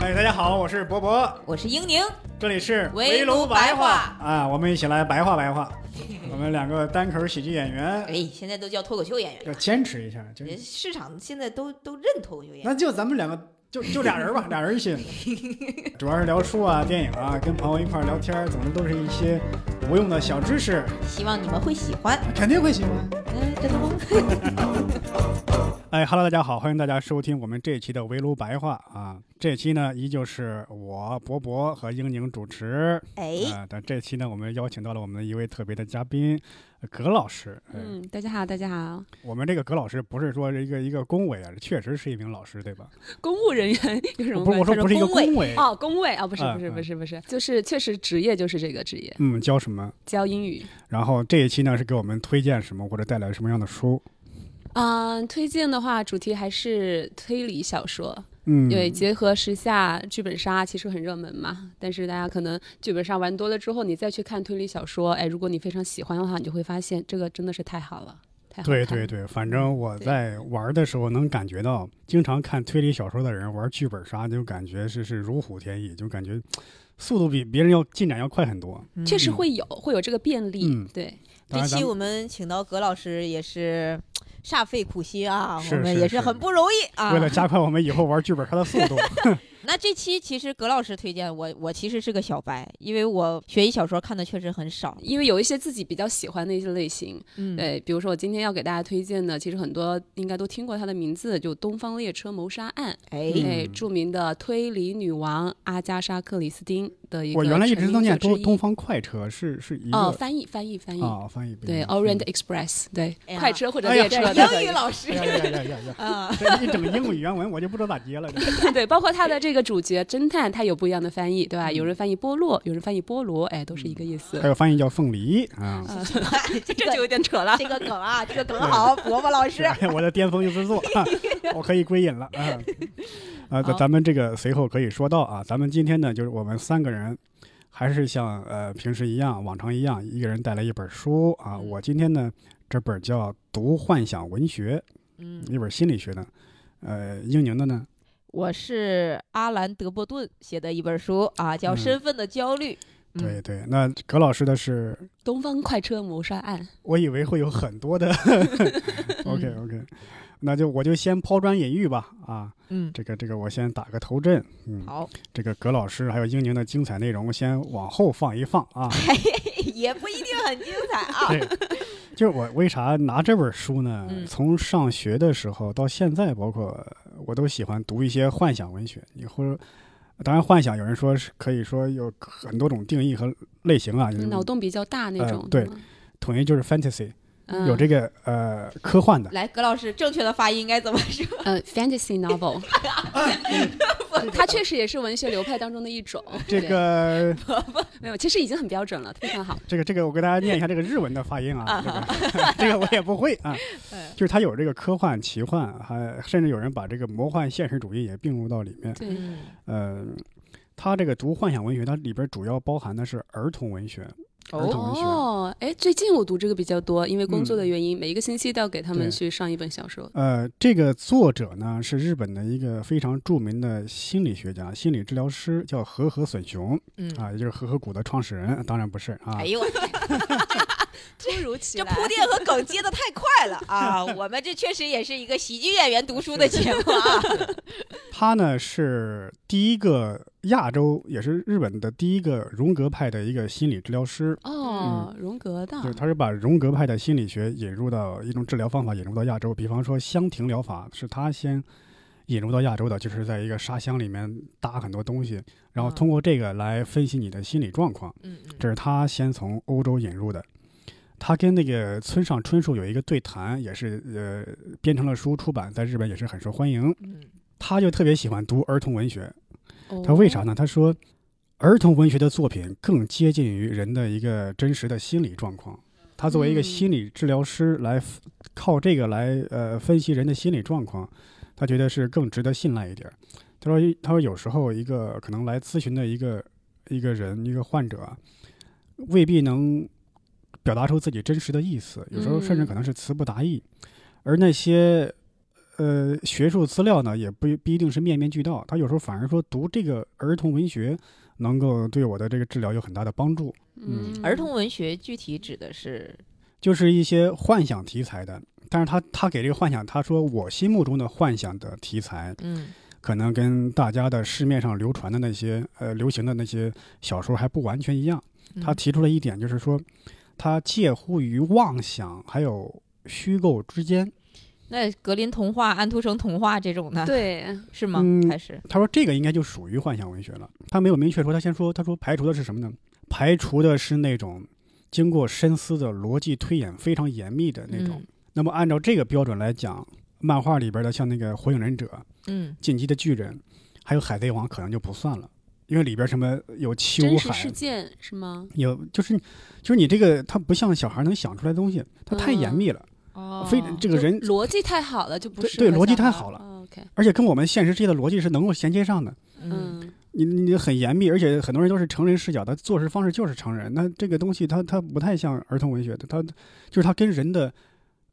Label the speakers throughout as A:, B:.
A: 哎，大家好，我是博博，
B: 我是英宁，
A: 这里是
B: 围
A: 炉
B: 炉白
A: 话
B: 话
A: 啊，我们一起来白话白话。 我们两个单口喜剧演员
B: 哎，现在都叫脱口秀演员
A: 要坚持一下，就
B: 了，市场现在都都认脱口秀演员。
A: 那就咱们两个就就俩人吧，俩人一起，主要是聊书啊、电影啊，跟朋友一块儿聊天儿，总之都是一些无用的小知识，
B: 希望你们会喜欢。
A: 肯定会喜欢。
B: 嗯，真的吗？
A: 哎哈喽，大家好，欢迎大家收听我们这一期的围炉白话啊。这一期呢，依旧是我博博和英宁主持。
B: 哎，
A: 啊、但这期呢，我们邀请到了我们的一位特别的嘉宾，呃葛老师。呃，
C: 嗯，大家好，大家好，
A: 我们这个葛老师不是说一个一个恭维啊，确实是一名老师，对吧？
C: 公务人员有什么
A: 不是，
C: 关系？
A: 我说
B: 他说
A: 不是一个
B: 恭维
A: 恭维。
C: 哦，工位啊，不是
A: 嗯
C: 不是
A: 嗯
C: 不是不是，就是确实职业就是这个职业，
A: 嗯，教什么？
C: 教英语。
A: 然后这一期呢，是给我们推荐什么或者带来什么样的书？
C: 嗯、推荐的话，主题还是推理小说，
A: 嗯，
C: 因为结合时下剧本杀其实很热门嘛。但是大家可能剧本杀玩多了之后，你再去看推理小说，哎，如果你非常喜欢的话，你就会发现这个真的是太好了，太好看
A: 对
C: 了。
A: 对对，反正我在玩的时候能感觉到，经常看推理小说的人玩剧本杀，就感觉是是如虎添翼，就感觉速度比别人要进展要快很多。
C: 确实会有会有这个便利。
A: 嗯
C: 对，
A: 当
B: 这
A: 然咱
B: 期
A: 们
B: 我们请到葛老师也是嘖煞费苦心啊，
A: 是
B: 我们
A: 是
B: 也
A: 是
B: 是很不容易啊
A: 为。了加快我们以后玩剧本杀的速度，
B: 那这期其实葛老师推荐我，我其实是个小白，因为我悬疑小说看的确实很少。
C: 因为有一些自己比较喜欢的一些类型，
B: 嗯，
C: 对，比如说我今天要给大家推荐的，其实很多应该都听过她的名字，就《东方列车谋杀案》，
B: 哎，
A: 嗯
C: 哎，著名的推理女王阿加莎·克里斯汀的一个
A: 我原来一
C: 成
A: 直
C: 名
A: 都念
C: 作之
A: 东
C: 一
A: 东方快车，是是一个
C: 哦，翻译翻译翻译，
A: 啊翻译不一
C: 对
A: 样
C: ，Orient Express，对，
B: 哎呀
C: 嗯快车或者
A: 哎呀
C: 列车
A: 这
C: 的。
B: 英语老
A: 嗯
B: 师
A: 哎呀呀呀呀呀！
B: 啊，
A: 这一整英语原文，我就不知道咋 接了。这
C: 对，包括他的这个主角侦探，他有不一样的翻译，对吧？有人翻译波洛，有人翻译菠萝，哎，都是一个意思
A: 嗯还。有翻译叫凤梨啊，
B: 这
C: 这就
B: 个
C: 有点扯了。
B: 这个梗啊，这个梗好，伯伯老师
A: 是啊我的巅峰就是 做，啊我可以归隐了啊。啊，咱
B: 好
A: 咱们这个随后可以说到啊，咱们今天呢，就是我们三个人，还是像呃平时一样，往常一样，一个人带来一本书啊。
B: 嗯
A: 我今天呢，这本叫《读幻想文学》，
B: 嗯，
A: 一本心理学的。呃，英宁的呢，
B: 我是阿兰·德伯顿写的一本书啊，叫
A: 嗯
B: 《身份的焦虑》。嗯
A: 对对，那葛老师的是
C: 东方快车谋杀案，
A: 我以为会有很多 的，OK OK，那就我就先抛砖引玉吧啊，
B: 嗯，
A: 这个这个我先打个头阵，嗯，
B: 好，
A: 这个葛老师还有英宁的精彩内容先往后放一放啊，
B: 也不一定很精彩啊。
A: 对，就是我为啥拿这本书呢？
B: 嗯
A: 从上学的时候到现在，包括我都喜欢读一些幻想文学，你或者。当然，幻想有人说是可以说有很多种定义和类型啊，就是
C: 脑洞比较大那
A: 呃
C: 种。
A: 对
C: 吗，
A: 统一就是 fantasy，、
C: 嗯
A: 有这个呃科幻的，
B: 来，葛老师，正确的发音应该怎么说？
C: 呃，fantasy novel，它确实也是文学流派当中的一种。
A: 这个
C: 对没有，其实已经很标准了，非常好。
A: 这个这个，我给大家念一下这个日文的发音啊，这个这个我也不会啊，
B: 嗯
A: 就是它有这个科幻、奇幻，还甚至有人把这个魔幻现实主义也并入到里面。
C: 对，
B: 嗯
A: 呃，它这个读幻想文学，它里边主要包含的是儿童文学，儿童文学。
C: 哦，哎，最近我读这个比较多，因为工作的
A: 嗯
C: 原因，每一个星期都要给他
A: 对
C: 们去上一本小说。
A: 呃，这个作者呢是日本的一个非常著名的心理学家、心理治疗师，叫和和隼雄
B: 嗯，
A: 啊，也就是和和谷的创始人，当然不是啊
B: 哎。 呦，
C: 突如其
B: 这铺垫和梗接的太快了 啊！我们这确实也是一个喜剧演员读书的节目啊。
A: 他呢是第一个亚洲，也是日本的第一个荣格派的一个心理治疗师，
C: 哦，荣格的
A: 嗯就是他是把荣格派的心理学引入到一种治疗方法引入到亚洲，比方说香庭疗法是他先引入到亚洲的，就是在一个沙箱里面搭很多东西，然后
B: 啊
A: 通过这个来分析你的心理状况，
B: 嗯
A: 这是他先从欧洲引入的。他跟那个村上春树有一个对谈，也是呃编成了书出版，在日本也是很受欢迎。
B: 嗯
A: 他就特别喜欢读儿童文学，
C: 哦
A: 他为啥？呢？他说，儿童文学的作品更接近于人的一个真实的心理状况。他作为一个
C: 嗯
A: 心理治疗师来 f- 靠这个来呃分析人的心理状况，他觉得是更值得信赖一点儿。他说，他说有时候一个可能来咨询的一个一个人一个患者啊，未必能表达出自己真实的意思，有时候甚至
C: 嗯
A: 可能是词不达意，而那些呃学术资料呢，也不不一定是面面俱到，他有时候反而说读这个儿童文学能够对我的这个治疗有很大的帮助，嗯
B: 儿童文学具体指的是
A: 就是一些幻想题材的。但是他他给这个幻想，他说我心目中的幻想的题材，
B: 嗯
A: 可能跟大家的市面上流传的那些呃流行的那些小说还不完全一样。他
B: 嗯
A: 提出了一点，就是说，它介乎于妄想还有虚构之间。
B: 那格林童话、安徒生童话这种呢，
C: 对，
B: 是吗？
A: 嗯
B: 还是
A: 他说这个应该就属于幻想文学了。他没有明确说，他先说，他说排除的是什么
C: 嗯
A: 呢？排除的是那种经过深思的逻辑推演非常严密的那
C: 嗯
A: 种。那么按照这个标准来讲，漫画里边的像那个《火影忍者》《
B: 嗯
A: 进击的巨人》，还有《海贼王》可能就不算了，因为里边什么有秋
C: 真实
A: 海
C: 事。件是吗？
A: 有就是，就是你这个，它不像小孩能想出来的东西，它太严
C: 嗯
A: 密了。
B: 哦
A: 非这个
C: 就
A: 人
C: 逻辑太好了，就不
A: 对
C: 是
A: 对逻辑太好了
C: OK，
A: 而且跟我们现实世界的逻辑是能够衔接上的。
B: 嗯
C: 嗯，
A: 你你很严密，而且很多人都是成人视角，他做事方式就是成人。那这个东西它它不太像儿童文学的，它就是它跟人的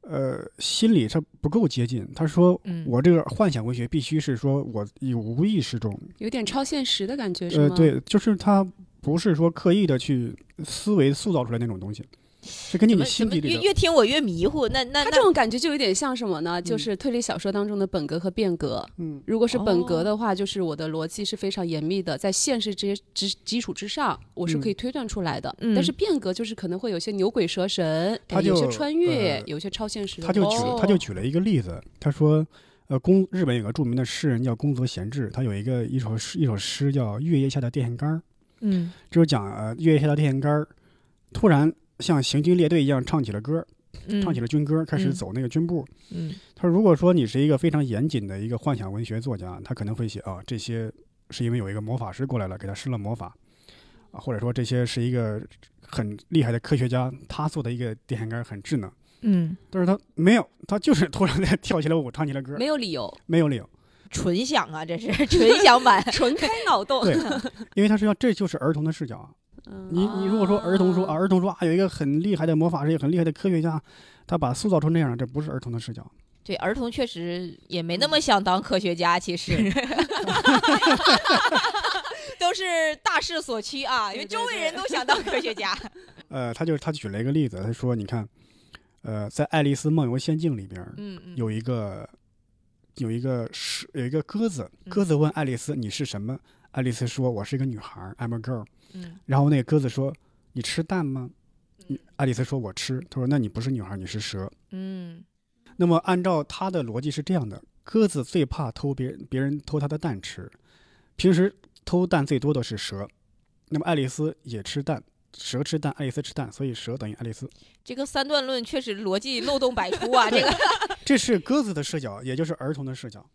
A: 呃心理它不够接近。他说
B: 嗯
A: 我这个幻想文学必须是说我以无意识中，
C: 有点超现实的感觉是
A: 呃
C: 吗？，
A: 对，就是他不是说刻意的去思维塑造出来那种东西，是根据
B: 怎
A: 你
B: 么怎
A: 心
B: 么
A: 底里
B: 越
A: 的。
B: 越听我越迷糊？那那
C: 他
B: 那
C: 这种感觉就有点像什么呢？就是推理小说当中的本格和变革。
A: 嗯，
C: 如果是本格
B: 哦
C: 的话，就是我的逻辑是非常严密的，在现实之之基础之上，我是
A: 嗯
C: 可以推断出来的。
B: 嗯
C: 但是变革就是可能会有些牛鬼蛇神，
A: 他
C: 哎有些
A: 就
C: 穿越，
A: 呃
C: 有些超现实的哦
A: 他
C: 东西。
A: 就举了他就举了一个例子，他说，呃，宫日本有个著名的诗人叫宫泽贤治，他有一个一首诗一首诗叫《月夜下的电线杆儿》，
B: 嗯
A: 就是讲呃月夜下的电线杆儿突然像行军列队一样唱起了歌儿，
B: 嗯
A: 唱起了军歌儿，开
B: 嗯
A: 始走那个军步。
B: 嗯
A: 他说，如果说你是一个非常严谨的一个幻想文学作家，他可能会写啊这些是因为有一个魔法师过来了，给他施了魔法。啊，或者说这些是一个很厉害的科学家，他做的一个电线杆儿很智能，
B: 嗯，
A: 但是他没有，他就是突然在跳起来舞，唱起了歌儿，
C: 没有理由，
A: 没有理由。
B: 纯享啊，这是纯享版。
C: 纯开脑洞。
A: 对，因为他是要这就是儿童的视角啊。
C: 哦嗯
A: 你你如果说儿童说啊，
C: 啊
A: 儿童说啊，有一个很厉害的魔法师，一个很厉害的科学家，他把塑造成那样，这不是儿童的视角。
B: 对儿童确实也没那么想当科学家，其实 都是大势所趋啊，因为
C: 对对
B: 周围人都想当科学家。
A: 呃，他就他举了一个例子，他说你看，呃，在《爱丽丝梦游仙境》里边儿
B: 嗯嗯，
A: 有一个有一个是有一个鸽子，
C: 嗯
A: 鸽子问爱丽丝你是什么？爱丽丝说我是一个女孩儿，I'm a girl。
B: 嗯
A: 然后那个鸽子说你吃蛋吗？
B: 嗯
A: 爱丽丝说我吃。他说那你不是女孩儿，你是蛇。
B: 嗯
A: 那么按照他的逻辑是这样的：鸽子最怕偷别人别人偷它的蛋吃，平时偷蛋最多的是蛇。那么爱丽丝也吃蛋，蛇吃蛋，爱丽丝吃蛋，所以蛇等于爱丽丝。
B: 这个三段论确实逻辑漏洞百出啊，这个
A: 这是鸽子的视角，也就是儿童的视角。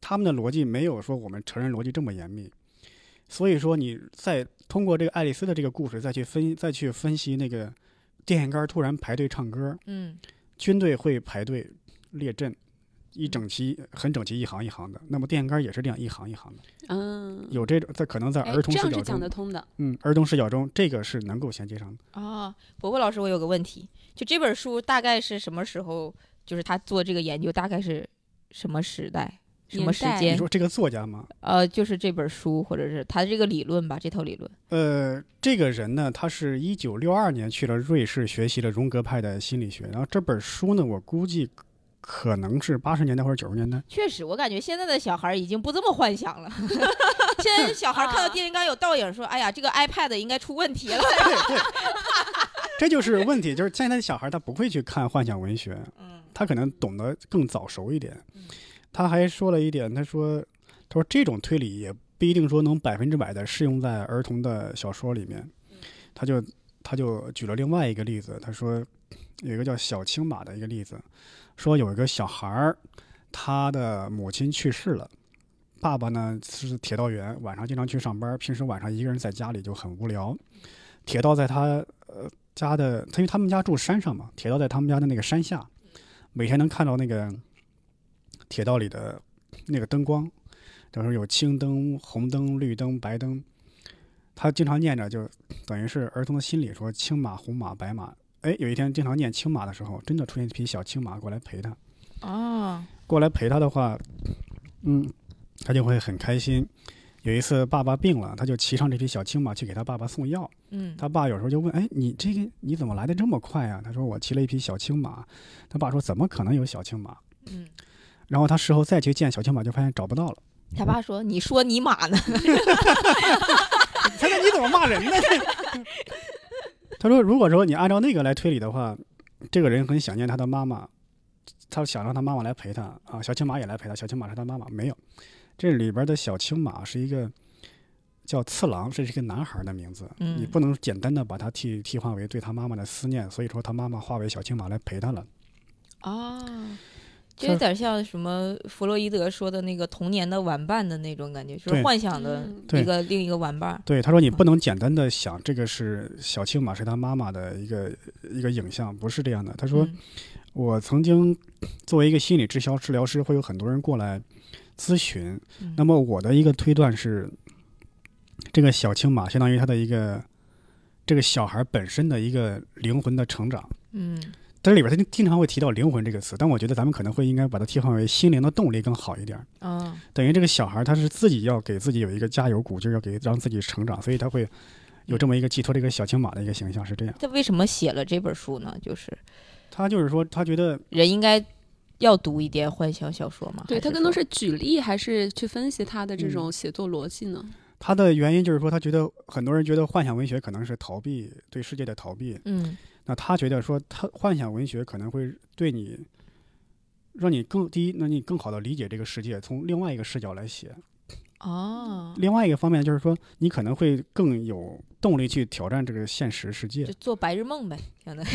A: 他们的逻辑没有说我们成人逻辑这么严密，所以说你再通过这个爱丽丝的这个故事再去分再去分析那个电线杆突然排队唱歌，
B: 嗯
A: 军队会排队列阵，一整齐，很整齐，一行一行的。那么电线杆也是这样一行一行的，
C: 嗯，
A: 有这种在可能在
C: 哎
A: 儿童
C: 这
A: 视
C: 样
A: 角
C: 是讲
A: 中
C: 得，通的。
A: 嗯，儿童视角中这个是能够衔接上的。
B: 啊，伯伯老师，我有个问题，就这本书大概是什么时候？就是他做这个研究大概是什么时代、什么
C: 年
B: 时
C: 代
A: 你
B: 间？
A: 说这个作家吗？
B: 呃，就是这本书或者是他这个理论吧，这套理论。
A: 呃，这个人呢，他是一九六二年去了瑞士学习了荣格派的心理学，然后这本书呢，我估计可能是八十年代或者九十年代。
B: 确实，我感觉现在的小孩儿已经不这么幻 想了。现在小孩儿看到电线杆有倒影，说：“哎呀，这个 iPad 应该出问题 了。
A: 对对，这就是问题，就是现在的小孩他不会去看幻想文学，”
B: 嗯
A: 他可能懂得更早熟一点
B: 嗯。
A: 他还说了一点，他说：“他说这种推理也不一定说能百分之百的适用在儿童的小说里面。”
B: 嗯
A: 他就他就举了另外一个例子，他说有一个叫小青马的一个例子，说有一个小孩儿，他的母亲去世了。爸爸呢是铁道员，晚上经常去上班，平时晚上一个人在家里就很无聊。铁道在他呃家的，他因为他们家住山上嘛，铁道在他们家的那个山下，每天能看到那个铁道里的那个灯光，就是有青灯、红灯、绿灯、白灯。他经常念着，就等于是儿童的心理说青马、红马、白马。哎，有一天经常念青马的时候，真的出现一匹小青马过来陪他。
B: 哦，
A: 过来陪他的话，嗯，他就会很开心。有一次爸爸病了，他就骑上这匹小青马去给他爸爸送药。
B: 嗯，
A: 他爸有时候就问：“哎，你这个你怎么来的这么快啊？”他说：“我骑了一匹小青马。”他爸说：“怎么可能有小青马
B: 嗯，？”
A: 然后他事后再去见小青马，就发现找不到了。
B: 他爸说：“你说你马呢
A: 他说：“你怎么骂人呢？” 他说：“如果说你按照那个来推理的话，这个人很想念他的妈妈，他想让他妈妈来陪他啊。小青马也来陪他，小青马是他妈妈没有。这里边的小青马是一个叫次郎，这是一个男孩的名字，
B: 嗯
A: 你不能简单的把他替替换为对他妈妈的思念，所以说他妈妈化为小青马来陪他了。？”
B: 哦，就
A: 他
B: 有点像什么弗洛伊德说的那个童年的玩伴的那种感觉，就是
A: 对
B: 幻想的
C: 嗯
A: 对
B: 一个另一个玩伴儿。
A: 对，他说你不能简单的想这个是小青马是他妈妈的一个一个影像，不是这样的。他说。
B: 嗯
A: 我曾经作为一个心理治疗治疗师，会有很多人过来咨询。
B: 嗯
A: 那么我的一个推断是，这个小青马相当于他的一个这个小孩本身的一个灵魂的成长。
B: 嗯
A: 这里边他经常会提到灵魂这个词，但我觉得咱们可能会应该把它替换为心灵的动力更好一点儿。
B: 啊
A: 等于这个小孩他是自己要给自己有一个加油鼓，就是要给让自己成长，所以他会有这么一个寄托这个小青马的一个形象是这样。
B: 他为什么写了这本书呢？就是
A: 他就是说，他觉得
B: 人应该要读一点幻想小说嘛。
C: 对
B: 还
C: 他更多是举例，还是去分析他的这种
A: 嗯
C: 写作逻辑呢？
A: 他的原因就是说，他觉得很多人觉得幻想文学可能是逃避对世界的逃避
B: 说，嗯
A: 那他觉得说，他幻想文学可能会对你，让你更第一，让你更好的理解这个世界，从另外一个视角来写。
B: 哦，
A: 另外一个方面就是说，你可能会更有动力去挑战这个现实世界
B: 就，做白日梦呗，相当于。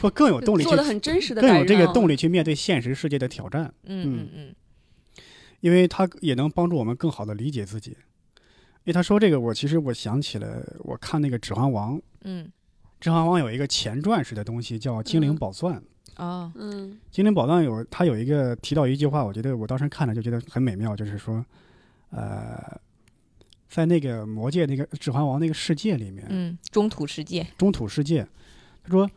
A: 或更有动力去
C: 做的很真实 的，
A: 更有这个动
C: 力。
A: 力去面对现实世界的挑战，
B: 嗯嗯嗯
A: 因为他也能帮助我们更好的理解自己。因为他说这个，我其实我想起了我看那个《指环王》。
B: 嗯
A: 《指环王》有一个前传式的东西叫《精灵
C: 嗯
A: 宝钻》，
B: 哦
C: 嗯，
A: 精灵宝藏有它有一个提到一句话，我觉得我当时看了就觉得很美妙，就是说，呃，在那个魔界那个指环王那个世界里面，
B: 嗯，中土世界
A: 中土世界，他说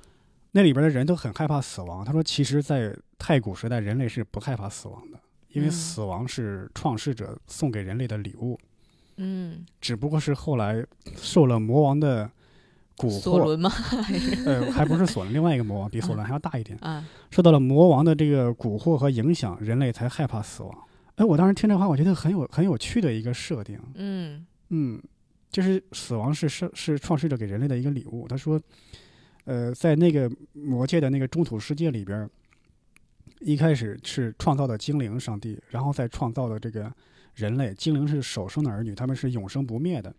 A: 那里边的人都很害怕死亡。他说，其实，在太古时代，人类是不害怕死亡的，因为
B: 嗯
A: 死亡是创世者送给人类的礼物，
B: 嗯，
A: 只不过是后来受了魔王的蛊
B: 索
A: 惑，
B: 伦嘛
A: 呃，还不 是索伦，另外一个魔王比索伦还要大一点。
B: 啊
A: 受到了魔王的这个蛊惑和影响，人类才害怕死亡。哎，我当时听这话，我觉得很有很有趣的一个设定。
B: 嗯
A: 嗯，就是死亡是是是创世者给人类的一个礼物。他说，呃，在那个魔界的那个中土世界里边儿，一开始是创造的精灵上帝，然后再创造的这个人类。精灵是首生的儿女，他们是永生不灭的，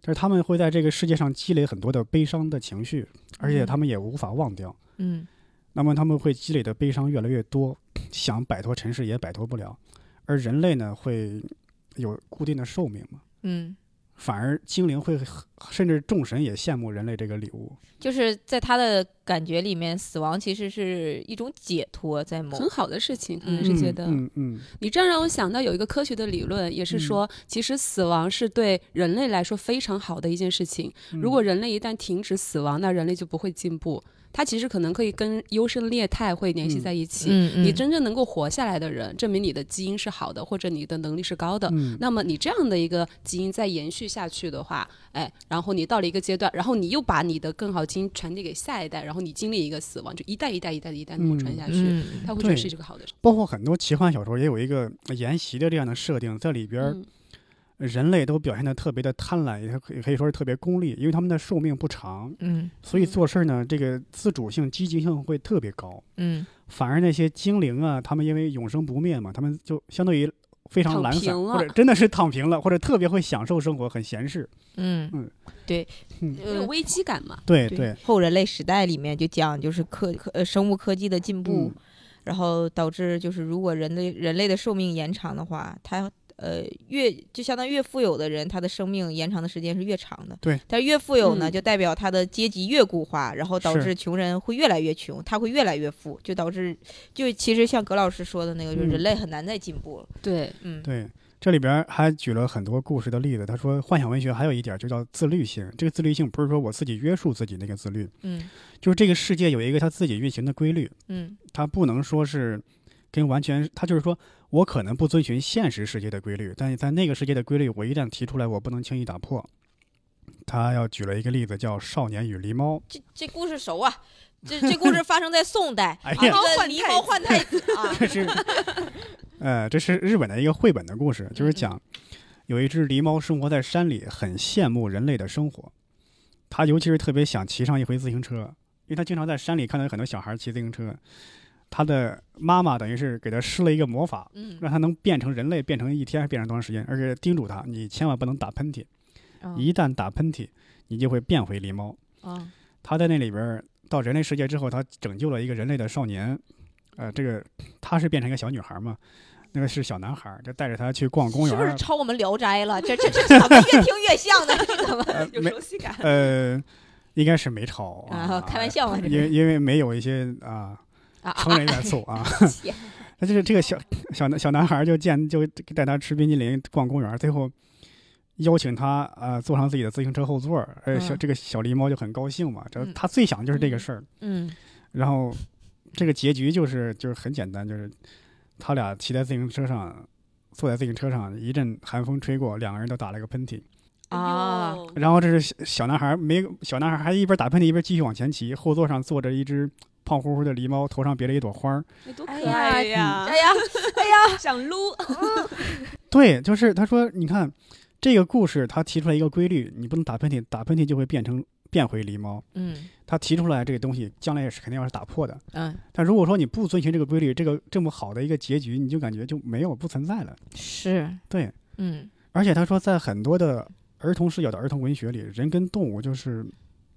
A: 但是他们会在这个世界上积累很多的悲伤的情绪，而且他们也无法忘掉。
B: 嗯
A: 那么他们会积累的悲伤越来越多，想摆脱尘世也摆脱不了。而人类呢，会有固定的寿命嘛，
B: 嗯，
A: 反而精灵会甚至众神也羡慕人类这个礼物。
B: 就是在他的感觉里面，死亡其实是一种解脱，在某
C: 很好的事情，可
B: 嗯
C: 能是
A: 嗯
C: 觉得、
A: 嗯嗯，
C: 你这样让我想到有一个科学的理论，也是说，其实死亡是对人类来说非常好的一件事情。
A: 嗯
C: 如果人类一旦停止死亡，那人类就不会进步。它其实可能可以跟优胜劣汰会联系在一起。
B: 嗯嗯
C: 你真正能够活下来的人，证明你的基因是好的，或者你的能力是高的。
A: 嗯
C: 那么你这样的一个基因再延续下去的话，哎，然后你到了一个阶段，然后你又把你的更好基因传递给下一代，然后你经历一个死亡，就一代一代一代一代那么传下去，
B: 嗯
C: 他会觉得
A: 对
C: 是这个好的事。
A: 包括很多奇幻小说也有一个沿袭的这样的设定，在里边儿
C: 嗯
A: 人类都表现的特别的贪婪，也可以可以说是特别功利，因为他们的寿命不长，
B: 嗯
A: 所以做事儿呢，这个自主性、积极性会特别高。
B: 嗯
A: 反而那些精灵啊，他们因为永生不灭嘛，他们就相对于非常懒散，
C: 躺平了
A: 或者真的是躺平了，或者特别会享受生活，很闲适。
B: 嗯嗯
A: 嗯，
B: 对，
A: 嗯
C: 有
B: 呃
C: 危机感嘛？
A: 对
B: 对
A: 哎对，
B: 后人类时代里面就讲，就是科科呃生物科技的进步，
A: 嗯
B: 然后导致就是如果人类人类的寿命延长的话，他呃越就相当于越富有的人，他的生命延长的时间是越长的。
A: 对，
B: 但是越富有呢，
C: 嗯
B: 就代表他的阶级越固化，然后导
A: 是
B: 致穷人会越来越穷，他会越来越富，就导致就其实像葛老师说的那个，就是
A: 嗯
B: 人类很难再进步了。
C: 对，
B: 嗯，
A: 对。这里边还举了很多故事的例子。他说，幻想文学还有一点就叫自律性。这个自律性不是说我自己约束自己那个自律，
B: 嗯
A: 就是这个世界有一个它自己运行的规律，
B: 嗯
A: 它不能说是跟完全他就是说我可能不遵循现实世界的规律，但是在那个世界的规律，我一旦提出来，我不能轻易打破。他要举了一个例子，叫《少年与狸猫》。
B: 这这故事熟啊，这这故事发生在宋代
A: 哎
B: 啊，
A: 呀
B: 这个狸猫换太子啊，
A: 这是，呃，这是日本的一个绘本的故事，就是讲有一只狸猫生活在山里，很羡慕人类的生活。它尤其是特别想骑上一回自行车，因为它经常在山里看到有很多小孩骑自行车。它的妈妈等于是给它施了一个魔法，
B: 嗯，
A: 让它能变成人类，变成一天，变成多长时间，而且叮嘱它，你千万不能打喷嚏，
B: 啊
A: 一旦打喷嚏，你就会变回狸猫。
B: 啊
A: 他在那里边儿到人类世界之后，他拯救了一个人类的少年，呃，这个他是变成一个小女孩嘛，那个是小男孩儿，就带着他去逛公
B: 是
A: 园
B: 不
A: 儿，
B: 是抄我们《聊斋》了？这这这怎么越听越像呢？这怎么
A: 呃
C: 有
A: 没
C: 熟悉感。
A: 呃，应该是没吵
B: 啊？开玩笑嘛，这
A: 因为
B: 是
A: 因为没有一些啊
B: 啊
A: 成
B: 啊
A: 人元素 啊，
B: 天
A: 那就是这个小小男小男孩儿就见就带他吃冰激凌、逛公园儿，最后邀请他呃坐上自己的自行车后座儿，呃小
B: 嗯
A: 这个小狸猫就很高兴嘛，这
B: 嗯
A: 他最想就是这个事儿，
B: 嗯
A: 然后这个结局就是就是很简单，就是他俩骑在自行车上，坐在自行车上，一阵寒风吹过，两个人都打了个喷嚏。
B: 啊
C: 哎呦，
A: 然后这是小小男孩没小男孩还一边打喷嚏一边继续往前骑，后座上坐着一只胖乎乎的狸猫，头上别了一朵花儿。
C: 那多可
B: 哎
C: 爱
A: 啊
B: 呀，
C: 呀！
B: 哎呀，
C: 想撸，
A: 对，就是他说，你看这个故事，他提出来一个规律，你不能打喷嚏，打喷嚏就会变成变回狸猫。
B: 嗯
A: 他提出来这个东西，将来也是肯定要是打破的。
B: 嗯，
A: 但如果说你不遵循这个规律，这个这么好的一个结局，你就感觉就没有不存在了。
B: 是，
A: 对，
B: 嗯
A: 而且他说，在很多的儿童视角的儿童文学里，人跟动物就是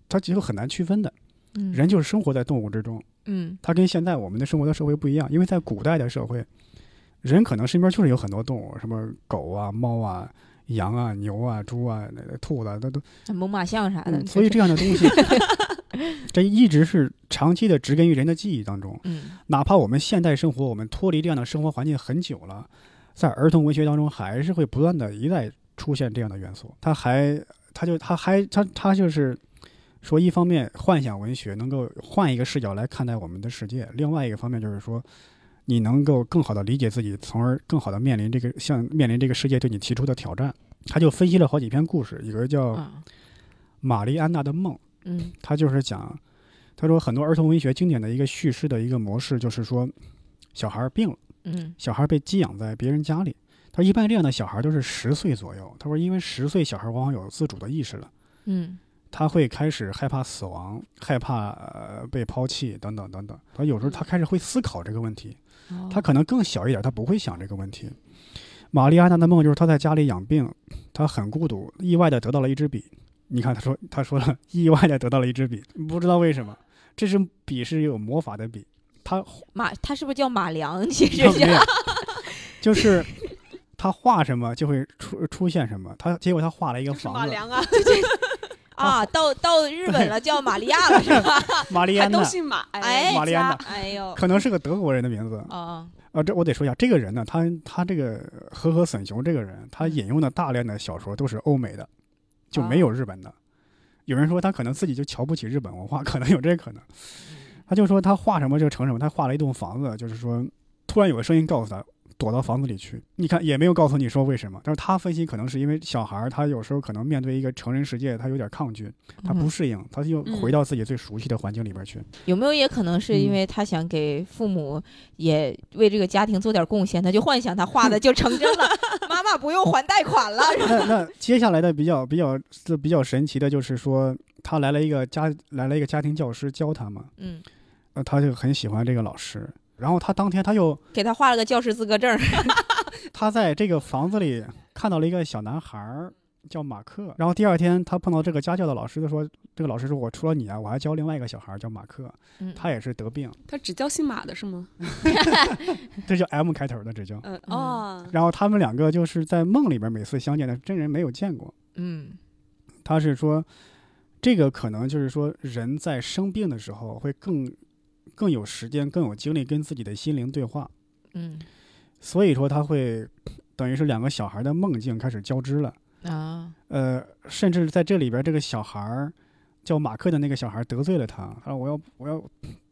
A: 他其实很难区分的。
B: 嗯，
A: 人就是生活在动物之中，
B: 嗯
A: 他跟现在我们的生活的社会不一样，因为在古代的社会，人可能身边就是有很多动物，什么狗啊、猫啊、羊啊、牛啊、猪啊、那个兔子啊，那都、
B: 猛犸象啥的，
A: 嗯所以这样的东西，这一直是长期的植根于人的记忆当中。
B: 嗯
A: 哪怕我们现代生活，我们脱离这样的生活环境很久了，在儿童文学当中还是会不断的一再出现这样的元素。他还，他就他还他他就是说，一方面幻想文学能够换一个视角来看待我们的世界，另外一个方面就是说，你能够更好的理解自己，从而更好的面临这个像面临这个世界对你提出的挑战。他就分析了好几篇故事，有个叫《
B: 啊
A: 玛丽安娜的梦》。
B: 嗯
A: 他就是讲，他说很多儿童文学经典的一个叙事的一个模式，就是说，小孩儿病了，
B: 嗯
A: 小孩儿被寄养在别人家里。他说一般这样的小孩儿都是十岁左右。他说因为十岁小孩儿往往有自主的意识了，
B: 嗯
A: 他会开始害怕死亡，害怕呃被抛弃等等等等。他有时候他开始会思考这个问题。
B: 哦
A: 他可能更小一点，他不会想这个问题。玛丽安娜的梦就是她在家里养病，她很孤独，意外的得到了一支笔。你看，他说他说了，意外的得到了一支笔，不知道为什么，这支笔是有魔法的 笔，他
B: 马，他是不是叫马良？ 其实
A: 没
B: 是
A: 有，就是他画什么就会出出现什么。他结果他画了一个
C: 就是
A: 房
C: 马
A: 子，
C: 良啊，
B: 啊，到到日本了，叫玛利亚了是吧？
A: 玛丽
C: 还
A: 安娜
C: 都姓马，
B: 哎，
A: 玛利亚
B: 家
A: 娜
B: 哎呦，
A: 可能是个德国人的名字啊、
B: 啊，
A: 这我得说一下，这个人呢，他他这个和和隼雄这个人，
B: 嗯
A: 他引用的大量的小说都是欧美的。就
B: 哦
A: 没有日本的。有人说他可能自己就瞧不起日本文化，可能有这可能。
B: 嗯
A: 他就说他画什么就成什么，他画了一栋房子，就是说突然有个声音告诉他躲到房子里去。你看也没有告诉你说为什么，但是他分析可能是因为小孩儿他有时候可能面对一个成人世界他有点抗拒，他不
B: 嗯
A: 适应，他就回到自己最熟悉的环境里边去。
B: 有没有也可能是
A: 嗯
B: 因为他想给父母也为这个家庭做点贡献，他就幻想他画的就成真了，妈妈不用还贷 款了。
A: 那那接下来的比较比较是比较神奇的就是说他来了一个家来了一个家庭教师教他嘛，
B: 嗯，
A: 呃，他就很喜欢这个老师。然后他当天他又
B: 给他画了个教师资格证。
A: 他在这个房子里看到了一个小男孩儿，叫马克。然后第二天，他碰到这个家教的老师，他说：“这个老师说，我除了你啊，我还教另外一个小孩儿叫马克，
B: 嗯，
A: 他也是得病，
C: 他只叫姓马的是吗？
A: 这叫 M 开头的，这叫。
C: 嗯
B: 嗯
C: 哦，
A: 然后他们两个就是在梦里边每次相见的，真人没有见过。
B: 嗯
A: 他是说，这个可能就是说，人在生病的时候会更更有时间、更有精力跟自己的心灵对话，
B: 嗯
A: 所以说他会等于是两个小孩的梦境开始交织了。
B: 啊
A: 呃，甚至在这里边，这个小孩儿叫马克的那个小孩得罪了他，他说我要我要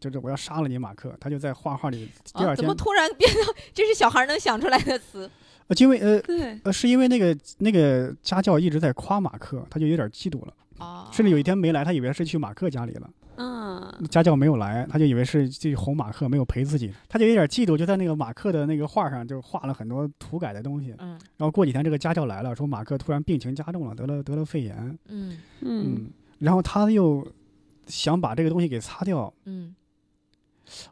A: 就是我要杀了你马克，他就在画画里第
B: 啊，
A: 二
B: 怎
A: 天
B: 么突然变到这是小孩能想出来的词？
A: 呃，因为呃
C: 对，
A: 呃是因为那个那个家教一直在夸马克，他就有点嫉妒了，
B: 哦，
A: 甚至有一天没来，他以为是去马克家里了。
C: 嗯，
A: 家教没有来，他就以为是去哄马克，没有陪自己，他就有点嫉妒，就在那个马克的那个画上就画了很多涂改的东西。
B: 嗯
A: 然后过几天这个家教来了，说马克突然病情加重了，得了得了肺炎，
B: 嗯
C: 嗯，
A: 然后他又想把这个东西给擦掉，
B: 嗯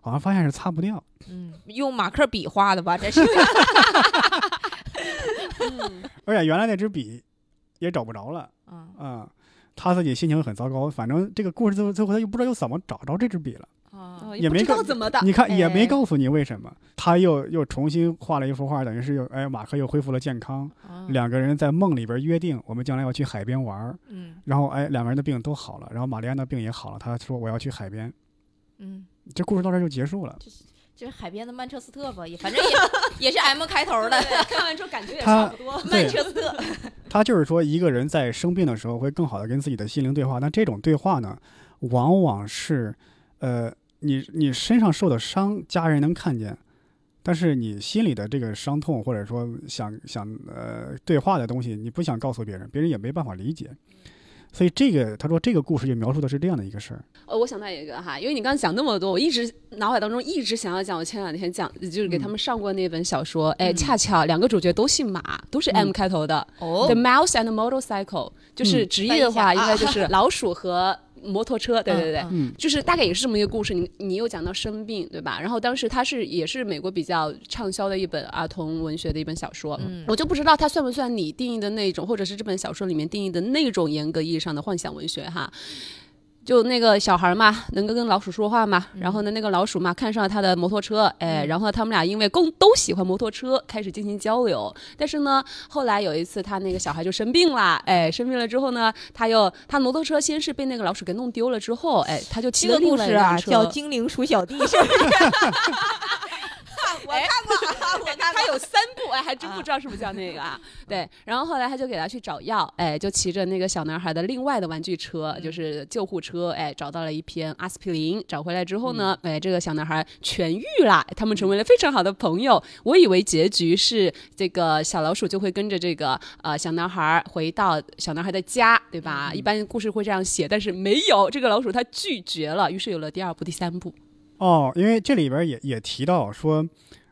A: 好像发现是擦不掉，
B: 嗯，用马克笔画的吧？这是
C: 嗯
A: 而且原来那支笔也找不着了
B: 啊
A: 啊、他自己心情很糟糕，反正这个故事最后最后他就不知道又怎么找着这支笔了。
B: 啊
C: 哦
A: 也
C: 不
A: 没
C: 知道
A: 看
C: 怎么的，
A: 你看也没
B: 哎
A: 告诉你为什么，他又又重新画了一幅画，等于是又哎马克又恢复了健康，
B: 啊
A: 两个人在梦里边约定，我们将来要去海边玩儿，
B: 嗯
A: 然后哎两个人的病都好了，然后玛丽安的病也好了，他说我要去海边，
B: 嗯，
A: 这故事到这儿就结束了。
B: 这是海边的曼彻斯特吧？也反正也 也是 M 开头的
C: 对看完之后感觉也
A: 他
C: 差不多。
A: 对
B: 曼彻斯特。
A: 他就是说一个人在生病的时候会更好的跟自己的心灵对话，但这种对话呢，往往是，呃，你你身上受的伤，家人能看见。但是你心里的这个伤痛，或者说想想呃对话的东西，你不想告诉别人，别人也没办法理解。所以这个他说这个故事就描述的是这样的一个事儿。
C: 哦，我想到一个哈，因为你刚刚讲那么多，我一直脑海当中一直想要讲，我前两天讲就是给他们上过那本小说，哎，
B: 嗯
C: 恰巧两个主角都姓马，都是 M
A: 嗯
C: 开头的，
B: 哦
C: The，Mouse and Motorcycle，就是直译的话，
B: 嗯
C: 应该就是老鼠和摩托车。对对对。
B: 嗯
A: 嗯
C: 就是大概也是这么一个故事，你你又讲到生病，对吧？然后当时它是也是美国比较畅销的一本儿童文学的一本小说，
B: 嗯
C: 我就不知道它算不算你定义的那种，或者是这本小说里面定义的那种严格意义上的幻想文学哈。就那个小孩儿嘛，能够跟老鼠说话嘛，然后呢，那个老鼠嘛看上了他的摩托车，哎，
B: 嗯
C: 然后他们俩因为共都喜欢摩托车，开始进行交流。但是呢，后来有一次他那个小孩就生病了，哎，生病了之后呢，他又他摩托车先是被那个老鼠给弄丢了，之后哎，他就骑
B: 这
C: 了
B: 个
C: 另
B: 故
C: 外一
B: 事啊
C: 辆车。
B: 叫《精灵鼠小弟》， 是不是？ 我看
C: 哎
B: 过，我 看
C: 他
B: 过。
C: 有三部，哎，还真不知道是不是叫那个啊。对，然后后来他就给他去找药，哎，就骑着那个小男孩的另外的玩具车，
B: 嗯
C: 就是救护车，哎，找到了一片阿司匹林，找回来之后呢，
B: 嗯
C: 哎，这个小男孩痊愈了，他们成为了非常好的朋友。我以为结局是这个小老鼠就会跟着这个呃小男孩回到小男孩的家，对
B: 嗯
C: 吧？一般故事会这样写，但是没有，这个老鼠他拒绝了，于是有了第二部、第三部。
A: 哦，因为这里边也也提到说，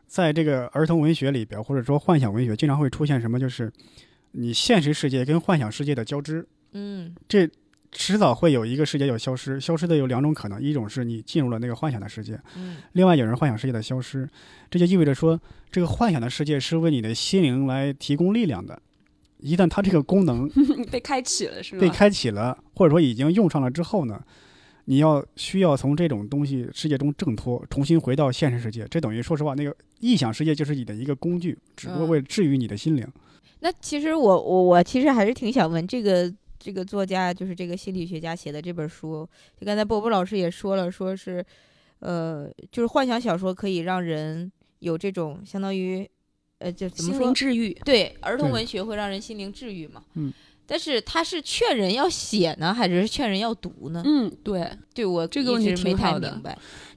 A: 在这个儿童文学里边，或者说幻想文学，经常会出现什么，就是你现实世界跟幻想世界的交织。
B: 嗯
A: 这迟早会有一个世界有消失，消失的有两种可能，一种是你进入了那个幻想的世界，
B: 嗯
A: 另外有人幻想世界的消失，这就意味着说，这个幻想的世界是为你的心灵来提供力量的。一旦它这个功能
C: 被开启了是吗？
A: 被开启了，或者说已经用上了之后呢，你要需要从这种东西世界中挣脱，重新回到现实世界。这等于说实话，那个臆想世界就是你的一个工具，只不过
B: 嗯
A: 为了治愈你的心灵。
B: 那其实我我我其实还是挺想问这个这个作家，就是这个心理学家写的这本书，就刚才波波老师也说了，说是呃，就是幻想小说可以让人有这种相当于呃，就怎么
C: 心
B: 说
C: 灵治愈。
B: 对，儿童
A: 对
B: 文学会让人心灵治愈嘛。
A: 嗯。
B: 但是他是劝人要写呢，还是劝人要读呢？
C: 嗯，对。
B: 对我
C: 这个问题
B: 一直没
C: 挺
B: 太
C: 好的
B: 明白。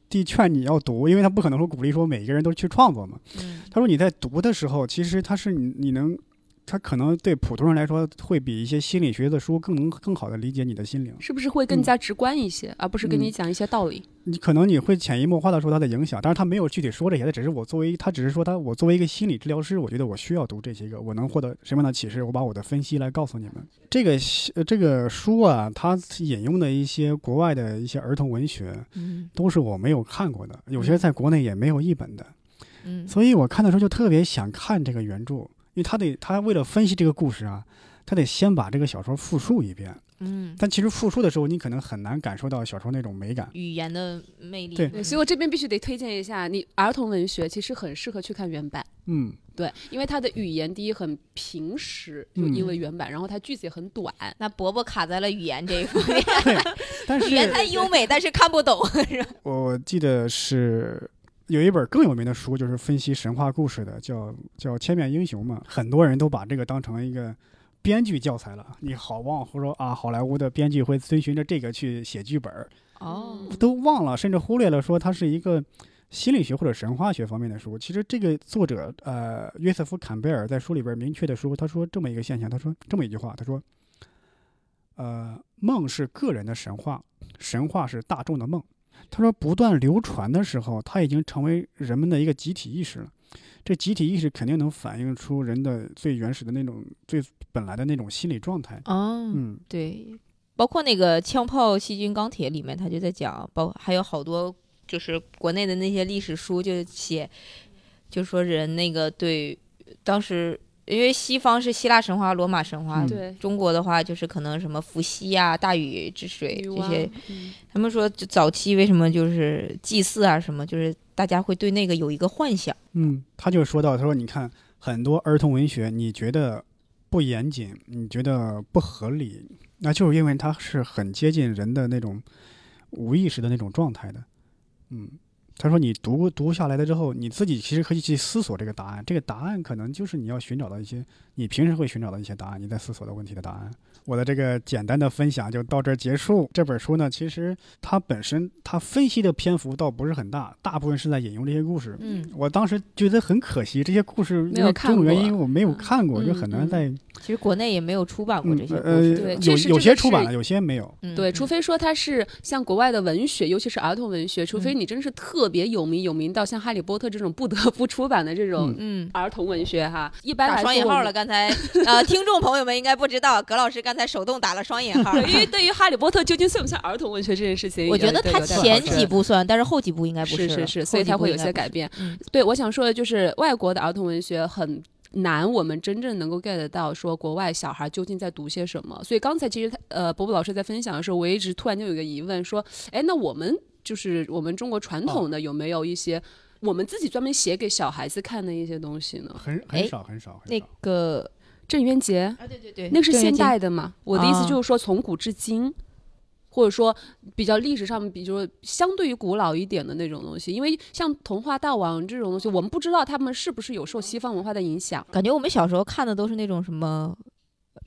A: 地劝你要读，因为他不可能说鼓励说每个人都去创作嘛。
B: 嗯
A: 他说你在读的时候，其实它是你你能，它可能对普通人来说会比一些心理学的书更能更好的理解你的心灵。
C: 是不是会更加直观一些，而不是跟你讲一些道理？
A: 你可能你会潜移默化的说它的影响，但是他没有具体说这些，他只是我作为他只是说他我作为一个心理治疗师，我觉得我需要读这些个，我能获得什么样的启示，我把我的分析来告诉你们。这个呃这个书啊，它引用的一些国外的一些儿童文学
B: 嗯
A: 都是我没有看过的，有些在国内也没有译本的。
B: 嗯
A: 所以我看的时候就特别想看这个原著，因为他得他为了分析这个故事啊，他得先把这个小说复述一遍。
B: 嗯，
A: 但其实复述的时候，你可能很难感受到小说那种美感。
B: 语言的魅力。
A: 对
C: 对，所以我这边必须得推荐一下，你儿童文学其实很适合去看原版，
A: 嗯，
C: 对，因为它的语言第一很平实，就
A: 嗯
C: 因为原版，然后它句子也很短，
B: 那伯伯卡在了语言这一方面，
A: 但
B: 语言
A: 是
B: 太优美，但是看不懂。 是吧
A: 我记得是有一本更有名的书，就是分析神话故事的，叫叫《千面英雄》嘛，很多人都把这个当成一个。编剧教材了。你好忘忽说啊，好莱坞的编剧会遵循着这个去写剧本儿，
C: 哦，
A: 都忘了，甚至忽略了说它是一个心理学或者神话学方面的书。其实这个作者呃约瑟夫坎贝尔在书里边明确的说，他说这么一个现象，他说这么一句话，他说，呃，梦是个人的神话，神话是大众的梦。他说，不断流传的时候，它已经成为人们的一个集体意识了。这集体意识肯定能反映出人的最原始的那种、最本来的那种心理状态。
B: 哦，
A: 嗯，
B: 对，包括那个《枪炮、细菌、钢铁》里面，他就在讲，包还有好多就是国内的那些历史书，就写，就说人那个对当时，因为西方是希腊神话、罗马神话，
A: 嗯
C: 对，
B: 中国的话就是可能什么伏羲啊、大禹治水
C: 女
B: 这
C: 娲
B: 些，，
C: 嗯
B: 他们说就早期为什么就是祭祀啊什么，就是大家会对那个有一个幻想，
A: 嗯，他就说到，他说你看很多儿童文学，你觉得不严谨，你觉得不合理，那就是因为它是很接近人的那种无意识的那种状态的。嗯，他说你读读下来了之后，你自己其实可以去思索这个答案，这个答案可能就是你要寻找到一些你平时会寻找到一些答案，你在思索的问题的答案。我的这个简单的分享就到这儿结束。这本书呢，其实它本身它分析的篇幅倒不是很大，大部分是在引用这些故事。
B: 嗯，
A: 我当时觉得很可惜，这些故事
C: 没
A: 因
C: 有
A: 为
C: 看
A: 种种原
C: 过
A: 因我没有看过，
C: 嗯
A: 就很难
C: 嗯
A: 在
B: 其实国内也没有出版过
A: 嗯
B: 这些故
A: 呃
B: 事，
C: 对
A: 有
C: 这是
A: 有
C: 这
A: 些
C: 个
A: 出版
C: 是
A: 了，有些没有。
B: 嗯
C: 对，
B: 嗯
C: 除非说它是像国外的文学，尤其是儿童文学，除非你真是特别有名，有名到像《哈利波特》这种不得不出版的这种
B: 嗯。
C: 儿童文学哈。一般
B: 打
C: 来说，
B: 双引号了，。刚才呃，听众朋友们应该不知道，葛老师刚才手动打了双引号。
C: 对，因为对于《哈利波特》究竟算不算儿童文学这件事情，
B: 我觉得
C: 呃对
B: 他
C: 有待讨
B: 前
C: 论
B: 几部算，但是后几部应该不
C: 是
B: 了
C: 是是，所以才会有些改。变。
B: 后几部应该不是嗯
C: 对，我想说的就是外国的儿童文学很。难，我们真正能够 get 到说国外小孩究竟在读些什么。所以刚才其实他呃，伯伯老师在分享的时候，我一直突然就有一个疑问，说，哎，那我们就是我们中国传统的有没有一些我们自己专门写给小孩子看的一些东西呢？
A: 很
B: 哎
A: 很少很少很
B: 那
A: 少，
B: 个
C: 郑渊洁
B: 啊，对对对
C: 那个是现代
B: 的
C: 的嘛？我的意思
B: 啊
C: 就是说，从古至今，或者说比较历史上，比如说相对于古老一点的那种东西，因为像童话大王这种东西，我们不知道他们是不是有受西方文化的影响。
B: 感觉我们小时候看的都是那种什么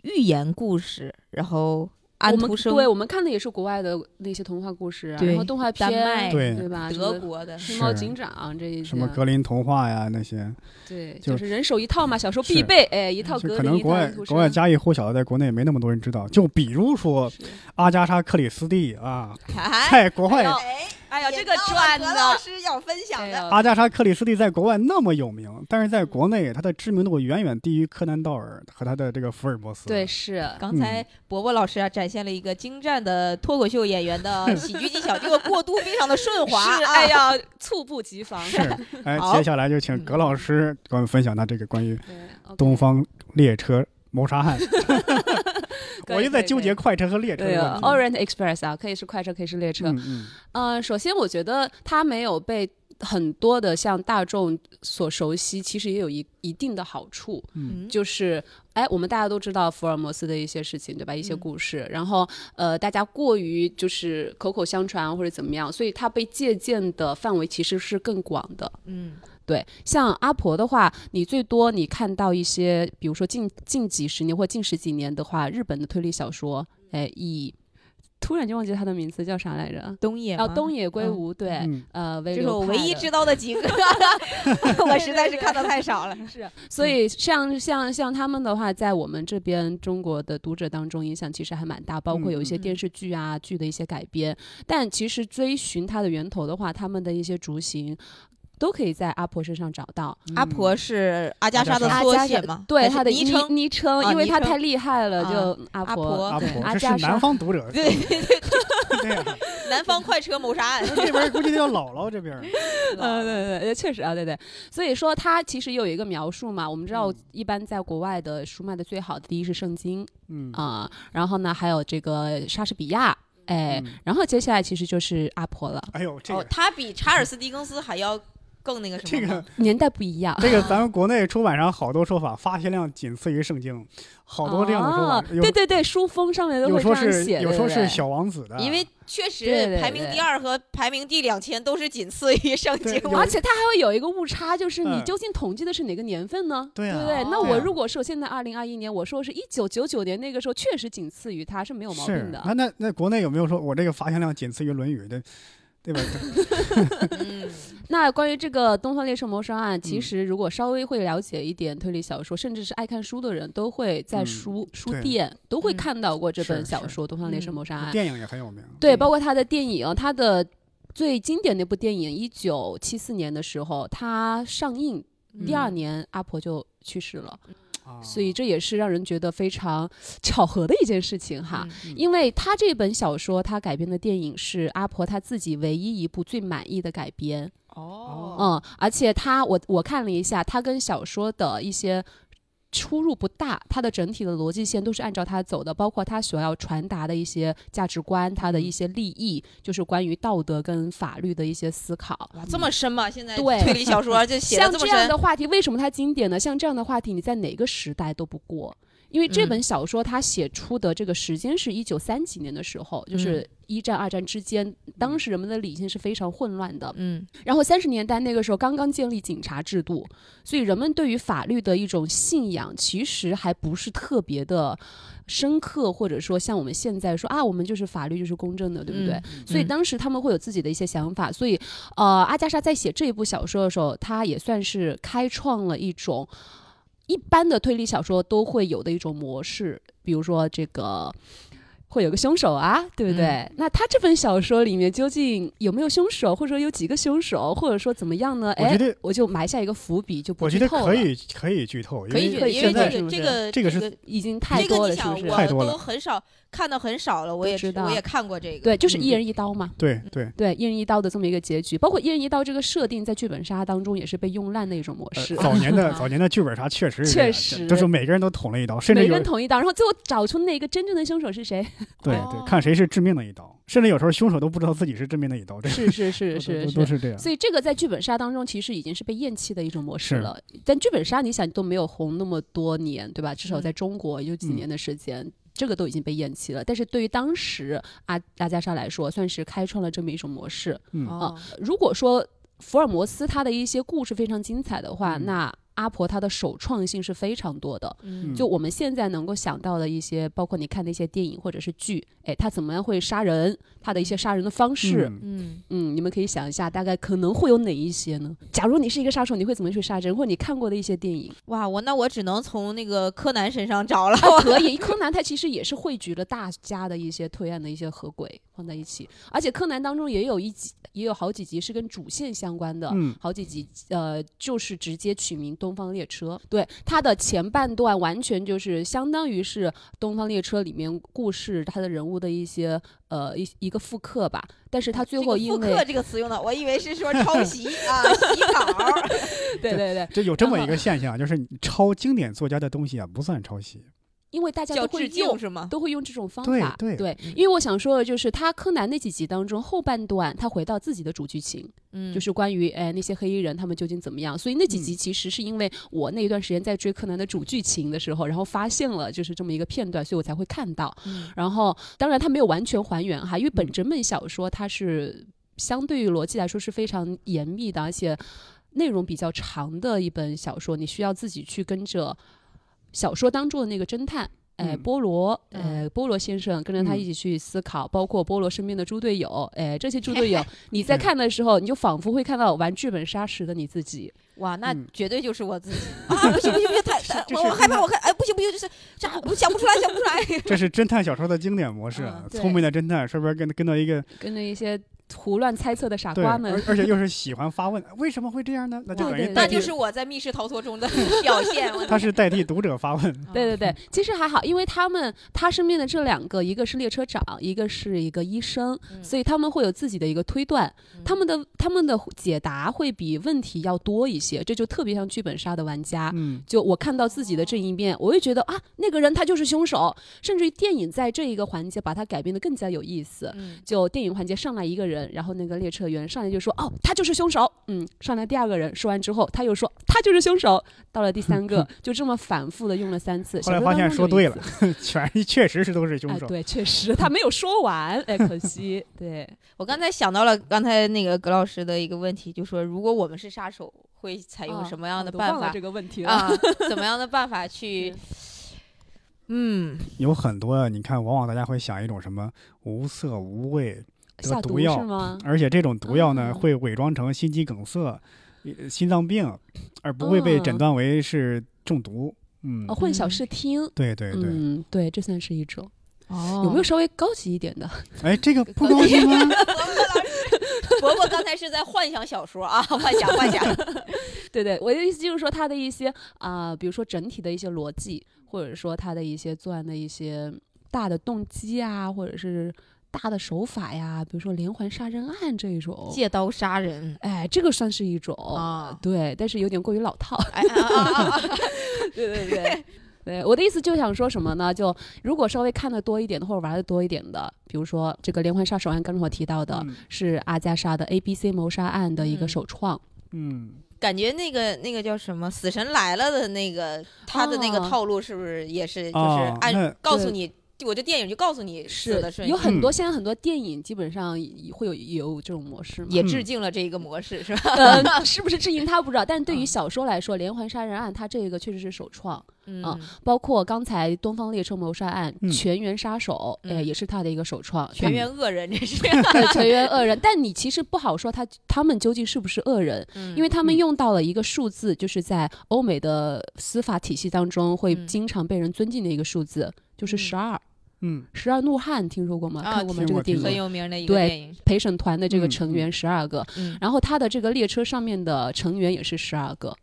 B: 寓言故事，然后安
C: 我们
B: 徒生、
C: 对我们看的也是国外的那些童话故事、啊，
B: 对
C: 然后动画
B: 丹麦
C: 片，
A: 对
C: 吧？
B: 德国的，
C: 什么。黑猫
A: 是
C: 警长这一些，
A: 什么格林童话呀那些，
C: 对，
A: 就
C: 就是人手一套嘛，小时候
A: 是
C: 必备，哎，一套
A: 就
C: 格
A: 可
C: 林，
A: 能
C: 一套
A: 国外
C: 安徒
A: 国外
C: 生。
A: 家喻户晓的，在国内没那么多人知道。就比如说
C: 是
A: 阿加莎·克里斯蒂啊，
B: 哎
A: 在国外，
B: 哎哎呀，
C: 也
B: 这个
C: 到了
B: 赚
C: 葛
B: 的，
C: 老
B: 师要分
C: 哎呀
A: 阿加莎·克里斯蒂在国外那么有名，但是
C: 嗯
A: 在国内她的知名度远远低于柯南·道尔和他的这个福尔摩斯。
C: 对，是
B: 刚
C: 嗯
B: 才伯伯老师啊，展现了一个精湛的脱口秀演员 的喜剧技巧，这个过渡非常的顺滑
C: 是，
B: 啊
C: 哎，呀，猝不及防。
A: 是。 哎，
B: 好
A: 接下来就请
C: 嗯
A: 葛老师给我们分享他这个关于
C: 对，OK
A: 东方列车谋杀 案。
C: 可以
A: 我就在纠结
C: 可以
A: 快车和列车
C: 对
A: 的
C: 啊
A: 问题。
C: ，Orient Express 啊，可以是快车，可以是列车。
A: 嗯嗯，
C: 嗯、首先我觉得它没有被很多的像大众所熟悉，其实也有一一定的好处，
B: 嗯
C: 就是哎，我们大家都知道福尔摩斯的一些事情，对吧？一些
B: 嗯
C: 故事，然后呃，大家过于就是口口相传啊或者怎么样，所以它被借鉴的范围其实是更广的。
B: 嗯
C: 对，像阿婆的话，你最多你看到一些，比如说近近几十年或近十几年的话，日本的推理小说，哎，以突然就忘记他的名字叫啥来着？
B: 东野
C: 啊，
B: 吗
C: 东野圭吾，对，
A: 嗯
C: 呃，
B: 这
C: 这
B: 是我唯一知道的 几个，我实在是看的太少了。
C: 是，所以像像像他们的话，在我们这边中国的读者当中影响其实还蛮大，包括有一些
B: 嗯嗯
C: 电视剧啊、剧的一些改编。但其实追寻它的源头的话，他们的一些雏形都可以在阿婆身上找到。
A: 嗯
B: 阿婆是阿加莎
A: 莎
B: 的
A: 的
B: 缩
C: 阿加
B: 写
C: 莎
B: 吗？
C: 对
B: 还是
C: 他的
B: 昵
C: 昵
B: 称。
C: 昵称
B: 啊，
C: 因为
B: 昵
C: 他
B: 称
C: 太厉害了，就阿
B: 阿
C: 婆。
A: 阿
B: 婆
C: 对
A: 婆，
C: 阿
A: 这是
C: 加
A: 南
C: 莎。
A: 方读者，
B: 对，
A: 对呀，
B: 南方快车谋杀 案。哦
A: 这边儿估计得叫姥姥这边儿。
C: 嗯，对对对，确实啊，对对。所以说，它其实有一个描述嘛，我们知道
A: 嗯，
C: 一般在国外的书卖的最好的，第一是圣经
A: 嗯
C: 啊、然后呢，还有这个莎士比亚，哎，
A: 嗯
C: 然后接下来其实就是阿婆了。
A: 哎呦，这
B: 哦
A: 个，
B: 他比查尔斯·狄更斯还要更那个什么
A: 这
B: 了。
A: 个
C: 年代不一样。
A: 这个咱们国内出版上好多说法，发行量仅次于圣经，好多这样的说
C: 哦
A: 法。有
C: 对对对，书封上面都
A: 有
C: 会这
A: 说
C: 样
A: 是
C: 写，
A: 有
C: 对
A: 说
C: 不
A: 是
C: 对
A: 小王子的，
B: 因为确
C: 啊对
B: 实
C: 对
B: 排名
C: 对
B: 第二和排名第两千都是仅次于圣
A: 对
B: 经
A: 有
B: 嘛
C: 而且它还会有一个误差，就是你
A: 嗯
C: 究竟统计的是哪个年份呢？
A: 对啊
C: 不对？那
B: 哦
C: 我如果说现在二零二一年，我说是一九九九年那个时候，确实仅次于它是没有毛
A: 是
C: 病的。
A: 那那那国内有没有说我这个发行量仅次于《论语》的，对 吧？
B: 嗯，
C: 那关于这个《东方烈士谋杀案》，其
A: 嗯
C: 实如果稍微会了解一点推理小说，甚至是爱看书的人，都会在
A: 嗯
C: 书、书
A: 对
C: 店都会
B: 嗯
C: 看到过这本
A: 是
C: 小
A: 是
C: 说《东方烈士
B: 嗯
C: 谋杀案》
A: 电影也很有名。
C: 啊对，
B: 对
C: 包括他的电影，他的最经典那部电影，一九七四年的时候，他上映 第二
B: 嗯
C: 年，阿婆就去世了，
A: 啊
C: 所以这也是让人觉得非常巧合的一件事情哈。，
A: 嗯
C: 因为他这本小说，他改编的电影是阿婆她自己唯一一部最满意的改编，
B: 哦，
C: 嗯，而且他我我看了一下，他跟小说的一些出入不大，他的整体的逻辑线都是按照他走的，包括他所要传达的一些价值观，他的
B: 嗯
C: 一些利益，就是关于道德跟法律的一些思考。
B: 哇，啊这么深吗？现在
C: 嗯对
B: 推理小说就写的
C: 像
B: 这么
C: 这样
B: 深，
C: 的话题，为什么它经典呢？像这样的话题，你在哪个时代都不过。因为这
B: 嗯
C: 本小说它写出的这个时间是一九三几年的时候，
B: 嗯
C: 就是一战、二战之间，当时人们的理性是非常混乱的。
B: 嗯
C: 然后三十年代那个时候刚刚建立警察制度，所以人们对于法律的一种信仰其实还不是特别的深刻，或者说像我们现在说啊，我们就是法律就是公正的，对不对？
B: 嗯
C: 所以当时他们会有自己的一些想法，所以呃，阿加莎在写这一部小说的时候，她也算是开创了一种。一般的推理小说都会有的一种模式，比如说这个会有个凶手啊，对不对？
B: 嗯
C: 那他这本小说里面究竟有没有凶手，或者说有几个凶手，或者说怎么样呢？
A: 我觉
C: 哎，
A: 得
C: 我就埋下一个伏笔，就不
A: 我
C: 剧
A: 觉得
C: 透了
A: 可，以可以剧透，
B: 可以
A: 因
B: 举
C: 嗯可
A: 为
C: 以
B: 因
C: 现
B: 为
C: 在
B: 这
C: 是
B: 个
C: 不
B: 这
C: 是
B: 个
A: 这个是
C: 已经太
B: 这个
C: 多
B: 你
C: 了，是
B: 想
C: 不是？
A: 太多
B: 我都
A: 了
B: 很少看的很少了，我
C: 都
B: 也
C: 知道
B: 我也看过这个，
C: 对，就是
A: 嗯
C: 一人一刀嘛。
A: 对对。
C: 对，一人一刀的这么一个结局，包括一人一刀这个设定，在剧本杀当中也是被用烂的一种模
A: 呃
C: 式。
A: 早年的早年的剧本杀确实是这
C: 啊确
A: 样
C: 实
A: 就是每个人都捅了一刀，甚
C: 每
A: 至
C: 个
A: 有
C: 人捅一刀，然后最后找出那个真正的凶手是谁。
A: 对
B: 哦
A: 对，看谁是致命的一刀，甚至有时候凶手都不知道自己是致命的一刀，这
C: 是是是
A: 都都
C: 是
A: 都
C: 是。
A: 是这样。
C: 所以这个在剧本杀当中其实已经是被厌弃的一种模
A: 是
C: 式了。但剧本杀你想都没有红那么多年，对吧？至
B: 嗯
C: 少在中国也就几
A: 嗯
C: 年的时间。这个都已经被厌弃了，但是对于当时阿阿加莎来说，算是开创了这么一种模式。
A: 嗯
B: 哦，
C: 如果说福尔摩斯他的一些故事非常精彩的话，
A: 嗯
C: 那阿婆她的首创性是非常多的。
B: 嗯
C: 就我们现在能够想到的一些，包括你看的一些电影或者是剧，哎，他怎么样会杀人，他的一些杀人的方式，
A: 嗯
B: 嗯
C: 嗯你们可以想一下，大概可能会有哪一些呢？假如你是一个杀手，你会怎么去杀人，或者你看过的一些电影？
B: 哇，我那我只能从那个柯南身上找了，
C: 啊，可以，柯南他其实也是汇聚了大家的一些推案的一些合轨放在一起，而且柯南当中也有一集，也有好几集是跟主线相关的，
A: 嗯
C: 好几集，呃，就是直接取名《东方列车》。对，它的前半段完全就是相当于是《东方列车》里面故事它的人物的一些呃一一个复刻吧，但是它最后因
B: 哦这个复
C: 为、
B: 刻这个词用的，我以为是说抄袭啊，洗稿。
C: 对对对，
A: 这有这么
C: 然
A: 一
C: 后
A: 个现象，就是你抄经典作家的东西啊，不算抄袭。
C: 因为大家
B: 叫
C: 都会
B: 致敬
C: 用。
B: 是吗？
C: 都会用这种方
A: 对
C: 法，
A: 对嗯
C: 因为我想说的就是，他柯南那几集当中后半段，他回到自己的主剧情，
B: 嗯
C: 就是关于哎那些黑衣人他们究竟怎么样。所以那几
A: 嗯
C: 集其实是因为我那一段时间在追柯南的主剧情的时候，然后发现了就是这么一个片段，所以我才会看到。
B: 嗯
C: 然后当然它没有完全还原哈，因为本
A: 嗯
C: 整本小说它是相对于逻辑来说是非常严密的，而且内容比较长的一本小说，你需要自己去跟着小说当中的那个侦探。哎，
A: 嗯
C: 波罗，
B: 嗯
C: 哎，波罗先生跟着他
A: 嗯
C: 一起去思考，包括波罗身边的猪队友，哎，这些猪 队友，你
A: 嗯
C: 在看的时候，你就仿佛会看到玩剧本杀时的你自己。
B: 哇，那
A: 嗯
B: 绝对就是我自己啊！不行不行不行，太太
A: 这
B: 我
A: 是
B: 我害怕，我害哎不行不行，就是这样我想不出来想不出来。
A: 这是侦探小说的经典模式啊
B: 啊，
C: 对
A: 聪明的侦探是不是跟跟到一个
C: 跟着一些胡乱猜测的傻
A: 对，
C: 瓜们
A: 而，而且又是喜欢发问，为什么会这样呢？那就
C: 哇
A: 等于
C: 对
B: 那
A: 代替
B: 就是我在密室逃脱中的 表现。我
A: 他是代替读者发问，
C: 对对对，其实还好，因为他们他身边的这两个，一个是列车长，一个是一个医生，
B: 嗯
C: 所以他们会有自己的一个推断，他们的他们的解答会比问题要多一些，这就特别像剧本杀的玩家。
A: 嗯，
C: 就我看到自己的这一面，我会觉得啊，那个人他就是凶手，甚至于电影在这一个环节把它改编的更加有意思。
B: 嗯
C: 就电影环节上来一个人，然后那个列车员上来就说：“哦，他就是凶手。”嗯，上来第二个人说完之后，他又说：“他就是凶手。”到了第 三个，就这么反复的用了三次。
A: 后来
C: 小说
A: 发
C: 当
A: 现
C: 中
A: 说
C: 有一
A: 对
C: 次
A: 了， 全确实是都是凶
C: 哎，
A: 手。
C: 对，确实他没有说完，哎，可惜，对，
B: 我刚才想到了刚才那个葛老师的一个问题，就说如果我们是杀手，会采用
C: 啊
B: 什么样的
C: 我都
B: 办
C: 忘了
B: 法
C: 这个问题了，
B: 啊？怎么样的办法去
C: 是？
B: 嗯，
A: 有很多，啊你看，往往大家会想一种什么无色无味，
C: 下
A: 毒
C: 毒
A: 药嗯
C: 是吗？
A: 而且这种毒药呢，
C: 嗯
A: 会伪装成心肌梗塞、呃心脏病，而不会被诊
C: 嗯
A: 断为是中毒。嗯
C: 哦，，混淆
B: 嗯
C: 视听，
A: 对对对，
C: 嗯，对，这算是一种。
B: 哦
C: 有没有稍微高级一点的？
A: 哎，这个不高级 吗？
B: 伯伯刚才是在幻想小说啊，幻想幻想。
C: 对对，我的意思就是说，他的一些啊、比如说整体的一些逻辑，或者说他的一些作案的一些大的动机啊，或者是大的手法呀，比如说连环杀人案这一种。
B: 借刀杀人
C: 哎，这个算是一种，
B: 啊！
C: 对，但是有点过于老套。
B: 哎啊啊啊！
C: 对对对。对，我的意思就想说什么呢？就如果稍微看的多一点的，或者玩的多一点的，比如说这个连环杀手案，刚才我提到的、
A: 嗯
C: 是阿加莎的 A B C 谋杀案的一个
B: 嗯
C: 首创，
A: 嗯，
B: 感觉那个那个叫什么《死神来了》的那个他的那个
C: 啊
B: 套路是不是也是就是
A: 哦，
B: 按
A: 那
B: 告诉
C: 对
B: 你，我这电影就告诉你死的嗯
C: 是
B: 顺序
C: 有，很多现在很多电影基本上也会有有这种模式嘛。
B: 也
A: 嗯
B: 致敬了这一个模式是吧？
C: 呃， 是不是致敬他不知道，但是对于
B: 嗯
C: 小说来说，《连环杀人案》它这个确实是首创，
B: 嗯
C: 啊包括刚才《东方列车谋杀案》
A: 嗯
C: 全员杀手》
B: 嗯
C: 呃，也是他的一个首创。
B: 全员恶人这 是，
C: 对全员恶人，但你其实不好说他他们究竟是不是恶人，因为他们
A: 嗯
C: 用到了一个数字，就是在欧美的司法体系当中会
B: 嗯
C: 经常被人尊敬的一个数字，就是
B: 嗯
C: 十二。
A: 嗯，
C: 十二怒汉听说过吗？
B: 啊
C: 看过吗？
A: 听
C: 这个
A: 过
C: 电
A: 听过
B: 很
C: 影
B: 有名的一个
C: 对
B: 电影，
C: 陪审团的这个
A: 嗯
C: 成员十二个，
B: 嗯
C: 然后他的这个列车上面的成员也是十二个。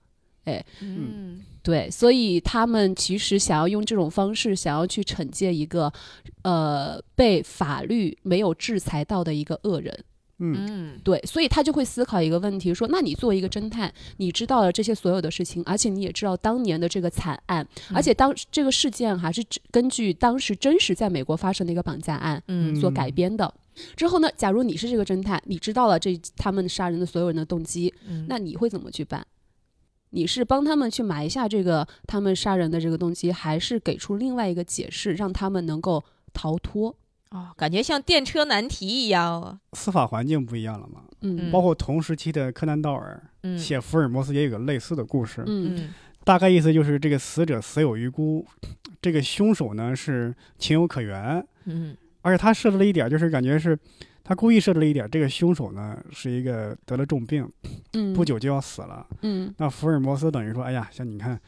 B: 嗯
C: 对，所以他们其实想要用这种方式，想要去惩戒一个，呃，被法律没有制裁到的一个恶人。
A: 嗯
B: 嗯
C: 对，所以他就会思考一个问题，说：那你作为一个侦探，你知道了这些所有的事情，而且你也知道当年的这个惨案，而且当这个事件还是只根据当时真实在美国发生的一个绑架案，
B: 嗯
C: 所改
A: 嗯
C: 编的。之后呢，假如你是这个侦探，你知道了这他们杀人的所有人的动机，
B: 嗯
C: 那你会怎么去办？你是帮他们去埋下这个他们杀人的这个动机，还是给出另外一个解释，让他们能够逃脱？
B: 哦，感觉像电车难题一样哦，
A: 司法环境不一样了嘛。
C: 嗯，
A: 包括同时期的柯南道尔
B: 嗯
A: 写福尔摩斯也有个类似的故事，
C: 嗯
B: 嗯
A: 大概意思就是这个死者死有余辜，这个凶手呢是情有可原，
B: 嗯
A: 而且他设置了一点，就是感觉是他故意设置了一点，这个凶手呢是一个得了重病，
C: 嗯，
A: 不久就要死了。
C: 嗯，
A: 那福尔摩斯等于说，哎呀，像你看，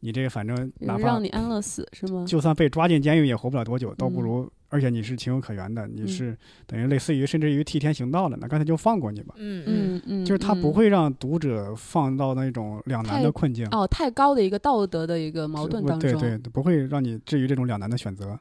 A: 你这个反正哪怕
C: 嗯让你安乐死是吗？
A: 就算被抓进监狱也活不了多久，倒不
C: 嗯
A: 如，而且你是情有可原的，你
C: 嗯
A: 是等于类似于甚至于替天行道的，那干脆就放过你吧。
B: 嗯嗯
C: 嗯嗯，
A: 就是他不
C: 嗯
A: 会让读者放到那种两难的
C: 太
A: 困境。
C: 哦太高的一个道德的一个矛盾
A: 我
C: 当中，
A: 对对，不会让你置于这种两难的选择。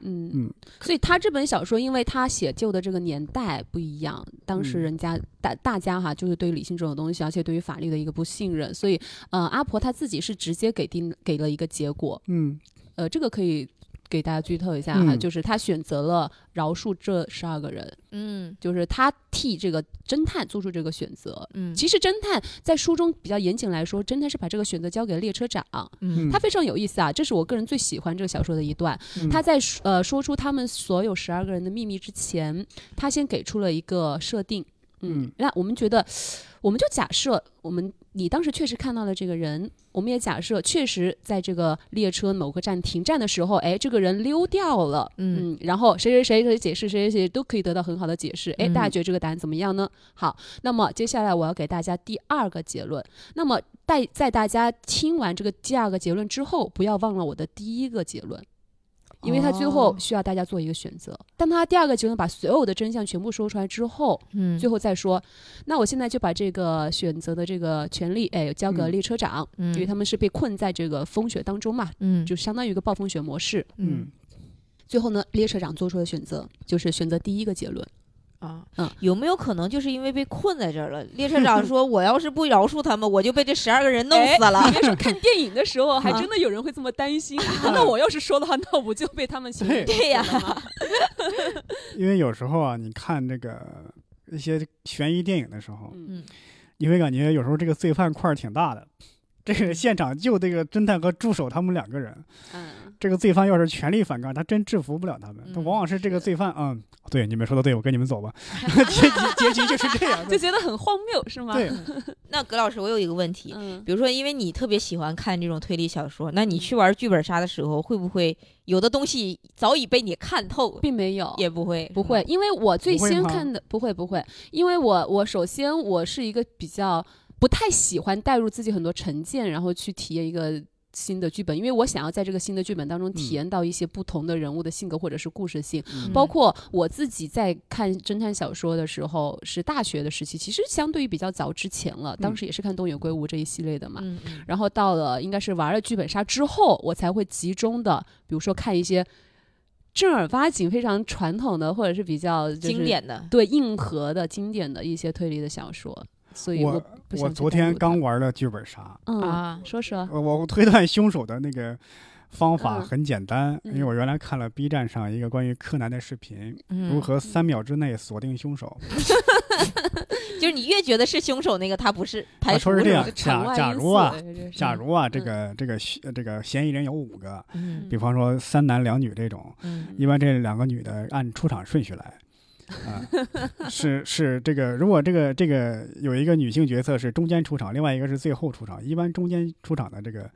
C: 嗯
A: 嗯，
C: 所以他这本小说，因为他写就的这个年代不一样，当时
A: 嗯
C: 人家大大家哈，就是对于理性这种东西，而且对于法律的一个不信任，所以呃，阿婆她自己是直接给定给了一个结果，
A: 嗯
C: 呃，这个可以给大家剧透一下哈，
A: 嗯
C: 就是她选择了饶恕这十二个人，
B: 嗯
C: 就是她替这个侦探做出这个选择。
B: 嗯
C: 其实侦探在书中比较严谨来说，侦探是把这个选择交给了列车长，
A: 嗯，
C: 他非常有意思啊，这是我个人最喜欢这个小说的一段。
A: 嗯
C: 他在说呃说出他们所有十二个人的秘密之前，他先给出了一个设定。嗯，
A: 嗯
C: 那我们觉得，我们就假设我们你当时确实看到了这个人，我们也假设确实在这个列车某个站停站的时候，哎，这个人溜掉了。
B: 嗯
C: 嗯，然后谁谁谁可以解释，谁谁谁都可以得到很好的解释。哎，
B: 嗯
C: 大家觉得这个答案怎么样呢？好，那么接下来我要给大家第二个结论。那么在在大家听完这个第二个结论之后，不要忘了我的第一个结论，因为他最后
B: 哦
C: 需要大家做一个选择。当他第二个结论把所有的真相全部说出来之后，
B: 嗯
C: 最后再说，那我现在就把这个选择的这个权利，哎，交给
A: 嗯
C: 列车长，
B: 嗯
C: 因为他们是被困在这个风雪当中嘛，
B: 嗯
C: 就相当于一个暴风雪模式。
A: 嗯
C: 最后呢，列车长做出的选择就是选择第一个结论。
B: 啊
C: 嗯，
B: 有没有可能就是因为被困在这儿了？列车 长说：“我要是不饶恕他们，我就被这十二个人弄死 了。
C: 别说 看电影的时候，还
B: 啊
C: 真的有人会这么担 心。啊那我要是说的话，那我不就被他们刑
A: 对
C: 对
B: 对呀
C: 呀，
A: 因为有时候啊，你看这个一些悬疑电影的时候，
C: 嗯
A: 你会感觉有时候这个罪犯块儿挺大的。这个现场就这个侦探和助手他们两个人，
C: 嗯，
A: 这个罪犯要是全力反抗，他真制服不了他们。他
B: 嗯
A: 往往是这个
C: 是的
A: 罪犯，嗯，对，你们说的对，我跟你们走吧。结局结局 就是这样
C: 就
A: 的，
C: 觉得很荒谬是吗？
A: 对，
B: 那葛老师，我有一个问题，
C: 嗯，
B: 比如说，因为你特别喜欢看这种推理小说，那你去玩剧本杀的时候，会不会有的东西早已被你看透？
C: 并没有，
B: 也不会，
C: 不会，因为我最
A: 不会
C: 先
A: 吗
C: 看的不会不会，因为我我首先我是一个比较不太喜欢带入自己很多成见，然后去体验一个。新的剧本，因为我想要在这个新的剧本当中体
A: 嗯
C: 验到一些不同的人物的性格或者是故事性，
A: 嗯
C: 包括我自己在看侦探小说的时候，是大学的时期，其实相对于比较早之前了，当
A: 嗯
C: 时也是看东野圭吾这一系列的嘛。
B: 嗯嗯
C: 然后到了应该是玩了剧本杀之后，我才会集中的，比如说看一些正儿八经、非常传统的，或者是比较、就是、
B: 嗯经典的，
C: 对硬核的经典的一些推理的小说。所以
A: 我
C: 不想
A: 我
C: 去
A: 昨
C: 代
A: 天
C: 入
A: 刚
C: 它
A: 玩了剧本杀，
C: 嗯
B: 啊
C: 说说
A: 我我推断凶手的那个方法
C: 嗯
A: 很简单，因为
C: 嗯
A: 我原来看了 B 站上一个关于柯南的视频，
B: 嗯
A: 如何三秒之内锁定凶手。
B: 就是你越觉得是凶手那个，他不是排
A: 他
B: 除
A: 啊说是这样
B: 吧，
C: 场
A: 假
C: 外
A: 假
C: 因
A: 如
C: 素
A: 啊
C: 哎这是
A: 假如啊，这个这个虚这个嫌疑人有五个，
B: 嗯
A: 比方说三男两女这种，
B: 嗯
A: 一般这两个女的按出场顺序来。啊、 是是这个，如果这个这个有一个女性角色是中间出场，另外一个是最后出场，一般中间出场的这个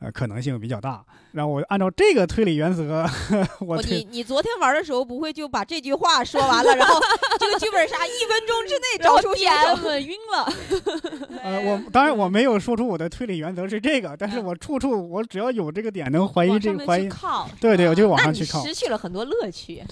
A: 呃可能性比较大。然后我按照这个推理原则， 我
B: 我
A: 推
B: 哦你你昨天玩的时候不会就把这句话说完了， 然后这个剧本杀一分钟之内
C: 然后
B: 找出凶
C: DM
B: 手？
C: 哎晕 了，
A: 呃，我当然我没有说出我的推理原则是这个，但
B: 嗯
A: 是我处处我只要有这个点能怀疑
C: 往
A: 这个
C: 上面
A: 怀
C: 去
A: 疑，
C: 靠，
A: 对对，我就往
B: 那
A: 上
B: 你
A: 去靠。
B: 失去了很多乐趣。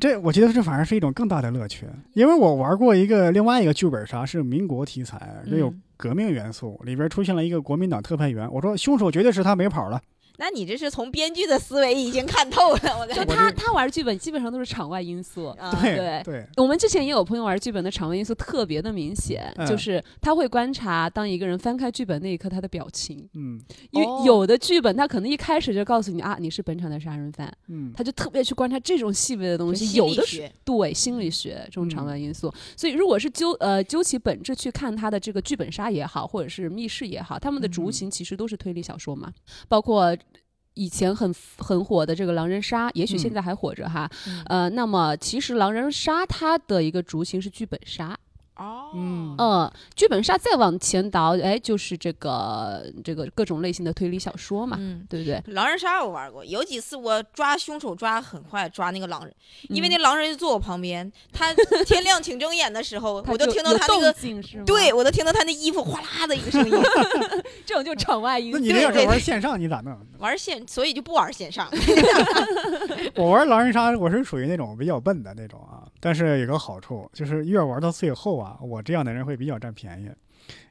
A: 这我觉得这反而是一种更大的乐趣，因为我玩过一个另外一个剧本杀是民国题材，就有
B: 嗯
A: 革命元素，里边出现了一个国民党特派员，我说凶手绝对是他没跑了，
B: 那你这是从编剧的思维已经看透了，我感觉。
C: 就他他玩剧本基本上都是场外因素，
B: 啊
A: 对
C: 对
A: 对，
C: 我们之前也有朋友玩剧本的场外因素特别的明显，
A: 嗯
C: 就是他会观察当一个人翻开剧本那一刻他的表情，
A: 嗯
C: 因
B: 哦
C: 为有的剧本他可能一开始就告诉你啊你是本场的杀人犯，
A: 嗯，
C: 他就特别去观察这种细微的东
B: 就
C: 西，
B: 心理
C: 有的
B: 学嗯
C: 是对心理学这种场外因素，所以如果是究呃究其本质去看他的这个剧本杀也好，或者是密室也好，他们的
A: 嗯
C: 雏形其实都是推理小说嘛，包括。以前很很火的这个狼人杀，也许
A: 嗯
C: 现在还火着哈，
B: 嗯
C: 呃，那么其实狼人杀它的一个雏形是剧本杀，
B: 哦
A: 嗯
C: 嗯，剧本杀再往前倒，哎，就是这个这个各种类型的推理小说嘛，
B: 嗯，
C: 对不对？
B: 狼人杀我玩过，有几次我抓凶手抓很快，抓那个狼人，因为
C: 嗯
B: 那狼人就坐我旁边，他 天亮请睁眼的时候，
C: 它
B: 我就
C: 就
B: 听到
C: 有
B: 他那个
C: 动，静是吗
B: 对，我都听到他那衣服哗啦的一个声 音。
C: 这种就场外因
A: 那
C: 素。
A: 你这要
B: 对
A: 是
B: 对
A: 玩线上你咋弄？
B: 玩线，所以就不玩线上。
A: 我玩狼人杀我是属于那种比较笨的那种啊，但是有个好处就是越玩到最后啊，我这样的人会比较占便宜，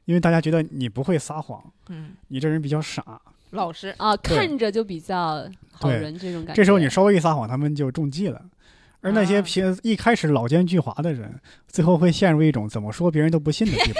A: 因为大家觉得你不会撒谎，
B: 嗯，
A: 你这人比较傻，
B: 老实。
C: 啊，
A: 对
C: 看着就比较好
A: 对
C: 人这种感觉。
A: 这时候你稍微一撒谎，他们就中计了。而那些
B: 啊
A: 平一开始老奸巨猾的人，最后会陷入一种怎么说别人都不信的地 步。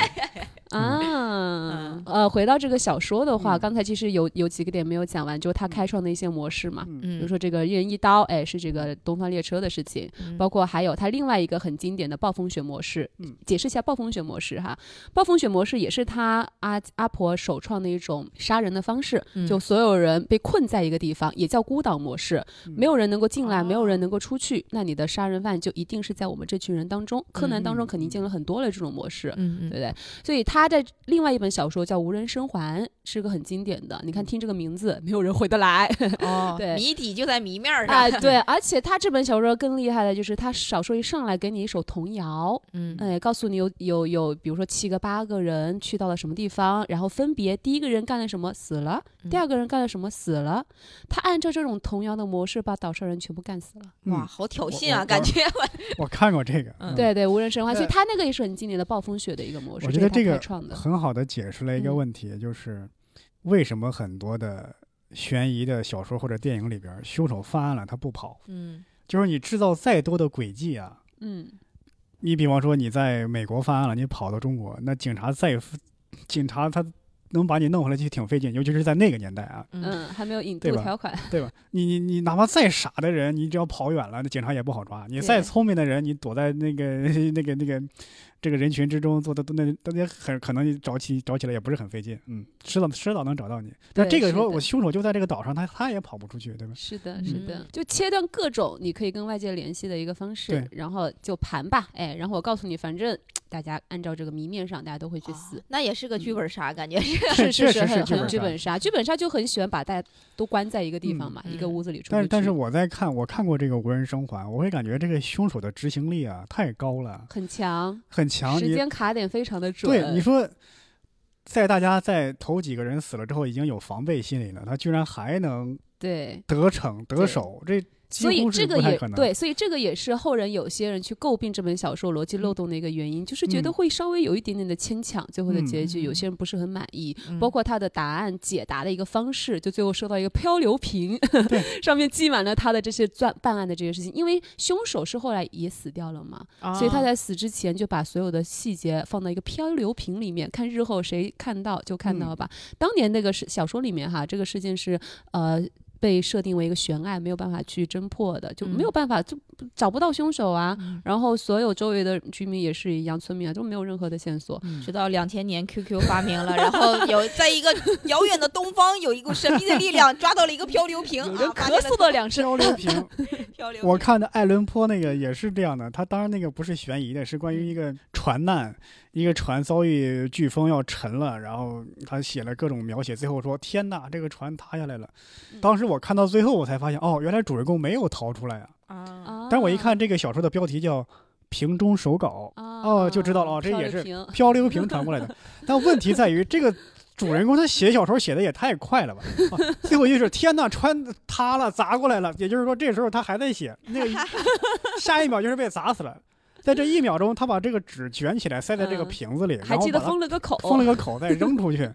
C: 啊
B: 嗯，
C: 呃，回到这个小说的话，
A: 嗯
C: 刚才其实有有几个点没有讲完，就是它开创的一些模式嘛，
A: 嗯
C: 比
B: 嗯
C: 如说这个一人一刀，哎，是这个东方列车的事情，
B: 嗯
C: 包括还有它另外一个很经典的暴风雪模式。
A: 嗯
C: 解释一下暴风雪模式哈，暴风雪模式也是他阿阿婆首创的一种杀人的方式，
B: 嗯
C: 就所有人被困在一个地方，也叫孤岛模式，
A: 嗯
C: 没有人能够进来，
B: 哦
C: 没有人能够出去，那你的杀人犯就一定是在我们这群人当中。柯南当中肯定见了很多了这种模式。
B: 嗯
C: 对不对？所以他在另外一本小说叫《无人生还》，是个很经典的。你
B: 嗯
C: 看，听这个名字，没有人回 得来。
B: 哦
C: 对
B: 谜底就在谜面儿上。
C: 啊，对，而且他这本小说更厉害的就是，他小说一上来给你一首童谣，
B: 嗯
C: 哎，告诉你有有有，比如说七个八个人去到了什么地方，然后分别第一个人干了什么死了，
B: 哎嗯
C: 第二个人干了什么死了，他按照这种童谣的模式把岛上人全部干死了。
B: 哇，
A: 嗯
B: 好挑
A: 我
B: 衅
A: 我
B: 啊，
A: 我
B: 感觉。
A: 我看过这个，嗯，
C: 对对，无人生还，所以
A: 对
C: 他那个也是很经典的暴风雪的一个模式，
A: 我觉得
C: 这
A: 这
C: 是他
A: 个
C: 开创的。
A: 很好的解释了一
C: 嗯
A: 个问题，就是为什么很多的悬疑的小说或者电影里边，凶手犯案了他不跑，
B: 嗯
A: 就是你制造再多的诡计啊，
C: 嗯，
A: 你比方说你在美国犯案了，你跑到中国，那警察再警察他能把你弄回来就挺费劲，尤其是在那个年代啊，
B: 嗯，
C: 嗯，还没有引
A: 对
C: 渡
A: 吧
C: 条款，
A: 对吧？你你你哪怕再傻的人，你只要跑远了，那警察也不好抓；你再
B: 对
A: 聪明的人，你躲在那个 那个那个这个人群之中，做的那大家很可能找起找起来也不是很费劲，嗯，迟早迟早能找到你。但
C: 对
A: 这个时候，
C: 是的
A: 我凶手就在这个岛上，他他也跑不出去，对吧？
C: 是的，是的
B: 嗯，
C: 就切断各种你可以跟外界联系的一个方式
A: 对，
C: 然后就盘吧，哎，然后我告诉你，反正大家按照这个谜面上，大家都会去死。
B: 哦那也是个剧本杀，感觉是。
A: 是 哦确实是
C: 很
A: 剧
C: 很
A: 本
C: 剧
A: 杀。
C: 本杀，剧本杀就很喜欢把大家都关在一个地方嘛，
B: 嗯
C: 一个
B: 嗯
C: 屋子里出不
A: 但是但是
C: 去
A: 我在看我看过这个无人生还，我会感觉这个凶手的执行力啊太高了，
C: 很强，
A: 很强。
C: 时
A: 你
C: 间卡点非常的准。
A: 对你说，在大家在头几个人死了之后已经有防备心理了，他居然还能
C: 对
A: 得逞得
C: 对
A: 手，这几
C: 所以
A: 乎是
C: 这个
A: 不太
C: 也
A: 可能
C: 对，所以这个也是后人有些人去诟病这本小说逻辑漏洞的一个原因，就是觉得
A: 嗯
C: 会稍微有一点点的牵强，最后的结局
B: 嗯
C: 有些人不是很满意，
B: 嗯
C: 包括他的答案解答的一个方式，就最后收到一个漂流瓶， 上面记满了他的这些办办案的这些事情，因为凶手是后来也死掉了嘛，所以他
B: 啊
C: 在死之前就把所有的细节放到一个漂流瓶里面，看日后谁看到就看到吧。当年那个是小说里面哈，这个事件是呃。被设定为一个悬案，没有办法去侦破的，就
B: 嗯
C: 没有办法，就找不到凶手啊。
B: 嗯
C: 然后所有周围的居民也是一样，村民啊都没有任何的线索。
B: 直到两千年 QQ 发明了，然后有在一个遥远的东方有一股神秘的力量抓到了一个漂流瓶，
C: 有
B: 啊
C: 人
B: 发
C: 咳
B: 现
C: 嗽了两声，
A: 漂流瓶。
B: 漂流 瓶。
A: 我看的艾伦坡那个也是这样的，他当然那个不是悬疑的，是
C: 嗯
A: 关于一个船难，一个船遭遇飓风要沉了，然后他写了各种描写，最后说天哪，这个船塌下来了。
C: 嗯
A: 当时我看到最后，我才发现哦，原来主人公没有逃出来啊。
B: 啊，
C: 啊
A: 但我一看这个小说的标题叫《瓶中手稿
C: 啊
A: 哦就知道了哦这
C: 漂
A: 也
C: 流
A: 是
C: 瓶》，
A: 漂流瓶传过来 的，但问题在于这个。主人公他写小说写的也太快 了吧！啊、最后一句是天哪，船塌了，砸过来了。也就是说，这时候他还在写，那 个一下一秒就是被砸死了。在这一秒钟，他把这个纸卷起来塞在这个
C: 嗯
A: 瓶子里，
C: 还
A: 然后
C: 记得
A: 把它
C: 封了个口，啊
A: 封了个口再扔出 去。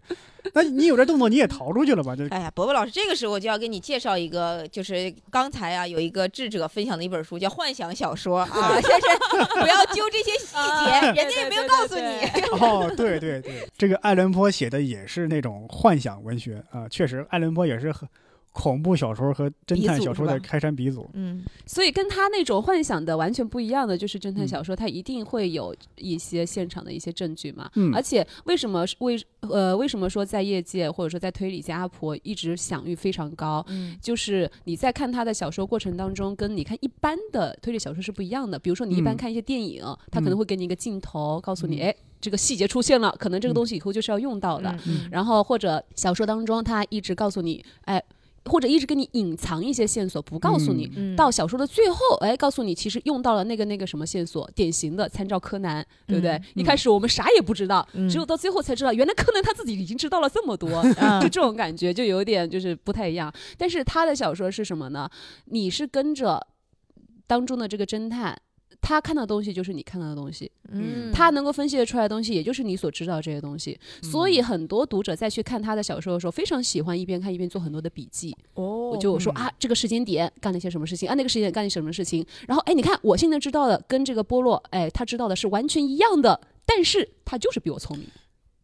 A: 那你有这动作，你也逃出去了吧？就
B: 哎呀，伯伯老师，这个时候我就要给你介绍一个，就是刚才啊有一个智者分享的一本书，叫《幻想小说》 啊，先生不要揪这些细
C: 啊
B: 节，人家也没有告诉
C: 对对
B: 你。
A: 哦，对对对，这个爱伦坡写的也是那种幻想文学啊、确实，爱伦坡也是很恐怖小说和侦探小说的
C: 鼻祖是吧
A: 开山鼻祖。
B: 嗯，
C: 所以跟他那种幻想的完全不一样的，就是
A: 嗯
C: 侦探小说，它一定会有一些现场的一些证据嘛。
A: 嗯
C: 而且为什么是为呃为什么说在业界或者说在推理界，阿婆一直享誉非常高？
B: 嗯
C: 就是你在看他的小说过程当中，跟你看一般的推理小说是不一样的。比如说，你一般
A: 嗯
C: 看一些电影，他可能会给你一个镜头，告诉你，
A: 嗯
C: 哎，这个细节出现了，可能这个
A: 嗯
C: 东西以后就是要用到的。
A: 嗯
C: 然后或者小说当中他一直告诉你，哎，或者一直给你隐藏一些线索，不告诉你。
B: 嗯
C: 到小说的最后，哎，告诉你其实用到了那个那个什么线索，典型的参照柯南，对不对？
B: 嗯
C: 一开始我们啥也不知道，
B: 嗯
C: 只有到最后才知道，原来柯南他自己已经知道了这么多，
B: 嗯
C: 就这种感觉就有点就是不太一样。但是他的小说是什么呢？你是跟着当中的这个侦探。他看到的东西就是你看到的东西，
B: 嗯，
C: 他能够分析得出来的东西，也就是你所知道的这些东西。所以很多读者在去看他的小说的时候，非常喜欢一边看一边做很多的笔记。
B: 哦
C: 我就说啊，这个时间点干了一些什么事情啊，那个时间点干了什么事情。然后哎，你看我现在知道的跟这个波洛哎他知道的是完全一样的，但是他就是比我聪明，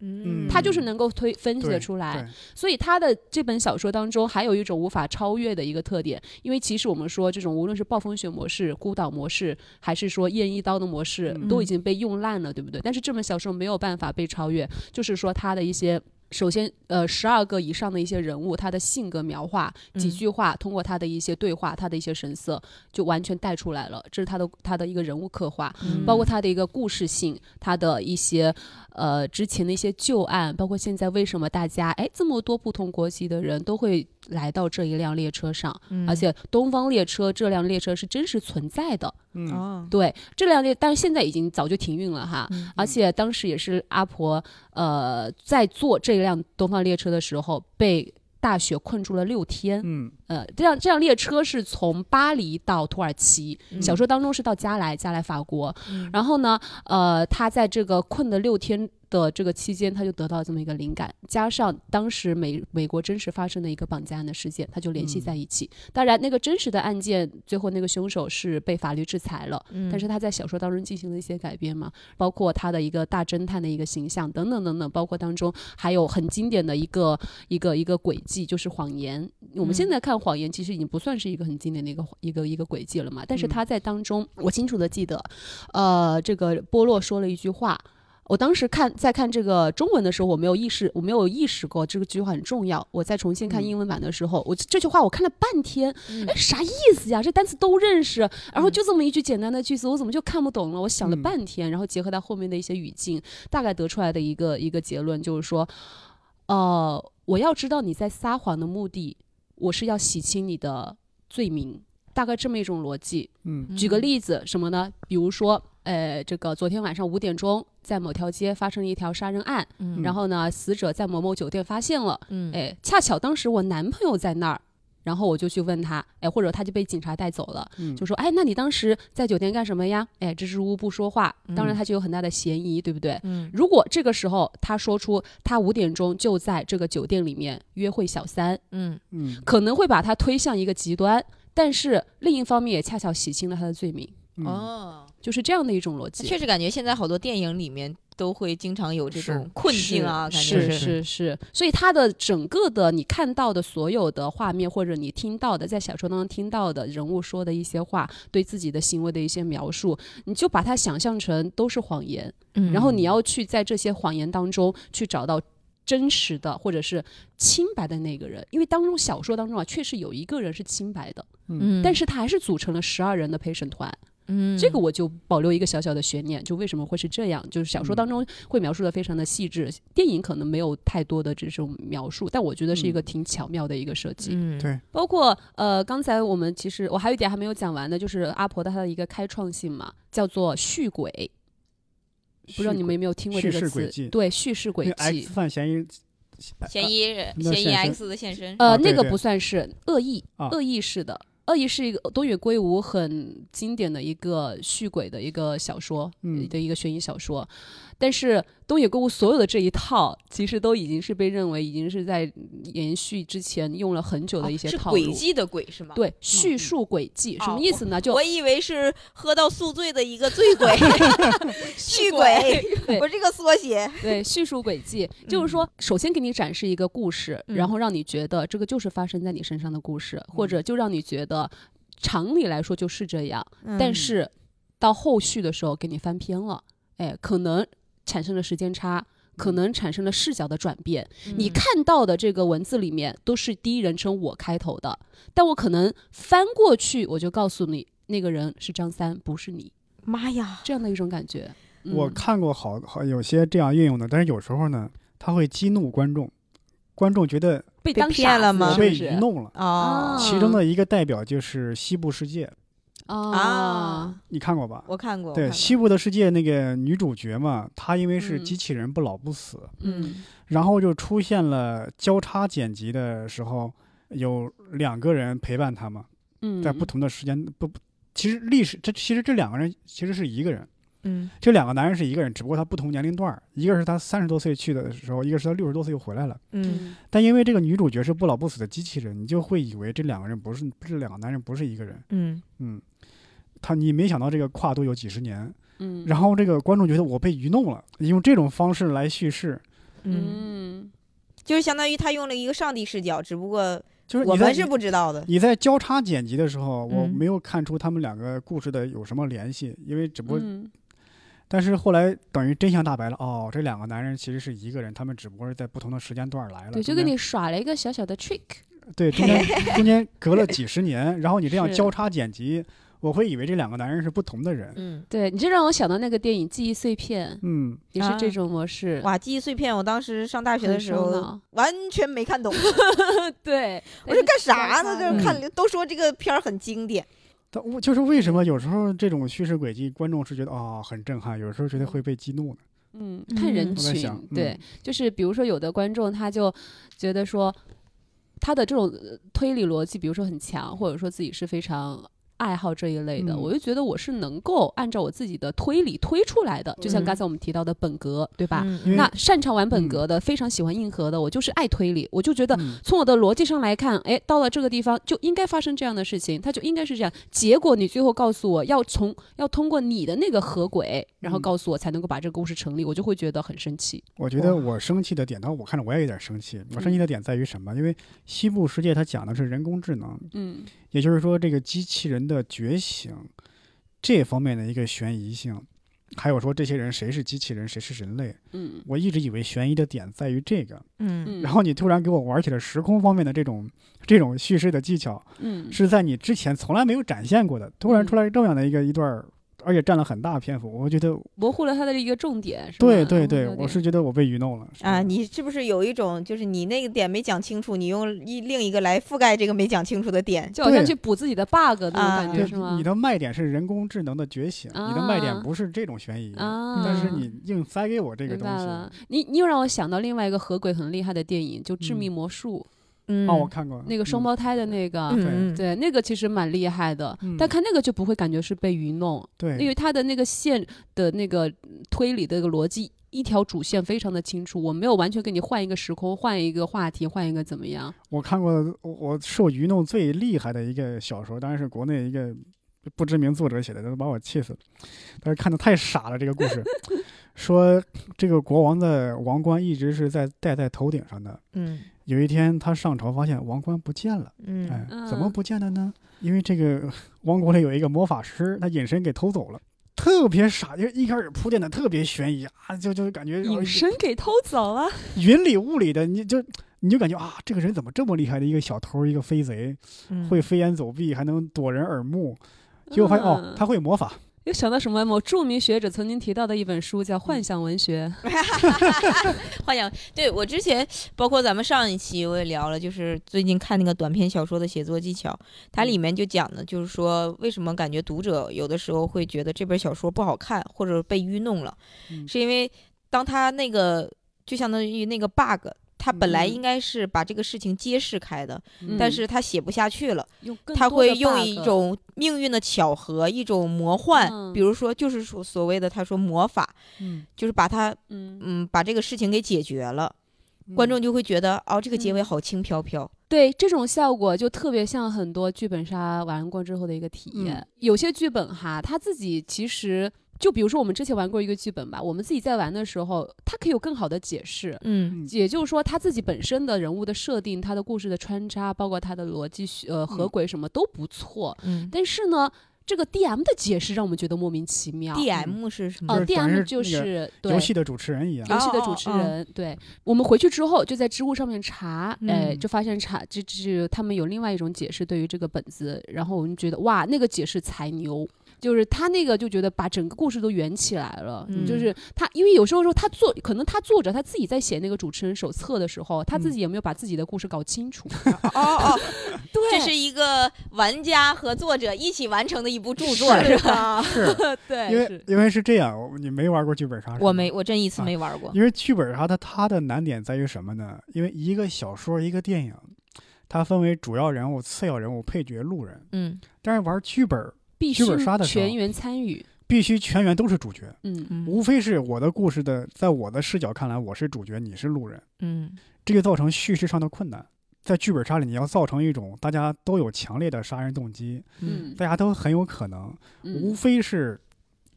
A: 嗯
C: 他就是能够推分析
A: 对
C: 得出来。
A: 对，
C: 所以他的这本小说当中还有一种无法超越的一个特点，因为其实我们说这种无论是暴风雪模式、孤岛模式，还是说验一刀的模式，
A: 嗯
C: 都已经被用烂了，对不对？但是这本小说没有办法被超越，就是说他的一些。首先，呃，十二个以上的一些人物，他的性格描画几
B: 嗯
C: 句话，通过他的一些对话，他的一些神色，就完全带出来了。这是他的他的一个人物刻画。
B: 嗯
C: 包括他的一个故事性，他的一些呃之前的一些旧案，包括现在为什么大家哎这么多不同国籍的人都会来到这一辆列车上，
B: 嗯
C: 而且东方列车这辆列车是真实存在的，
A: 嗯
B: 哦，
C: 对这辆列，但是现在已经早就停运了哈。
B: 嗯
C: 而且当时也是阿婆，呃，在坐这辆东方列车的时候被大雪困住了六天。
A: 嗯
C: 呃，这辆这辆列车是从巴黎到土耳其，
B: 嗯
C: 小说当中是到加莱，加莱法国。
B: 嗯
C: 然后呢，呃，他在这个困的六天的这个期间，他就得到这么一个灵感，加上当时美美国真实发生的一个绑架案的事件，他就联
B: 嗯
C: 系在一起。当然，那个真实的案件最后那个凶手是被法律制裁了，
B: 嗯
C: 但是他在小说当中进行了一些改编嘛，包括他的一个大侦探的一个形象等等等等，包括当中还有很经典的一个一个一个轨迹，就是谎言。我们现在看谎言，其实已经不算是一个很经典的一个一个一个轨迹了嘛。但是他在当中，我清楚的记得，呃，这个波洛说了一句话。我当时看在看这个中文的时候，我没有意识，我没有意识过这个句话很重要。我在重新看
A: 嗯
C: 英文版的时候，我这句话我看了半天，
B: 嗯
C: 哎，啥意思呀？这单词都认识，然后就这么一句简单的句子，我怎么就看不懂了？我想了
A: 嗯
C: 半天，然后结合他后面的一些语境，大概得出来的一个一个结论就是说，呃，我要知道你在撒谎的目的，我是要洗清你的罪名，大概这么一种逻辑。
A: 嗯
B: 嗯
C: 举个例子，什么呢？比如说，呃，这个昨天晚上五点钟，在某条街发生了一条杀人案，
B: 嗯
C: 然后呢，死者在某某酒店发现了。
B: 嗯
C: 哎，恰巧当时我男朋友在那儿，然后我就去问他，哎，或者他就被警察带走了，
A: 嗯
C: 就说，哎，那你当时在酒店干什么呀？哎，支支吾吾不说话，当然
B: 嗯
C: 他就有很大的嫌疑，对不对？
B: 嗯
C: 如果这个时候他说出他五点钟就在这个酒店里面约会小三，
B: 嗯
A: 嗯
C: 可能会把他推向一个极端，但是另一方面也恰巧洗清了他的罪名，
A: 嗯
B: 哦，
C: 就是这样的一种逻辑。
B: 确实感觉现在好多电影里面都会经常有这
A: 是
B: 种困境啊，感
C: 是
B: 觉
C: 是是是，所以它的整个的你看到的所有的画面，或者你听到的，在小说当中听到的人物说的一些话，对自己的行为的一些描述，你就把它想象成都是谎言，
B: 嗯
C: 然后你要去在这些谎言当中去找到。真实的或者是清白的那个人，因为当中小说当中啊，确实有一个人是清白的，
B: 嗯，
C: 但是他还是组成了十二人的陪审团，
B: 嗯
C: 这个我就保留一个小小的悬念，就为什么会是这样？就是小说当中会描述的非常的细致，电影可能没有太多的这种描述，但我觉得是一个挺巧妙的一个设计。
B: 嗯
A: 对
C: 包括呃，刚才我们其实我还有一点还没有讲完的，就是阿婆的她的一个开创性嘛，叫做续轨，不知道你们有没有听过这
A: 叙
C: 个
A: 事轨
C: 词？
A: 迹
C: 对，叙事轨
A: 那个 X
C: 迹。
A: 犯嫌疑
B: 嫌疑
A: 那
B: 嫌疑
A: 现身
B: X 的现身，
C: 呃，
A: 啊对
C: 那个
A: 对
C: 不算是恶意，
A: 啊
C: 恶意式的。恶意是一个东野圭吾很经典的一个续轨的一个小说，
A: 嗯
C: 的一个悬疑小说。但是东野圭吾所有的这一套，其实都已经是被认为已经是在延续之前用了很久的一些
B: 哦是
C: 套路。
B: 轨迹的轨是吗？，
C: 对，叙述轨迹、什么意思呢？就
B: 哦 我以为是喝到宿醉的一个醉鬼，续
C: 对
B: 鬼， 我这个缩写，
C: 对，叙述轨迹就是说，首先给你展示一个故事，
B: 嗯
C: 然后让你觉得这个就是发生在你身上的故事，或者就让你觉得，常理来说就是这样，但是到后续的时候给你翻篇了，哎，可能产生了时间差。可能产生了视角的转变，
B: 嗯
C: 你看到的这个文字里面都是第一人称我开头的，但我可能翻过去我就告诉你，那个人是张三，不是你，
B: 妈呀，
C: 这样的一种感觉。嗯
A: 呃我看过好好有些这样运用的，但是有时候呢，他会激怒观众，观众觉得
C: 被
B: 被
C: 当
B: 骗
C: 傻
B: 了
C: 子
B: 吗
A: 我
C: 是
A: 被
C: 不是
A: 愚弄了。
B: 哦
C: 啊
A: 其中的一个代表就是《西部世界》，
C: 啊
B: 啊，
A: 你看过吧？
B: 我看过，
A: 对，《西部的世界》那个女主角嘛，她因为是
C: 嗯
A: 机器人不老不死，
C: 嗯
A: 然后就出现了交叉剪辑的时候，有两个人陪伴她嘛，
C: 嗯，
A: 在不同的时间不，不其实历史这其实这两个人其实是一个人，
B: 嗯
A: 这两个男人是一个人，只不过他不同年龄段儿，一个是他三十多岁去的时候，一个是他六十多岁又回来了。
B: 嗯
A: 但因为这个女主角是不老不死的机器人，你就会以为这两个人不是这两个男人不是一个人。
B: 嗯
A: 嗯，他你没想到这个跨度有几十年，
C: 嗯，
A: 然
C: 后
A: 后这个观众觉得我被愚弄了，用这种方式来叙事，
B: 嗯，
C: 嗯
B: 就是相当于他用了一个上帝视角，只不过
A: 就是
B: 我
A: 你在
B: 们是不知道的，
A: 你在交叉剪辑的时候，我
B: 嗯
A: 没有看出他们两个故事的有什么联系，因为只不过，
C: 嗯
A: 但是后来等于真相大白了，哦，这两个男人其实是一个人，他们只不过是在不同的时间段儿来了，
C: 对，就
A: 中
C: 给
A: 间
C: 你耍了一个小小的 trick，
A: 对，中 间中间隔了几十年，然后你这样
C: 是
A: 交叉剪辑，我会以为这两个男人是不同的人。
B: 嗯。
C: 对你这让我想到那个电影《记忆碎片》，
A: 嗯，
C: 也是这
B: 啊
C: 种模式。
B: 哇，记忆碎片！我当时上大学
C: 很
B: 的时
C: 烧
B: 候
C: 脑
B: 完全没 看懂，
C: 对，
B: 我
C: 但是
B: 说干啥呢？
C: 嗯
B: 就是看都说这个片儿很经典，
A: 但我就是为什么有时候这种叙事轨迹，观众是觉得啊、哦很震撼，有时候觉得会被激怒呢？
C: 嗯，看
B: 嗯
C: 人
A: 我在
C: 群
A: 想，
C: 对，就是比如说有的观众他就觉得说他的这种呃推理逻辑，比如说很强，或者说自己是非常爱好这一类的，
A: 嗯
C: 我就觉得我是能够按照我自己的推理推出来的。就像
B: 嗯
C: 刚才我们提到的本格，对吧？
B: 嗯
A: 因为
C: 那擅长玩本格的，非常喜欢硬核的，我就是爱推理，我就觉得
A: 嗯
C: 从我的逻辑上来看，哎，到了这个地方就应该发生这样的事情，它就应该是这样。结果你最后告诉我要从要通过你的那个合轨，然后
A: 嗯
C: 告诉我才能够把这个故事成立，我就会觉得很生气。
A: 我觉得我生气的点，当然我看着我也有点生气。
C: 嗯
A: 我生气的点在于什么？因为《西部世界》它讲的是人工智能，
C: 嗯
A: 也就是说这个机器人的觉醒这方面的一个悬疑性，还有说这些人谁是机器人，谁是人类。
C: 嗯
A: 我一直以为悬疑的点在于这个，
B: 嗯
C: 嗯，
A: 然后你突然给我玩起了时空方面的这种这种叙事的技巧，
C: 嗯
A: 是在你之前从来没有展现过的，突然出来这样的一个一段儿，而且占了很大篇幅，我觉得
C: 模糊了它的一个重点，是吧
A: 对对对，
C: 嗯有
A: 我
C: 点
A: 是觉得我被愚弄了
B: 啊，你是不是有一种就是你那个点没讲清楚，你用一另一个来覆盖这个没讲清楚的点？
C: 就好像
A: 对
C: 去补自己的 bug 那种
B: 啊
C: 感觉
A: 对
C: 是吗
A: 你？的卖点是人工智能的觉醒，你的卖点不是这种悬疑，
C: 啊，
A: 但是你硬塞给我这个
C: 明
A: 东
C: 白了
A: 西，，
C: 你你又让我想到另外一个合轨很厉害的电影，就《致
A: 嗯
C: 命魔术
B: 嗯，
A: 哦，我看过》
C: 那个双，胞胎的那个，
A: 对
B: 嗯，
C: 对，那个其实蛮厉害的，
A: 嗯
C: 但看那个就不会感觉是被愚弄，
A: 嗯
C: 因
A: 对
C: 为他的那个线的那个推理的那个逻辑。一条主线非常的清楚，我没有完全给你换一个时空，换一个话题，换一个怎么样？
A: 我看过，我我受愚弄最厉害的一个小说，当然是国内一个不知名作者写的，都把我气死了。但是看的太傻了，这个故 事，说这个国王的王冠一直是在戴在头顶上的。
B: 嗯
A: 有一天他上朝发现王冠不见了，哎
B: 嗯，
A: 怎么
C: 嗯
A: 不见了呢？因为这个 王国里有一个魔法师，他隐身给偷走了。特别傻，就是一开始铺垫的特别悬疑啊，就就感觉
C: 隐身给偷走了，
A: 云里雾里的，你就你就感觉啊，这个人怎么这么厉害的一个小偷，一个飞贼，
B: 嗯
A: 会飞檐走壁，还能躲人耳目。结果发现、哦
C: 嗯，
A: 他会魔法，
C: 又想到什么？某著名学者曾经提到的一本书叫《幻想文学》。
B: 幻想。对我之前，包括咱们上一期我也聊了，就是最近看那个短篇小说的写作技巧，
C: 嗯
B: 它里面就讲的，就是说为什么感觉读者有的时候会觉得这本小说不好看，或者被愚弄了，
A: 嗯
B: 是因为当他那个就相当于那个 bug。他本来
C: 嗯
B: 应该是把这个事情揭示开的，
A: 嗯
B: 但是他写不下去了，
C: 用更
B: 他
C: 多
B: 会
C: 的
B: 用
C: bug
B: 一种命运的巧合，一种魔幻，
C: 嗯
B: 比如说就是说所谓的他说魔法，
A: 嗯，
B: 就是把它
C: 嗯，
B: 嗯，把这个事情给解决了，观众就会觉得哦，这个结尾
C: 嗯
B: 好轻飘飘。
C: 对这种效果就特别像很多剧本杀玩过之后的一个体验。
A: 嗯
C: 有些剧本哈，他自己其实就比如说我们之前玩过一个剧本吧，我们自己在玩的时候，它可以有更好的解释。
B: 嗯
C: 也就是说，他自己本身的人物的设定、他的故事的穿插，包括他的逻辑呃合轨什么都不错。
B: 嗯
C: 但是呢，这个 DM 的解释让我们觉得莫名其妙。
B: ，D M 是什么
C: 嗯哦
A: 就？是等于
C: ，DM
A: 是
C: 就
A: 那个
C: 是对
A: 游戏的主持人一样
B: 啊。
C: 游戏的主
B: 哦
C: 持
B: 哦哦
C: 人，对我们回去之后就在知乎上面查，哎、
B: 嗯
C: 就发现查这这他们有另外一种解释对于这个本子，然后我们觉得哇，那个解释才牛，就是他那个就觉得把整个故事都圆起来了，
B: 嗯
C: 就是他因为有时候说他作可能他作者他自己在写那个主持人手册的时候，他
A: 嗯
C: 自己也没有把自己的故事搞清楚，
B: 哦哦，
C: 对
B: 这是一个玩家和作者一起完成的一部著作，
A: 是
B: 是吧？
A: 是
C: 对，
A: 因为
C: 是
A: 因为是这样，我你没玩过剧本杀是吗？
B: 我没，我真一次
A: 啊
B: 没玩过。
A: 因为剧本杀它它的难点在于什么呢？因为一个小说一个电影，它分为主要人物、次要人物、配角、路人。
B: 嗯
A: 但是玩剧本
C: 必须
A: 剧本杀的时候
C: 全员参与，
A: 必须全员都是主角，
C: 嗯
B: 嗯
A: 无非是我的故事的，在我的视角看来，我是主角，你是路人，
B: 嗯
A: 这就造成叙事上的困难。在剧本杀里，你要造成一种大家都有强烈的杀人动机，
C: 嗯
A: 大家都很有可能，
C: 嗯
A: 无非是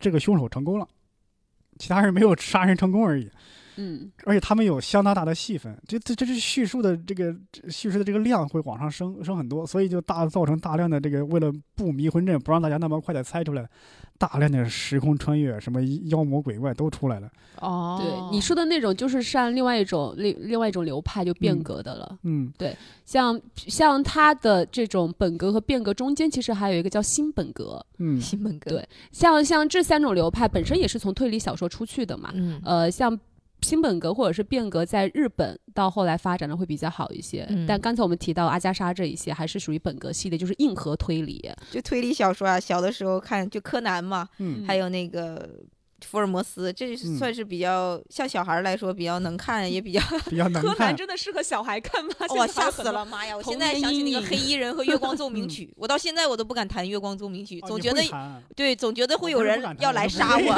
A: 这个凶手成功了，其他人没有杀人成功而已。
C: 嗯
A: 而且他们有相当大的戏份，这这这是叙述的这个这叙事的这个量会往上升升很多，所以就大造成大量的这个为了不迷魂阵，不让大家那么快的猜出来，大量的时空穿越，什么妖魔鬼怪都出来了。
B: 哦
C: 对，你说的那种就是上另外一种另另外一种流派就变
A: 嗯
C: 革的了。
A: 嗯，
C: 像像它的这种本格和变革中间，其实还有一个叫新本格。
A: 嗯
B: 新 本哥
C: 对像像这三种流派本身也是从推理小说出去的嘛。
B: 嗯
C: 呃，像新本格或者是变革，在日本到后来发展的会比较好一些。
B: 嗯
C: 但刚才我们提到阿加莎这一些，还是属于本格系列，就是硬核推理。
B: 就推理小说啊，小的时候看就柯南嘛，
A: 嗯
B: 还有那个福尔摩斯，这是
A: 嗯
B: 算是比较、像小孩儿来说比较能看，也比较
A: 比 较难
C: 柯南
A: 看。
C: 真的适合小孩看吗？
B: 哇
C: 现在还
B: 吓
C: 有
B: 死
C: 很多
B: 了！妈呀，我
C: 童
B: 现在
C: 年
B: 想起那
C: 阴
B: 个
C: 影嗯
B: 黑衣人和月光奏鸣曲，我到现在我都不敢弹月光奏鸣曲，
A: 哦
B: 总
A: 你
B: 觉
A: 会
B: 得
A: 弹
B: 对，总觉得
A: 我
B: 会
A: 不
B: 有
A: 是不
B: 人
A: 敢弹
B: 要
A: 我
B: 来
A: 是
B: 杀
A: 不
B: 我，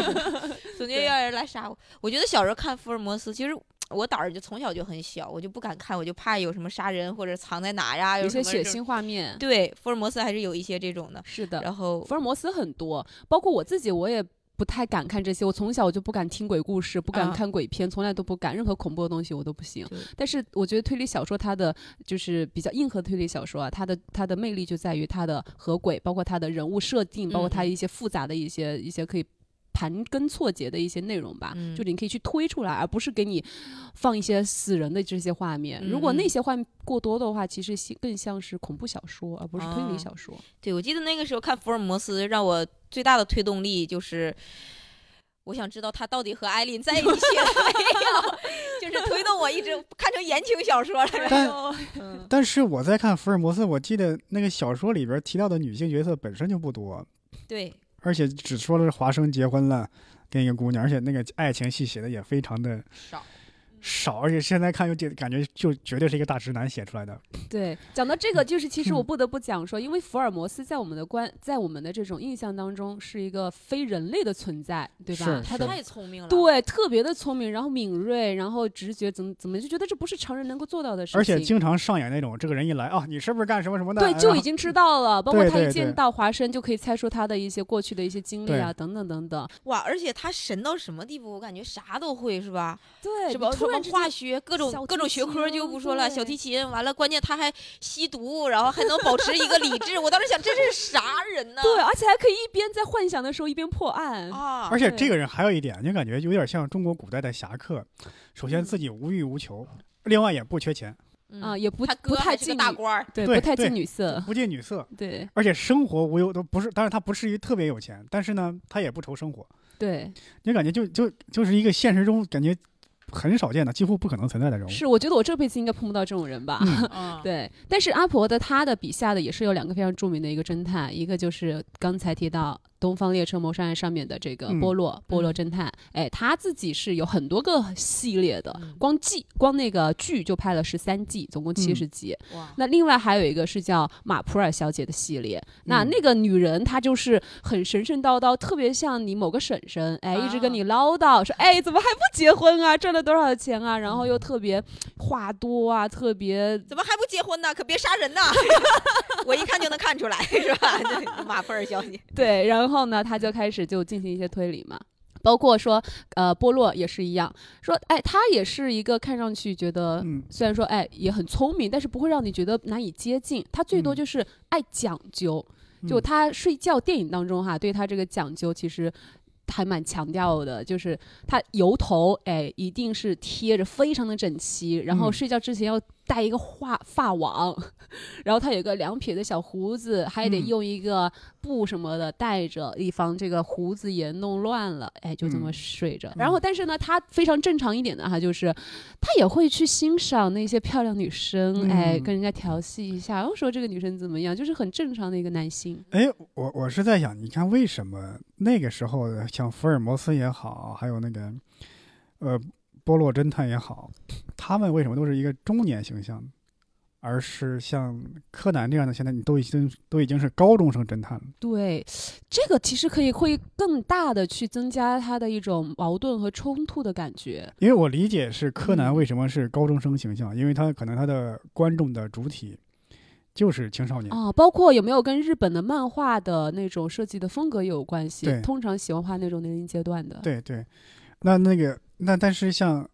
B: 总觉得
C: 对
B: 要人来杀我。我觉得小时候看福尔摩斯，其实我胆儿就从小就很小，我就不敢看，我就怕有什么杀人或者藏在哪呀，
C: 有
B: 有
C: 一
B: 什
C: 些
B: 么这
C: 血
B: 种。
C: 腥画面。
B: 对，福尔摩斯还是有一些这种的。
C: 是的，
B: 然后
C: 福尔摩斯很多，包括我自己，我也不太敢看这些。我从小我就不敢听鬼故事，不敢
B: 啊
C: 看鬼片，从来都不敢任何恐怖的东西，我都不行
B: 对。
C: 但是我觉得推理小说它的就是比较硬核推理小说啊，它的它的魅力就在于它的和鬼，包括它的人物设定，包括它
B: 嗯
C: 一些复杂的一些一些可以。盘根错节的一些内容吧，
B: 嗯
C: 就你可以去推出来，而不是给你放一些死人的这些画面。如果
B: 嗯
C: 那些画面过多的话，其实像更像是恐怖小说，而不是推理
B: 哦
C: 小说。
B: 对，我记得那个时候看福尔摩斯，让我最大的推动力就是，我想知道他到底和艾琳在一起了没 有，就是 推动我一直看成言情小说了。
A: 但
C: 嗯
A: 但是我在看福尔摩斯，我记得那个小说里边提到的女性角色本身就不多，
B: 对，
A: 而且只说了是华生结婚了，跟一个姑娘，而且那个爱情戏写的也非常的
B: 少。
A: 少，而且现在看就觉感觉就绝对是一个大直男写出来的。
C: 对，讲到这个，就是其实我
A: 嗯
C: 不得不讲说，因为福尔摩斯在我们的观，在我们的这种印象当中是一个非人类的存在，对吧
A: 是？
C: 他
A: 是
C: 的
B: 太聪明了。
C: 对特别的聪明，然后敏锐，然后直觉，怎么怎么就觉得这不是常人能够做到的事情。
A: 而且经常上演那种这个人一来啊，你是不是干什么什么的？
C: 对，就
A: 然
C: 已
A: 后
C: 经知道了，包括
A: 对
C: 他一
A: 对
C: 见
A: 对
C: 到华生就可以猜出他的一些过去的一些经历啊，等等等等。
B: 哇，而且他神到什么地步？我感觉啥都会，是吧？
C: 对，
B: 什
C: 你
B: 么什
C: 突
B: 么
C: 然之
B: 化
C: 间
B: 学各
C: 小
B: 种各种
C: 提
B: 学科
C: 琴
B: 就不说了，小
C: 对
B: 提琴完了，关键他还吸毒，然后还能保持一个理智。我当时想，这是啥人呢？
C: 对，而且还可以一边在幻想的时候一边破案。
B: 啊，
A: 而且这
C: 对
A: 个人还有一点，就感觉有点像中国古代的侠客，首
C: 嗯
A: 先自己无欲无求，另外也不缺钱，
B: 嗯
C: 啊，，也不
B: 他
C: 不
B: 哥
C: 太
B: 还是
C: 近
B: 个大
C: 女，
B: 官儿，
C: 对，
A: 对
C: 不太近
A: 对
C: 女色，
A: 不近女色，
C: 对
A: 而且生活无忧都不是，当然他不至于特别有钱，但是呢，他也不愁生活，
C: 对。
A: 就感觉就就就是一个现实中感觉很少见的，几乎不可能存在的人物。
C: 是，我觉得我这辈子应该碰不到这种 人吧。
B: 嗯，
C: 对，但是阿婆的她的笔下的也是有两个非常著名的一个侦探，一个就是刚才提到《东方列车谋杀案》上面的这个
A: 嗯
C: 波洛、波洛
B: 嗯
C: 侦探，哎，他自己是有很多个系列的
B: 嗯，
C: 光季光那个剧就拍了十三季，总共七十
B: 嗯
C: 集。
B: 哇，
C: 那另外还有一个是叫马普尔小姐的系列，那
A: 嗯
C: 那个女人她就是很神神叨叨，特别像你某个婶婶，哎，一直跟
B: 啊
C: 你唠叨说，哎，怎么还不结婚啊？赚了多少钱啊？然后
B: 嗯
C: 又特别话多啊，特别。
B: 怎么还不结婚呢？可别杀人呐！ 我一看就能看 出来， 是吧？对马普尔小 姐，
C: 对，然后呢，他就开始就进行一些推理嘛，包括说，呃，波洛也是一样，说，哎，他也是一个看上去觉得。
A: 嗯，
C: 虽然说哎也很聪明，但是不会让你觉得难以接近。他最多
A: 嗯
C: 就是爱讲究，就
A: 嗯
C: 他睡觉电影当中哈，对他这个讲究其实。还蛮强调的，就是他油头，哎，一定是贴着非常的整齐，然后
A: 嗯
C: 睡觉之前要戴一个发发网， 然后他有个两撇的小胡子，还得
A: 嗯
C: 用一个布什么的带着，以防这个胡子也弄乱了，哎，就这么
A: 嗯
C: 睡着。然后，但是呢，他非常正常一点的哈，就是他也会去欣赏那些漂亮女生，哎，
A: 嗯
C: 跟人家调戏一下，然后说这个女生怎么样，就是很正常的一个男性。
A: 哎，我我是在想，你看为什么那个时候的像福尔摩斯也好，还有那个呃波洛侦探也好，他们为什么都是一个中年形象，而是像柯南这样的，现在你都已经都已经是高中生侦探了。
C: 对，这个其实可以会更大的去增加他的一种矛盾和冲突的感觉。
A: 因为我理解是柯南
C: 嗯
A: 为什么是高中生形象，因为他可能他的观众的主体就是青少年。
C: 啊，包括有没有跟日本的漫画的那种设计的风格也有关系
A: 对。
C: 通常喜欢画那种年龄阶段的。
A: 对对，那那个那但是像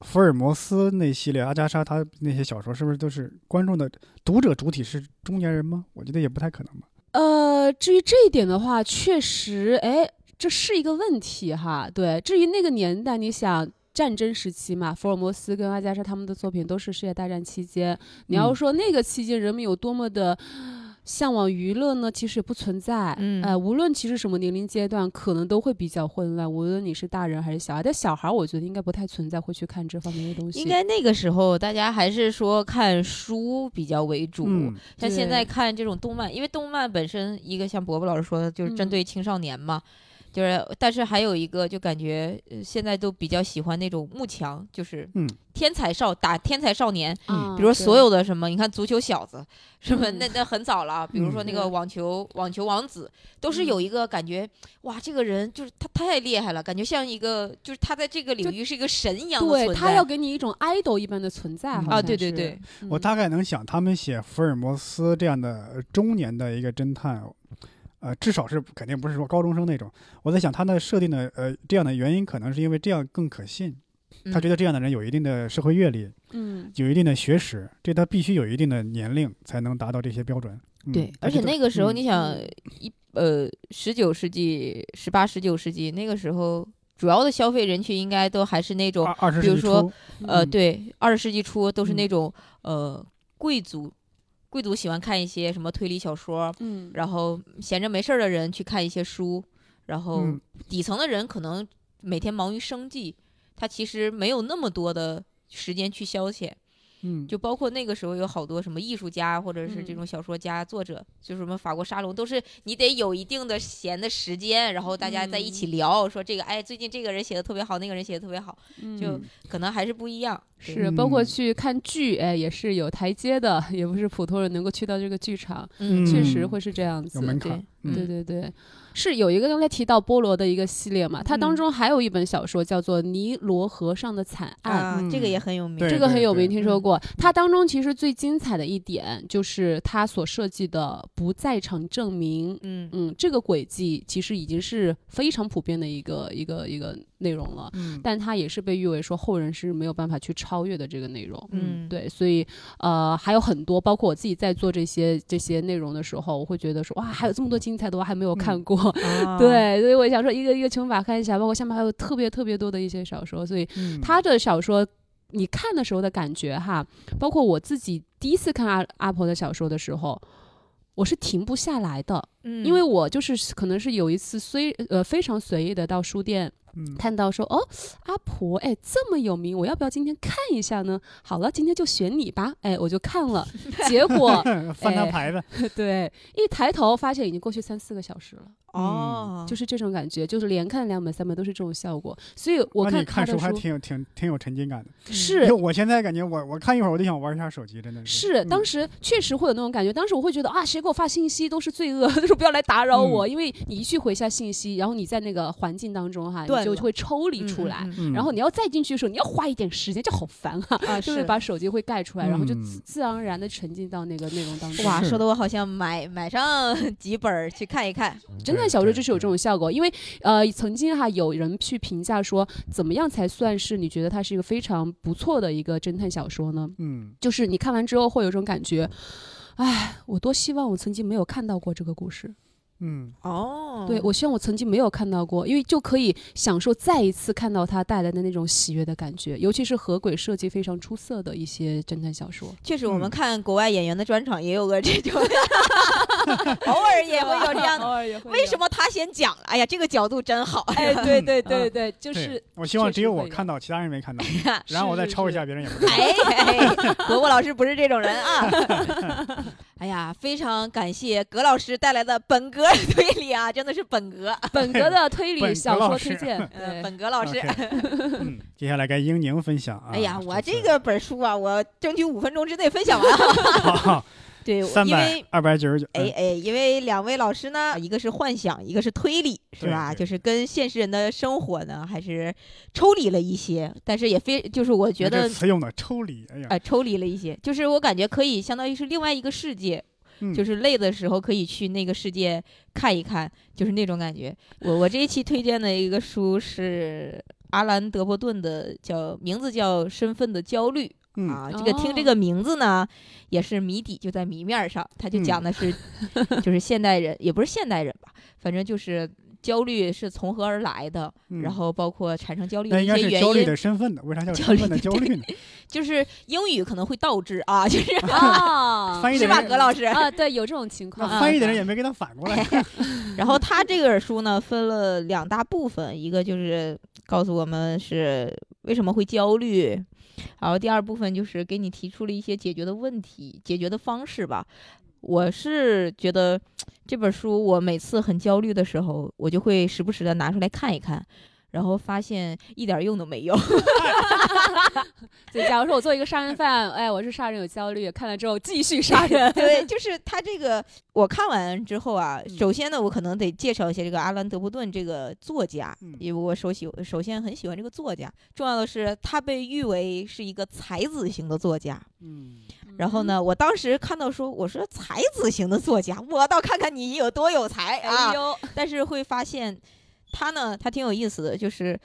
A: 福尔摩斯那系列阿加莎他那些小说，是不是都是观众的读者主体是中年人吗？我觉得也不太可能吧。
C: 呃，至于这一点的话，确实，哎，这是一个问题哈。对，至于那个年代，你想。战争时期嘛，福尔摩斯跟阿加莎他们的作品都是世界大战期间。你要
A: 嗯
C: 说那个期间人们有多么的向往娱乐呢？其实也不存在。
B: 嗯
C: 呃，无论其实什么年龄阶段，可能都会比较混乱。无论你是大人还是小孩，但小孩我觉得应该不太存在会去看这方面的东西。
B: 应该那个时候大家还是说看书比较为主，
A: 嗯，
B: 像现在
C: 对
B: 看这种动漫，因为动漫本身一个像伯伯老师说的，就是针
C: 嗯
B: 对青少年嘛。就是但是还有一个就感觉呃现在都比较喜欢那种幕墙，就是
A: 嗯
B: 天才少打天才少年，
C: 啊
A: 嗯
B: 比如说所
C: 有
B: 有的什么，你看足球小子什么，
C: 嗯
B: 那那很早了啊。比如说那个
C: 嗯
B: 网球网球王子，都是有一个感觉，哇，这个人就是他太厉害了，感觉像一个就是他在这个领域是一个神一样的
C: 对
B: 存
C: 他要
B: 在。
C: 给你一种 idol 一般的存在，
A: 嗯
C: 好
B: 啊，
C: 像
B: 对对
C: 是
B: 对，，
C: 嗯
A: 我大概能想，他们写福尔摩斯这样的呃中年的一个侦探，呃，至少是肯定不是说高中生那种。我在想，他的设定的呃这样的原因，可能是因为这样更可信。他觉
B: 得
A: 得这样的人有一定的社会阅历，
C: 嗯，
A: 有一定的学识，这他必须有一定的年龄才能达到这些标准。嗯
B: 对，而且那个时候你想
C: 嗯
B: 一呃，十九世纪、十八、十九世纪那个时候，主要的消费人群应该都还是那种
A: 二二十
B: 比如
A: 世纪
B: 说
A: 初，
B: 呃，
A: 嗯
B: 对，二十世纪初都是那
A: 嗯
B: 种、呃贵族，贵族喜欢看一些什么推理小说，
C: 嗯，
B: 然后闲着没事儿的人去看一些书，然后
A: 嗯
B: 底层的人可能每天忙于生计，他其实没有那么多的时间去消遣。
A: 嗯，
B: 就包括那个时候有好多什么艺术家或者是这
C: 嗯
B: 种小说家、作者，就是什么法国沙龙，都是你得有一定的闲的时间，然后大家在一起聊，说这个哎，最近这个人写的特别好，那个人写的特别好，
C: 嗯
B: 就
A: 嗯
B: 可能还是不一样。对
C: 是，包括
A: 嗯
C: 去看剧，哎，也是有台阶的， 也不是普通人能够去到这个剧场，
B: 嗯，
C: 确
A: 嗯
C: 实会是这样子
A: 有。门
B: 对
A: 槛。嗯
C: 对对对，是有一个刚才提到菠萝的一个系列嘛，它当
B: 嗯
C: 中还有一本小说叫做《尼罗河上的惨案》，
B: 啊，这个也很有名。
A: 对
C: 这个很有名，
A: 对
C: 听说过。它当中其实最精彩的一点就是它所设计的不在场证明。
B: 嗯
C: 嗯，这个轨迹其实已经是非常普遍的一个一个一个内容了，
A: 嗯
C: 但它也是被誉为说后人是没有办法去超越的这个内容。
B: 嗯，
C: 对，所以呃还有很多，包括我自己在做这些这些内容的时候，我会觉得说哇，还有这么多精彩的，我还没有看过。
B: 啊，
C: 对，所以我想说一个一个全部把它看一下，包括下面还有特别特别多的一些小说，所以
A: 嗯
C: 他的小说，你看的时候的感觉哈，包括我自己第一次看阿阿婆的小说的时候，我是停不下来的，
B: 嗯，
C: 因为我就是可能是有一次虽呃非常随意的到书店
A: 嗯
C: 看到说哦阿婆哎这么有名，我要不要今天看一下呢？好了，今天就选你吧，哎我就看 了，结果
A: 翻他
C: 哎
A: 牌子，
C: 对一抬头发现已经过去三四个小时了。
A: 嗯
B: 哦，
C: 就是是这种感觉，就是连看两本三本都是这种效果。所以我
A: 那你
C: 他
A: 看
C: 的
A: 书还挺有挺挺有沉浸感的。
C: 是
A: 因为我现在感觉我我看一会儿我就想玩一下手机，真的
C: 是，
A: 嗯
C: 当时确实会有那种感觉。当时我会觉得啊，谁给我发信息都是罪恶， 就是不要来打扰
A: 嗯
C: 我，因为你一去回下信息，然后你在那个环境当中哈，你
B: 断
C: 就
B: 了
C: 会抽离出来。
A: 嗯
B: 嗯
C: 然后你要再进去的时候，你要花一点时间，就好烦啊！
B: 啊，
C: 就会
B: 是
C: 把手机会盖出来，然后就
A: 嗯
C: 自自然而然的沉浸到那个内容当中。
B: 哇，
A: 是
B: 说的我好像买买上 几本儿去看一看。
C: 侦探小说就是有这种效果，因为呃，曾经哈有人去评价说，怎么样才算是你觉得它是一个非常不错的一个侦探小说呢？
A: 嗯
C: 就是你看完之后会有一种感觉，哎，我多希望我曾经没有看到过这个故事。
A: 嗯
B: 哦
C: 对我希望我曾经没有看到过，因为就可以享受再一次看到它带来的那种喜悦的感觉，尤其是河鬼设计非常出色的一些侦探小说。
B: 确实，我们
A: 嗯
B: 看国外演员的专场也有个这 种， 偶尔也会有这样的。为什
C: 么？
B: 么他先讲了？哎呀，这个角度真好。
C: 哎，对
B: 对
C: 对对对，就
A: 对
C: 是
A: 我希望
C: 确
A: 只
C: 实
A: 有
C: 会
A: 我
C: 有
A: 看到，其他人没看到，
B: 哎
A: 然后我再
C: 是
A: 抄一
C: 是
A: 下，别人也不知道。
B: 哎，伯伯老师不是这种人啊。 哎呀，非常感谢葛老师带来的本格推理啊，真的是本格，
A: 哎
C: 本格的推
A: 本
C: 理
A: 格
C: 小
A: 老
C: 说
A: 师
C: 推 荐。
B: 呃，
C: 对
B: 本格老师。
A: OK 嗯，接下来该英宁分享啊。
B: 哎呀，我
A: 次
B: 这个本书啊，我争取五分钟之内分享完 啊。
A: 好
B: 对，
A: 三
B: 因为
A: 百二百九十九，
B: 哎
A: 嗯
B: 哎，因为两位老师呢，一个是幻想，一个是推理，是
A: 对
B: 吧？
A: 对
B: 就是跟现实人的生活呢，还是抽离了一些，但是也非就是我觉
A: 你这
B: 得
A: 词用的抽离，哎呀，
B: 呃抽离了一些，就是我感觉可以相当于是另外一个世界，
A: 嗯
B: 就是累的时候可以去那个世界看一看，就是那种感觉。我我这一期推荐的一个书是阿兰德伯顿的，叫名字叫《身份的焦虑》。
A: 嗯
B: 啊，这个听这
C: 哦
B: 个名字呢，也是谜底就在谜面儿上。他
A: 嗯
B: 就讲 的是，就是现代人，也不是现代人吧，反正就是焦虑是从何而来的，
A: 嗯，
B: 然后包括产生焦虑
A: 那
B: 的
A: 应
B: 一
A: 该
B: 些
A: 是
B: 原
A: 焦虑
B: 因，
A: 的身份的，为啥叫
B: 焦
A: 身
B: 虑
A: 份的
B: 的
A: 焦 虑呢？
B: 就是英语可能会倒置啊，就是
C: 啊
A: 翻译的
B: 是吧，啊
A: 人
B: 葛老师？
C: 啊，对，有这种情
A: 那
C: 况。啊
A: 翻译的人
C: 也。
A: 也没给他反过来。
B: 哎然后他这本书呢，分了两大部分，一个就是告诉我们是为什么会焦虑，然后第二部分就是给你提出了一些解决的问题、解决的方式吧。我是觉得这本书我每次很焦虑的时候，我就会时不时的拿出来看一看，然后发现一点用都没有。。
C: 所以，假如说我做一个杀人犯，哎，我是杀人有焦虑，看了之后继续杀人
B: 对，就是他这个，我看完之后啊，
C: 嗯
B: 首先呢，我可能得介绍一下这个阿兰·德伯顿这个作家，
A: 嗯
B: 因为我首喜首先很喜欢这个作家，重要的是他被誉为是一个才子型的作家。
A: 嗯，
B: 然后呢，我当时看到说，我说才子型的作家，我倒看看你有多有才
C: 嗯？
B: 啊
C: 哎！呦，
B: 但是会发现，他呢，他挺有意思的，就是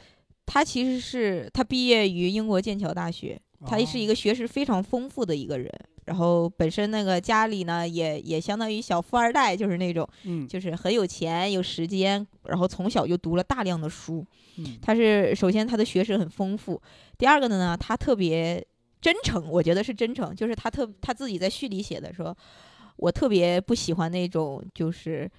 B: 他其实是他毕业于英国剑桥大学， 他是一
A: 个
B: 个学识非常丰富的一个人。然后本身那个家里呢，也也相当于小富二代，就是那种
A: 嗯
B: 就是很有钱、有时间，然后从小就读了大量的书。
A: 嗯
B: 他是首先他的学识很丰富，第二个呢，他特别真诚，我觉得是真诚，就是他特他自己在序里写的说，我特别不喜欢那种就是，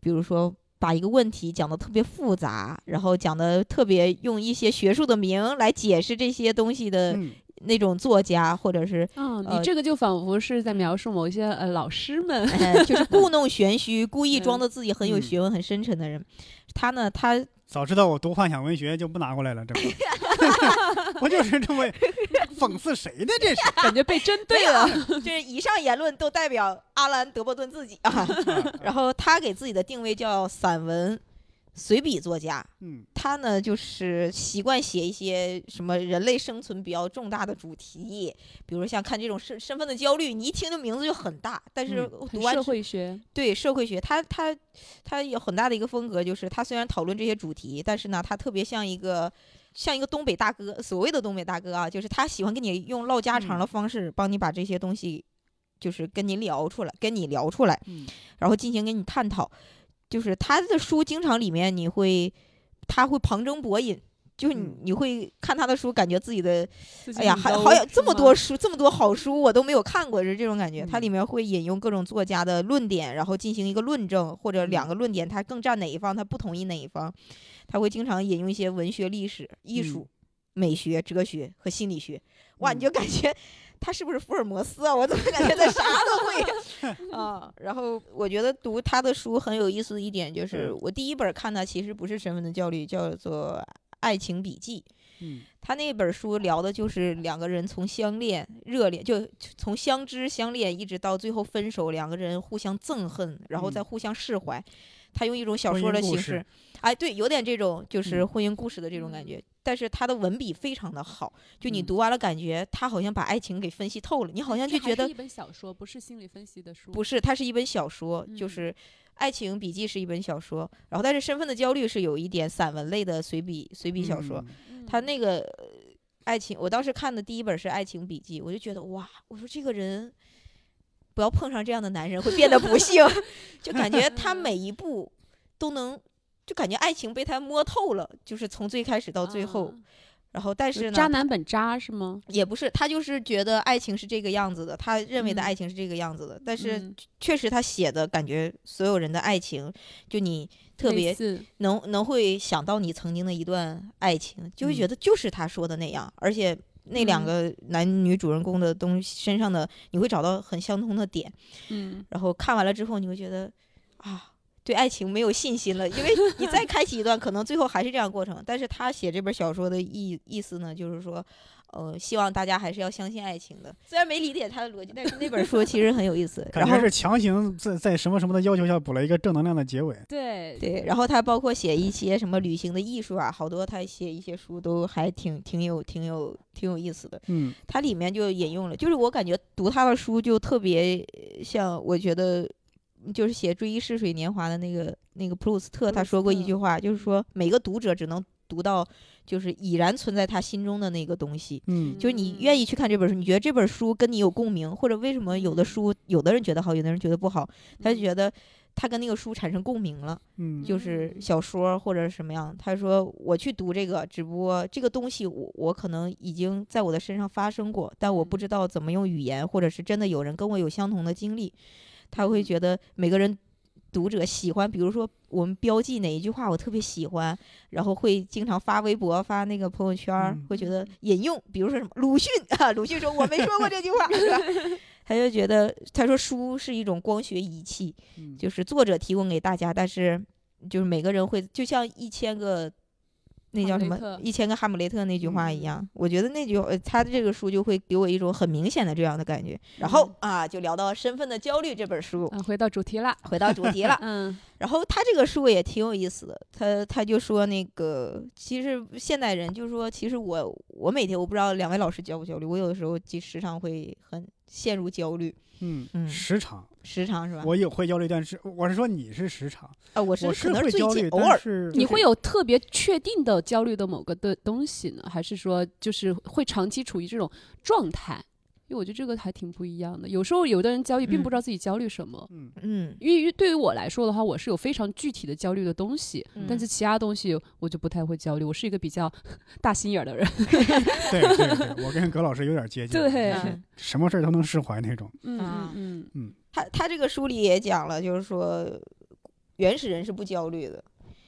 B: 比如说。把一个问题讲得特别复杂，然后讲的特别用一些学术的名来解释这些东西的
A: 嗯
B: 那种作家，或者 是
C: 嗯，
B: 呃
C: 你这个就仿佛是在描述某一些呃老师们。
B: 呃，就是故弄玄虚，故意装
C: 嗯
B: 的自己很有
A: 嗯
B: 学问、很深沉的人。他呢，他
A: 早知道我读幻想文学就不拿过来了， 这不， 不就是这么讽刺谁呢？这是
C: 感觉被针 对
B: 没有
C: 了。
B: 啊， 就是以上言论都代表阿兰·德伯顿自己啊。
A: 啊，
B: 然后他给自己的定位叫散文随笔作家，
A: 嗯
B: 他呢就是习惯写一些什么人类生存比较重大的主题，比如说像看这种身身份的焦虑，你一听这名字就很大，但是
A: 嗯
B: 读完
C: 社
B: 之
C: 会学，
B: 对社会学，他他他有很大的一个风格，就是他虽然讨论这些主题，但是呢，他特别像一个像一个东北大哥，所谓的东北大哥啊，就是他喜欢跟你用唠家常的方式，帮你把这些东西，就是跟你聊出来，跟你聊出来，
A: 嗯
B: 然后进行跟你探讨。就是他的书经常里面你会，他会旁征博引，就是你
A: 嗯
B: 你会看他的书，感觉自己的
C: 自己
B: 哎呀，
C: 你
B: 还
C: 都
B: 好有这
C: 是
B: 么
C: 吗
B: 多书，这么多好书，我都没有看过，是这种感觉。它
A: 嗯
B: 里面会引用各种作家的论点，然后进行一个论证，或者两
A: 嗯
B: 个论点，他更站哪一方，他不同意哪一方。他会经常引用一些文学、历史、艺术、美学、哲学和心理学。哇，你
A: 嗯
B: 就感觉他是不是福尔摩斯啊？我怎么感觉他啥都会？ 啊，然后我觉得读他的书很有意思的一点就是，
A: 嗯
B: 我第一本看他其实不是《身份的焦虑》，叫做《爱情笔记》。
A: 嗯
B: 他那本书聊的就是两个人从相恋、热恋，就从相知、相恋，一直到最后分手，两个人互相憎恨，然后再
A: 嗯
B: 互相释怀。他用一种小
A: 婚
B: 说
A: 姻
B: 的
A: 故
B: 形
A: 事
B: 式，哎，对，有点这种就是
A: 嗯
B: 婚姻故事的这种感觉。但是他的文笔非常的好，就你
A: 嗯
B: 读完了，感觉他好像把爱情给分析透了，你好像就
C: 这
B: 觉
C: 还是
B: 得
C: 一本小说，不是心理分析的书。啊
B: 不是，它是一本小说，就
C: 嗯
B: 是《爱情笔记》是一本小说，然后但是《身份的焦虑》是有一点散文类的随笔随笔小说，，
C: 嗯，
B: 他那个呃爱情，我当时看的第一本是《爱情笔记》，我就觉得哇，我说这个人不要碰上这样的男人会变得不幸， 就感觉他
C: 嗯
B: 每一步都能，就感觉爱情被他摸透了，就是从最开始到最后，
C: 啊
B: 然后但是呢，
C: 渣男本渣是吗？
B: 也不是他就是觉得爱情是这个样子的，他认为的
C: 嗯
B: 爱情是这个样子的，但是
C: 嗯
B: 确实他写的感觉所有人的爱情，就你特
C: 类
B: 别
C: 似
B: 能能会想到你曾经的一段爱情，就会觉
A: 嗯。
B: 得就是他说的那样，而且那两
C: 嗯
B: 个男女主人公的东西身上的，你会找到很相通的点。
C: 嗯，
B: 然后看完了之后，你会觉得啊，对爱情没有信心了，因为你再开启一段，可能最后还是这样的过程。但是他写这本小说的意意思呢，就是说，呃，希望大家还是要相信爱情的。虽然没理解他的逻辑，但是那 本书其实很有意思
A: 感
B: 然
A: 觉
B: 后
A: 是强行在在什么什么的要求下补了一个正能量的结尾。
C: 对，
B: 对，然后他包括写一些什么旅行的艺术啊，好多他写一些书都还挺挺有挺有挺有意思的。
A: 嗯
B: 他里面就引用了，就是我感觉读他的书就特别呃像，我觉得就是写《追忆似水年华》的那个那个普鲁斯特，
C: 普
B: 他
C: 鲁斯
B: 说过一
C: 特
B: 句话，就是说每个读者只能读到就是已然存在他心中的那个东西。
A: 嗯
B: 就是你
C: 嗯
B: 愿意去看这本书，你觉得这本书跟你有共鸣，或者为什么有的
C: 嗯
B: 书有的人觉得好，有的人觉得不好，他就
C: 得
B: 觉得他跟那个书产生共鸣了。
A: 嗯
B: 就是
C: 嗯
B: 小说或者什么样。他说我去读这个，只不过这个东西我我可能已经在我的身上发生过，但我不
C: 嗯
B: 知道怎么用语言，或者是真的有人跟我有相同的经历，他
A: 嗯
B: 会觉得每个人。读者喜欢，比如说我们标记哪一句话我特别喜欢，然后会经常发微博、发那个朋友圈儿，
A: 嗯
B: 会觉得引用，比如说什么鲁迅啊，鲁迅说我没说过这句话，是吧？ 他就觉得他说书是一种光学仪器，
C: 嗯
B: 就是作者提供给大家，但是就是每个人会就像一千个。那
C: 哈
B: 叫
C: 姆
B: 什
C: 雷
B: 么
C: 特？
B: 一千个哈姆雷特那句话
C: 嗯
B: 一样，我觉得那句呃他的这个书就会给我一种很明显的这样的感觉。然后啊，就聊到《身份的焦虑》这本书，
C: 嗯啊，回到主题了，
B: 回到主题 了。
C: 嗯
B: 然后他这个书也挺有意思的，他他就说那个，其实现代人就是说，其实我我每天我不知道两位老师焦不焦虑，我有的时候就时常会很陷入焦虑，
A: 嗯
B: 嗯
A: 时长
B: 时常是吧？
A: 我有会焦虑，但是我是说你是时长，
B: 啊，我是
A: 我
B: 可能
A: 会
B: 最
A: 焦虑
B: 近，偶
A: 但
B: 尔
A: 是
C: 你会有特别确定的焦虑的某个的东西呢，还是说就是会长期处于这种状态？因为我觉得这个还挺不一样的。有时候有的人焦虑，并不知道自己焦虑什么。
A: 嗯
B: 嗯
C: 因为因为对于我来说的话，我是有非常具体的焦虑的东西，
B: 嗯
C: 但是其他东西我就不太会焦虑。我是一个比较 大心眼 儿的人，
A: 对对对，我跟葛老师有点接近，就
C: 对
A: 是
B: 嗯
A: 什么事儿都能释怀那种。
C: 嗯
B: 啊
C: 嗯
B: 他他这个书里也讲了，就是说原始人是不焦虑的，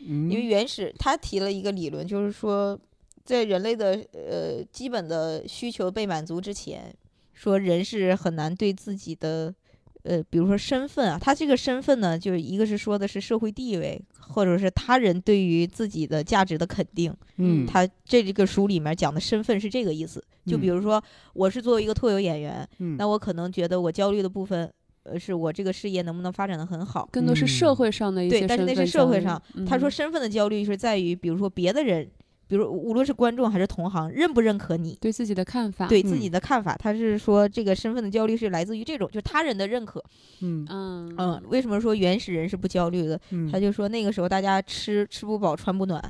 A: 嗯，
B: 因为原始他提了一个理论，就是说，在人类的呃基本的需求被满足之前，说人是很难对自己的呃，比如说身份啊，他这个身份呢，就是一个是说的是社会地位，或者是他人对于自己的价值的肯定。
A: 嗯
B: 他这这个书里面讲的身份是这个意思。就比如说，我是作为一个脱口演员，
A: 嗯
B: 那我可能觉得我焦虑的部分，呃，是我这个事业能不能发展的很好。
C: 更多是社会上的一些
B: 对但是那
C: 身份
B: 是社会
C: 焦虑
B: 上。
C: 嗯
B: 他说身份的焦虑是在于，比如说别的人，比如无论是观众还是同行，认不认可你，
C: 对自己的看法，，
B: 对自己
A: 嗯
B: 的看法。他是说这个身份的焦虑是来自于这种，就是他人的认可。
A: 嗯
C: 嗯
B: 嗯，为什么说原始人是不焦虑的？
A: 嗯，
B: 他就说那个时候大家吃吃不饱穿不暖，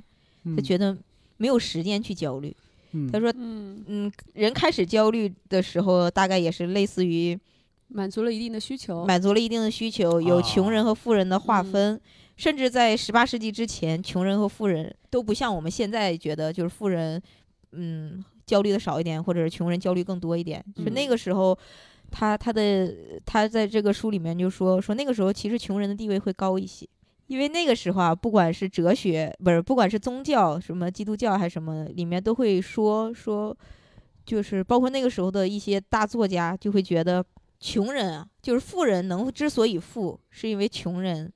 B: 他觉得没有时间去焦虑。
A: 嗯
B: 他说，
C: 嗯，
B: 嗯，人开始焦虑的时候，大概也是类似于
C: 满足了一定的需求，哦嗯
B: 满足了一定的需求，有穷人和富人的划分。甚至在十八世纪之前，穷人和富人都不像我们现在觉得，就是富人，嗯，焦虑的少一点，或者是穷人焦虑更多一点。就
C: 嗯
B: 那个时候，他他的他在这个书里面就说说那个时候其实穷人的地位会高一些，因为那个时候啊，不管是哲学不是，不管是宗教什么基督教还是什么，里面都会说说，就是包括那个时候的一些大作家就会觉得穷人啊，就是富人能之所以富，是因为穷人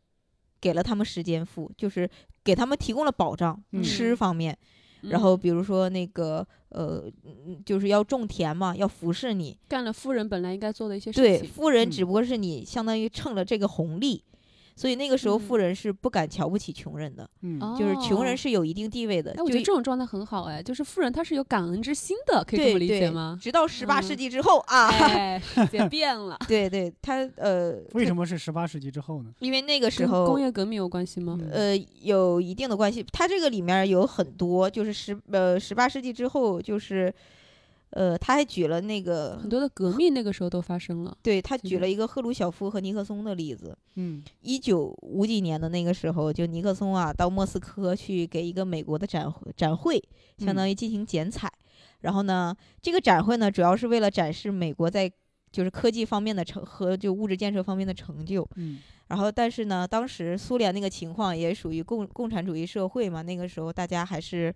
B: 给了他们时间富，就是给他们提供了保障，
A: 嗯
B: 吃方面。
C: 嗯
B: 然后比如说那个呃，嗯就是要种田嘛，要服侍你。
C: 干了富人本来应该做的一些
B: 对，
C: 事情，
B: 富人
A: 嗯
B: 只不过是你相当于趁了这个红利。所以那个时候，富
C: 嗯
B: 人是不敢瞧不起穷人的，
A: 嗯
B: 就是穷人
C: 哦。
B: 是有一定地位的。
C: 哎，我觉
B: 就
C: 得这种状态很好哎，就是富人他是有感恩之心的，可以这
B: 对
C: 么理解
B: 对
C: 吗？
B: 直到十八
C: 嗯
B: 世纪之后啊，
C: 哎，世 界变了，
B: 对对，他呃，
A: 为什么是十八世纪之后呢？
B: 因为那个时
C: 跟
B: 候
C: 工业革命有关系吗？
A: 嗯
B: 呃有一定的关系。它这个里面有很多，就是十呃十八世纪之后，就是呃他还举了那个
C: 很，多的革命那个时候都发生了，
B: 对他举
C: 实
B: 了一个赫鲁晓夫和尼克松的例子。
A: 嗯
B: 一九五几年的那个时候，就尼克松啊到莫斯科去给一个美国的展会展会，相
C: 嗯
B: 当于进行剪彩。然后呢，这个展会呢主要是为了展示美国在就是科技方面的成和就物质建设方面的成就。
A: 嗯
B: 然后，但是呢，当时苏联那个情况也属于共共产主义社会嘛，那个时候大家还是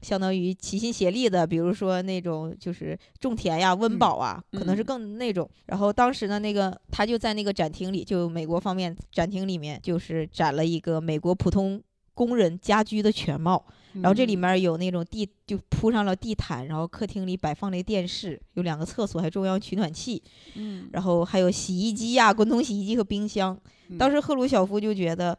B: 相当于齐心协力的，比如说那种就是种田呀、温饱啊，可能是
C: 嗯
B: 更那种。然后当时呢，那个他就在那个展厅里，就美国方面展厅里面，就是展了一个美国普通工人家居的全貌。然后这
C: 嗯
B: 里面有那种地就铺上了地毯，然后客厅里摆放了电视，有两个厕所，还中央取暖器。
C: 嗯，
B: 然后还有洗衣机呀、滚筒洗衣机和冰箱
A: 嗯。
B: 当时赫鲁晓夫就觉得，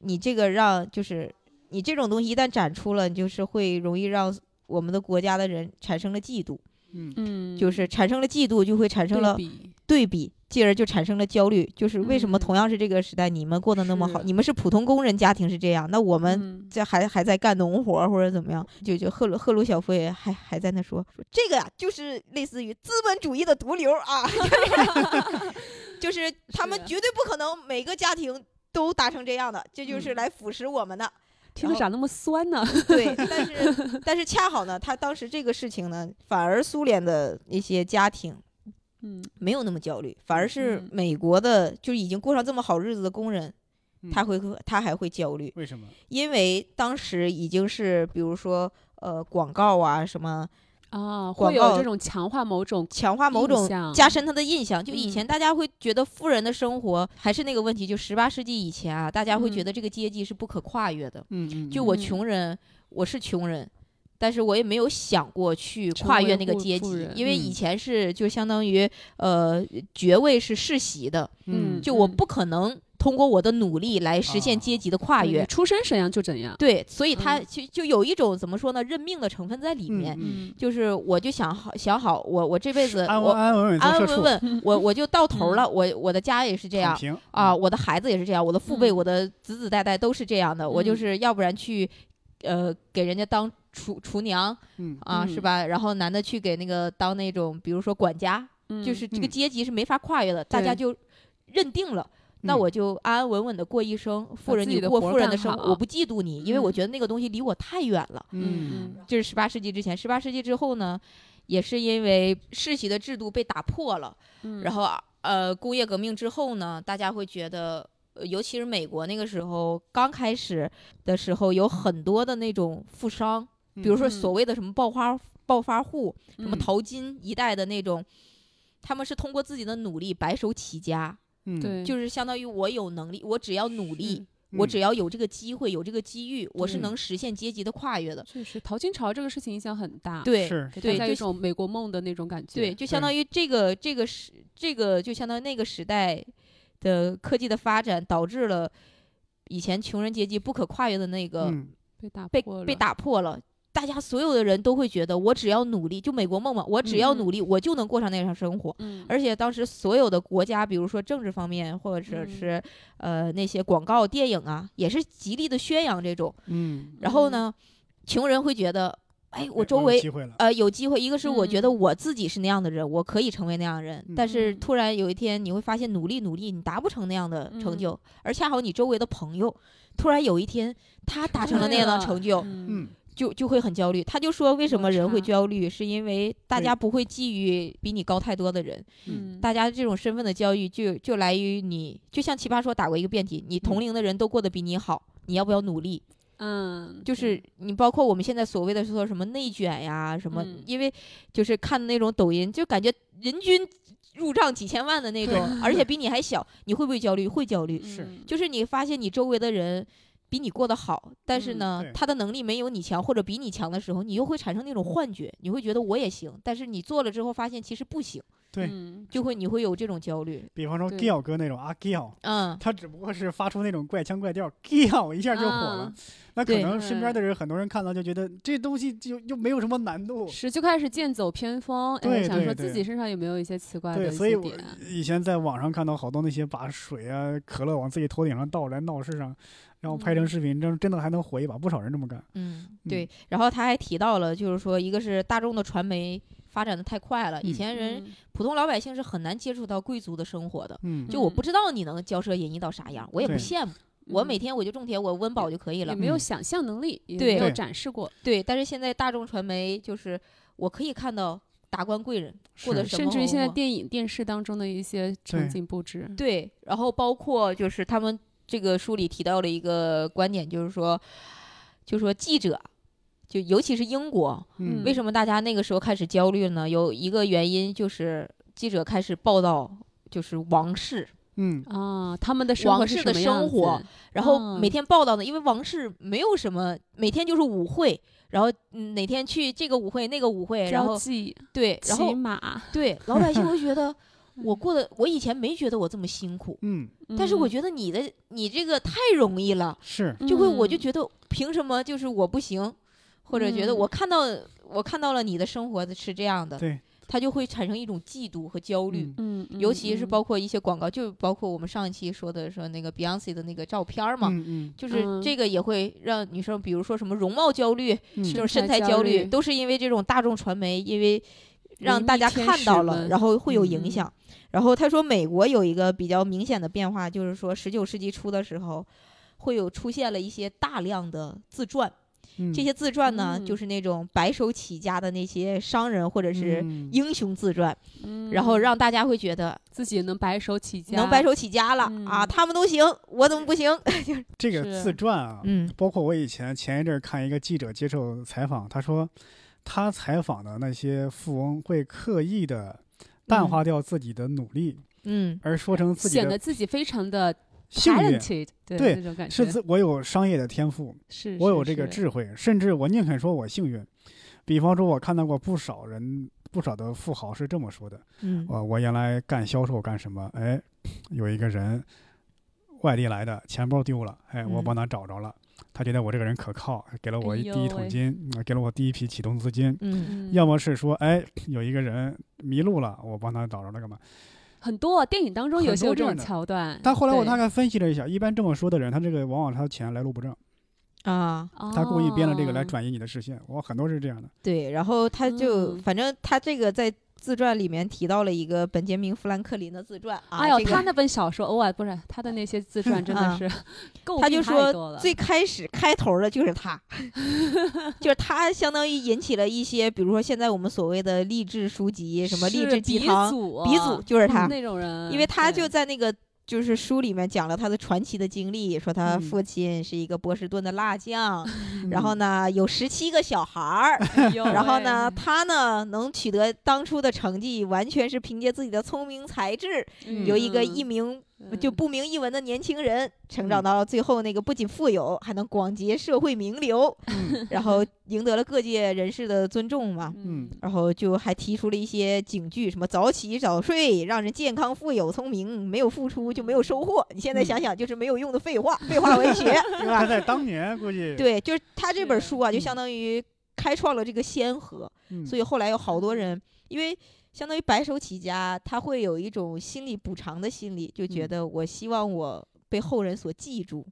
B: 你这个让就是你这种东西一旦展出了，你就是会容易让我们的国家的人产生了嫉妒，
A: 嗯
C: 嗯，
B: 就是产生了嫉妒，就会产生
C: 对
B: 了
C: 比
B: 对比，进而就产生了焦虑。就是为什么
C: 嗯
B: 同样是这个时代，你们过得那么好，
C: 是
B: 你们是普通工人家庭是这样，那我们
C: 嗯
B: 这还还在干农活儿或者怎么样，就就赫鲁赫鲁晓夫也还还在那说说这个呀、就是类似于资本主义的毒瘤啊， 就是他们
C: 是啊
B: 绝对不可能每个家庭都达成这样的，这就是
C: 嗯
B: 来腐蚀我们 的。
C: 听
B: 然
C: 着
B: 后
C: 咋那么酸 呢？
B: 对，但是但是恰好呢，他当时这个事情呢，反而苏联的一些家庭
C: 嗯，
B: 没有那么焦虑，反而是
C: 嗯
B: 美国的，就是已经过上这么好日子的工人，
C: 嗯
B: 他会他还会焦虑。
A: 为什么？
B: 因为当时已经是比如说呃广告啊什么
C: 啊，
B: 广
C: 会有
B: 告
C: 这种强化某种
B: 强化某种
C: 印象
B: 加深他的印象。就以前
C: 嗯
B: 大家会觉得富人的生活还是那个问题，就十八世纪以前啊，大家会觉
C: 嗯
B: 得这个阶级是不可跨越的。
A: 嗯，
B: 就我
C: 嗯
B: 穷人，我是穷人，但是我也没有想过去
C: 成
B: 跨
C: 为
B: 越那个
C: 富
B: 阶
C: 富
B: 级
C: 人，
B: 因为以
A: 嗯
B: 前是就相当于呃爵位是世袭的，
C: 嗯
B: 就我
C: 嗯
B: 不可能通过我的努力来实现阶
A: 啊
B: 级的跨
C: 对嗯你
B: 越。
C: 出身怎样就怎样。
B: 对，所以他
C: 嗯
B: 就就有一种怎么说呢，认命的成分在里面。
A: 嗯
B: 就是我就想好想好，我我这辈子
A: 安
B: 我
A: 安安稳稳做社
B: 安安
A: 畜嗯
B: 稳，稳，我我就到头了。我我的家也是这样
A: 躺平
B: 啊，，我的孩子也是这样，我的父辈、
C: 嗯
B: 我的子子代代都是这样的。我
C: 嗯
B: 就是要不然去，呃，给人家当厨厨娘
A: 嗯
B: 啊，是
C: 嗯
B: 吧？然后男的去给那个当那种，比如说管家，
C: 嗯
B: 就是这个
A: 嗯
B: 阶级是没法跨越的，大家就认定了。那
A: 嗯
B: 我就安安稳稳的过一生，富
C: 把
B: 人
C: 自
B: 你
C: 己的
B: 过
C: 活儿
B: 富人
C: 干
B: 的生
C: 好
B: 活，我不嫉妒你，因为我
C: 嗯
B: 觉得那个东西离我太远了。
A: 嗯
C: 嗯
B: 这是十八世纪之前，十八世纪之后呢，也是因为世袭的制度被打破了，
C: 嗯，
B: 然后呃，工业革命之后呢，大家会觉得。呃尤其是美国那个时候刚开始的时候，有很多的那种富商，比如说
C: 嗯
B: 所谓的什么暴发暴发户，什么
C: 嗯
B: 淘金一代的那种，他们是通过自己的努力白手起家，
A: 嗯，
C: 对，
B: 就是相当于我有能力，我只要努力，我只
A: 要
B: 要有这个机会，有这个机遇，我是
C: 嗯
A: 对
B: 能实现阶级的跨越的。
C: 确实淘金潮这个事情影响很大，，
B: 对，
A: 是
C: 给
B: 对
C: 大家
B: 就
C: 一种美国梦的那种感觉。
B: 对，就相
A: 对
B: 当于这个这个时这个就相当于那个时代的科技的发展，导致了以前穷人阶级不可跨越的那个
A: 嗯
C: 被打
B: 被、
C: 破
B: 被
C: 了，
B: 打破了。大家所有的人都会觉得，我只要努力，就美国梦嘛，我只要
C: 嗯
B: 努力，我就能过上那样生活。
C: 嗯，
B: 而且当时所有的国家，比如说政治方面，或者
C: 嗯
B: 是、呃那些广告、电影啊，也是极力的宣扬这种。
A: 嗯，
B: 然后
C: 嗯
B: 呢，穷人会觉得，哎，我周
A: 有
B: 围
A: 机会了，
B: 呃，有机会，一个是我觉得
C: 嗯
B: 我自己是那样的人，我可以成为那样的人，但是
C: 嗯
B: 突然有一天你会发现，努力努力，你达不成那样的成
C: 嗯
B: 就，而恰好你周围的朋友，突然有一天他达成了那样的
C: 对
B: 成就，
C: 嗯
A: 嗯
B: 就就会很焦虑。他就说，为什
C: 落
B: 么人会
C: 差
B: 焦虑，是因为大
A: 对
B: 家不会觊觎比你高太多的人，
C: 嗯，
B: 大家这种身份的教育就就来于你，就像奇葩说打过一个辩题，你
A: 嗯
B: 同龄的人都过得比你好。你要不要努力？
C: 嗯，
B: 就
C: 对
B: 是你包括我们现在所谓的说什么内卷呀，什么，
C: 嗯
B: 因为就是看那种抖音，就感觉人均入账几千万的那种，而且比你还小，你会不会焦虑？会焦虑，
A: 是
C: 嗯
B: 就是你发现你周围的人。比你过得好，但是
C: 嗯
B: 呢，
A: 对
B: 他的能力没有你强，或者比你强的时候，你又会产生那种幻觉，你会觉得我也行，但是你做了之后发现其实不行，
A: 对
C: 嗯
B: 就会你会有这种焦虑。
A: 比方说
C: 对
A: Giao 哥那种啊 Giao，
B: 嗯，
A: 他只不过是发出那种怪腔怪调，Giao 一下就火了
C: 啊。
A: 那可
B: 对
A: 能身边的人很多人看到就觉得这东西就又没有什么难度，
C: 是就开始剑走偏锋，哎，
A: 对
C: 想
A: 对
C: 说自
A: 对
C: 己身上有没有一些奇怪的
A: 对，
C: 一
A: 所以
C: 些
A: 我
C: 点？
B: 啊
A: 以前在网上看到好多那些把水啊、可乐往自己头顶上倒来闹事上，然后拍成视频，真真的还能火一把，不少人这么干。
B: 嗯，
A: 嗯
B: 对。然后他还提到了，就是说，一个是大众的传媒发展的太快了，以
A: 嗯
B: 前人
C: 嗯
B: 普通老百姓是很难接触到贵族的生活的。
A: 嗯
B: 就我
C: 嗯
B: 不知道你能骄奢淫逸到啥样，我也不
A: 对
B: 羡慕。我
C: 嗯
B: 每天我就种田，我温饱就可以
C: 也
B: 了。
C: 没有
A: 嗯
C: 想象能力，也
B: 对
C: 没有
A: 对
C: 展示过，
B: 对，但是现在大众传媒就是我可以看到达官贵人过得
A: 是
B: 什
C: 甚
B: 么
C: 至于现在
B: 生活，
C: 电影、电视当中的一些场
A: 对
C: 景布置，
B: 对，然后包括就是他们这个书里提到了一个观点，就是说，就说记者。就尤其是英国，
A: 嗯
B: 为什么大家那个时候开始焦虑呢？有一个原因就是记者开始报道就是王室，
A: 嗯
C: 啊，他们的生
B: 王
C: 活是
B: 室
C: 什
B: 的
C: 么样
B: 生活
C: 子，
B: 然
C: 哦
B: 后每天报道呢，因为王室没有什么，每天就是舞会，然后嗯哪天去这个舞会那个舞会，然
C: 交
B: 后
C: 际、
B: 对，然
C: 骑
B: 后
C: 马，
B: 对老百 姓会觉得
C: 嗯
B: 我过得，我以前没觉得我这么辛苦，
A: 嗯，
B: 但是我
C: 嗯
B: 觉得你的你这个太容易了，
A: 是
B: 就会我
C: 嗯
B: 就觉得凭什么就是我不行，或者觉得
C: 嗯
B: 我看到我看到了你的生活是这样的，
A: 对，
B: 他就会产生一种嫉妒和焦虑。
A: 嗯
C: 嗯，
B: 尤其是
C: 嗯
B: 包括一些广告，就包括我们上一期说的说那个 Beyonce 的那个照片儿嘛，
A: 嗯
B: 就是
C: 嗯
B: 这个也会让女生，比如说什么容貌焦虑、
A: 嗯
B: 这
A: 嗯
B: 种身材
C: 材焦
B: 焦
C: 虑
B: 虑，都是因为这种大众传媒，因为让
C: 文
B: 大
C: 艺
B: 家
C: 天
B: 看
C: 使
B: 到了，
C: 们
B: 然后会有
A: 嗯
B: 影
C: 嗯
B: 响。然后他说，美国有一个比较明显的变化，就是说十九世纪初的时候，会有出现了一些大量的自传。
A: 嗯
B: 这些自传呢，
C: 嗯
B: 就是那种白手起家的那些商人或者是
A: 嗯
B: 英雄自传，
C: 嗯
B: 然后让大家会觉得
C: 自己能白手起家，
B: 能白手起家了啊，
C: 嗯
B: 他们都行，我怎么不行？
A: 这个
C: 是
A: 自传啊，
B: 嗯
A: 包括我以前前一阵儿看一个记者接受采访，他说他采访的那些富翁会刻意的淡化掉自己的努力，
B: 嗯
A: 而说成自己
C: 嗯显得
A: 的
C: 自己非常的
A: 幸运
C: talented，对
A: 对
C: 那种感觉
A: 是自我有商业的天赋，
C: 是
A: 我
C: 是
A: 有这个
C: 是
A: 智慧，甚至我宁肯说我幸运。比方说，我看到过不少人，不少的富豪是这么说的：，
B: 嗯
A: 我我原来干销售干什么？哎，有一个人外地来的，钱包丢了，哎，我
B: 嗯
A: 帮他找着了，他觉得我这个人可靠，给了我
C: 哎
A: 一
C: 呦
A: 第一桶
C: 喂
A: 金，嗯给了我第一批启动资金。
B: 嗯
C: 嗯
A: 要么是说，哎，有一个人迷路了，我帮他找着了干嘛？
C: 很多电影当中有
A: 很
C: 些
A: 多
C: 有这
A: 这
C: 种
A: 样的
C: 桥段。
A: 但后来我
C: 对
A: 大概分析了一下，一般这么说的人，他这个往往他钱来路不正，
B: 啊，
A: 他故意编了这个来
C: 哦
A: 转移你的视线。我很多是这样的。
B: 对，然后他就、
C: 嗯
B: 反正他这个在自传里面提到了一个本杰明·富兰克林的自传啊，
C: 哎呦，
B: 这个
C: 他那本小说，偶尔不是他的那些自传，真的
B: 啊
C: 是够
B: 他就说最
C: 最
B: 开始开头的就是他， 就是他相当于引起了一些，比如说现在我们所谓的励志书籍，什么励志鸡汤，
C: 祖啊
B: 鼻祖就是他，
C: 那种人，
B: 因为他就
C: 对
B: 在那个。就是书里面讲了他的传奇的经历，说他
A: 嗯
B: 父亲是一个波士顿的辣 酱，嗯然后呢有十七个小孩儿，
C: 哎呦
B: 然后呢，
C: 喂
B: 他呢能取得当初的成绩，完全是凭借自己的聪明才智，
A: 嗯嗯
B: 由一个
C: 嗯
B: 一名
C: 嗯
B: 就不明一文的年轻人，成长到最后那个不仅富有，还能广结社会 名流，
A: 嗯，
B: 然后赢得了各界人士的尊重嘛。
A: 嗯
B: 然后就还提出了一些警句，什么早起早睡，让人健康、富有、聪明，没有付出就没有收获。你现在
A: 嗯
B: 想想，就是没有用的废话，废话文学，
A: 他
B: 对吧？
A: 在当年估计，
B: 对，就是他这本
C: 是
B: 书啊，就
A: 嗯
B: 相当于开创了这个先河。
A: 嗯
B: 所以后来有好多人，因为相当于白手起家，他会有一种心理补偿的心理，就觉
A: 嗯
B: 得我希望我被后人所记住。